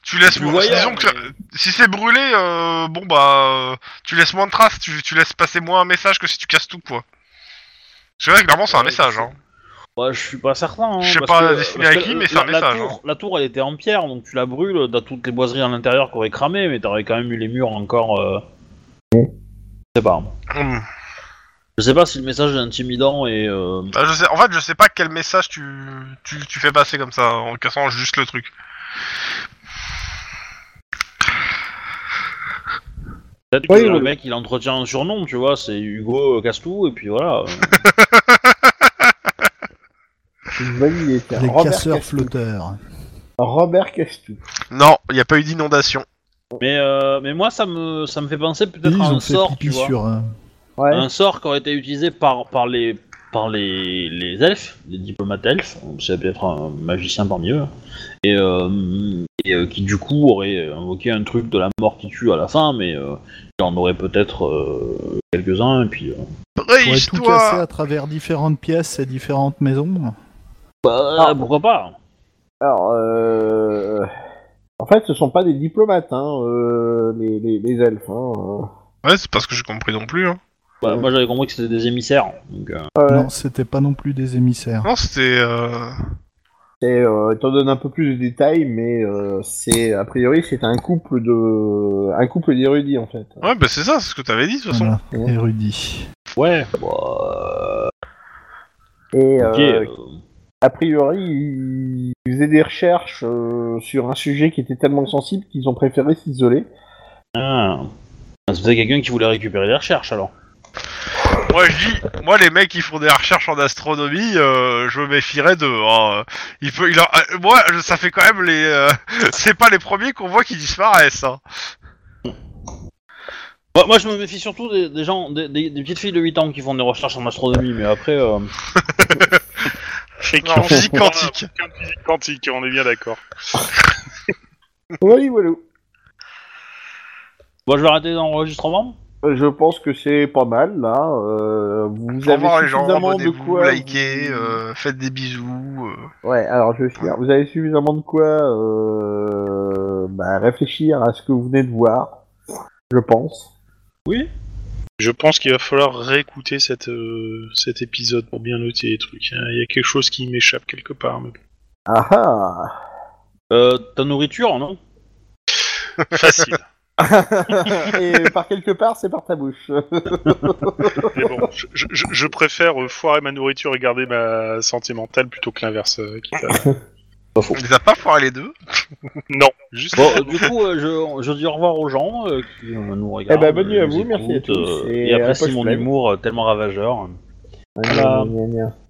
D: tu laisses
A: Tu
D: moins.
A: voyais,
D: Disons que si c'est brûlé, euh, bon bah, euh, tu laisses moins de traces, tu, tu laisses passer moins un message que si tu casses tout, quoi. C'est vrai que clairement c'est un
A: Ouais,
D: message.
A: c'est-
D: Hein.
A: Bah, je suis pas certain. hein,
D: Je sais
A: parce
D: pas
A: que-
D: destiné
A: parce
D: à
A: que
D: qui,
A: la-
D: mais c'est un
A: la
D: message, hein.
A: Tour, la tour, elle était en pierre, donc tu la brûles, t'as toutes les boiseries à l'intérieur qui auraient cramé, mais t'aurais quand même eu les murs encore. euh, Je sais pas.
D: Hmm.
A: Je sais pas si le message est intimidant et. euh,
D: Bah, je sais. En fait, je sais pas quel message tu, tu, tu fais passer comme ça en cassant juste le truc.
A: Peut-être que
B: Oui,
A: le
B: oui.
A: mec il entretient un surnom, tu vois, c'est Hugo euh, Castou, et puis voilà.
B: Validé, tiens.
F: Les
B: Robert
F: casseurs
B: Castou.
F: flotteurs.
B: Robert Castou.
D: Non, il y a pas eu d'inondation.
A: mais, euh, mais moi ça me, ça me fait penser
F: Ils
A: peut-être à un
F: ont fait
A: sort, tu
F: pipi
A: vois.
F: sur. euh,
B: Ouais.
A: un sort qui aurait été utilisé par, par les par les, les elfes, les diplomates elfes, c'est peut-être un magicien parmi eux, et, euh, et, euh, qui du coup aurait invoqué un truc de la mort qui tue à la fin, mais euh, il en aurait peut-être euh, quelques-uns, et puis... euh,
D: Vraie
F: Ouais, tout
D: histoire.
F: cassé à travers différentes pièces et différentes maisons.
A: bah,
B: Ah.
A: pourquoi pas
B: Alors, euh... en fait, ce sont pas des diplomates, hein, euh, les, les, les elfes. Hein. euh.
D: Ouais, c'est parce que j'ai compris non plus. Hein.
A: Bah, Moi j'avais compris que c'était des émissaires, donc... euh,
B: Ouais.
F: Non, c'était pas non plus des émissaires.
D: Non, c'était. euh,
B: Et euh, il t'en donne un peu plus de détails, mais euh, c'est a priori c'est un couple de un couple d'érudits en fait.
D: Ouais, bah c'est ça, c'est ce que t'avais dit de toute façon.
F: Voilà,
B: Ouais.
F: érudit.
A: ouais, bah,
B: Et
A: ok,
B: euh,
A: euh,
B: a priori ils ils faisaient des recherches euh, sur un sujet qui était tellement sensible qu'ils ont préféré s'isoler.
A: ah. Ah, c'était quelqu'un qui voulait récupérer les recherches alors.
D: Moi je dis, moi les mecs qui font des recherches en astronomie, euh, je me méfierais d'eux. hein. Il peut, il en- euh, moi je- ça fait quand même les, euh, c'est pas les premiers qu'on voit qui disparaissent. hein.
A: Bah, moi, je me méfie surtout des, des gens, des, des- des petites filles de 8 ans qui font des recherches en astronomie, mais après, euh,
E: Et qui
D: Non,
E: ont-
D: physique quantique.
E: Aucun physique quantique, on est bien d'accord.
B: Oui, voilà.
A: bon, je vais arrêter l'enregistrement.
B: Je pense que c'est pas mal là. euh, vous
D: Au
B: avez
D: revoir les gens,
B: suffisamment de
D: abonnez-vous,
B: quoi.
D: likez, euh, faites des bisous. euh.
B: Ouais, alors je vais finir. Vous avez suffisamment de quoi euh, bah, réfléchir à ce que vous venez de voir, je pense.
E: Je pense qu'il va falloir réécouter cette, euh, cet épisode pour bien noter les trucs. hein. Il y a quelque chose qui m'échappe quelque part. mais bon.
B: Ah ah
A: Euh, ta nourriture, non
E: Facile.
B: Et par quelque part, c'est par ta bouche.
E: Mais bon, je, je- je- je préfère euh, foirer ma nourriture et garder ma santé mentale plutôt que l'inverse. euh, quitte à-
D: On les a pas foiré les deux.
E: Non, juste.
A: Bon, euh, du coup, euh, je, je dis au revoir aux gens euh, qui euh, nous regardent.
B: ben, bonne nuit à
A: nous
B: vous, merci à
A: écoutent,
B: tous,
A: euh,
B: et
A: et,
B: à la
A: apprécient
B: poche
A: mon
B: pleine.
A: humour euh, tellement ravageur. Voilà.
B: Gna, gna, gna, gna.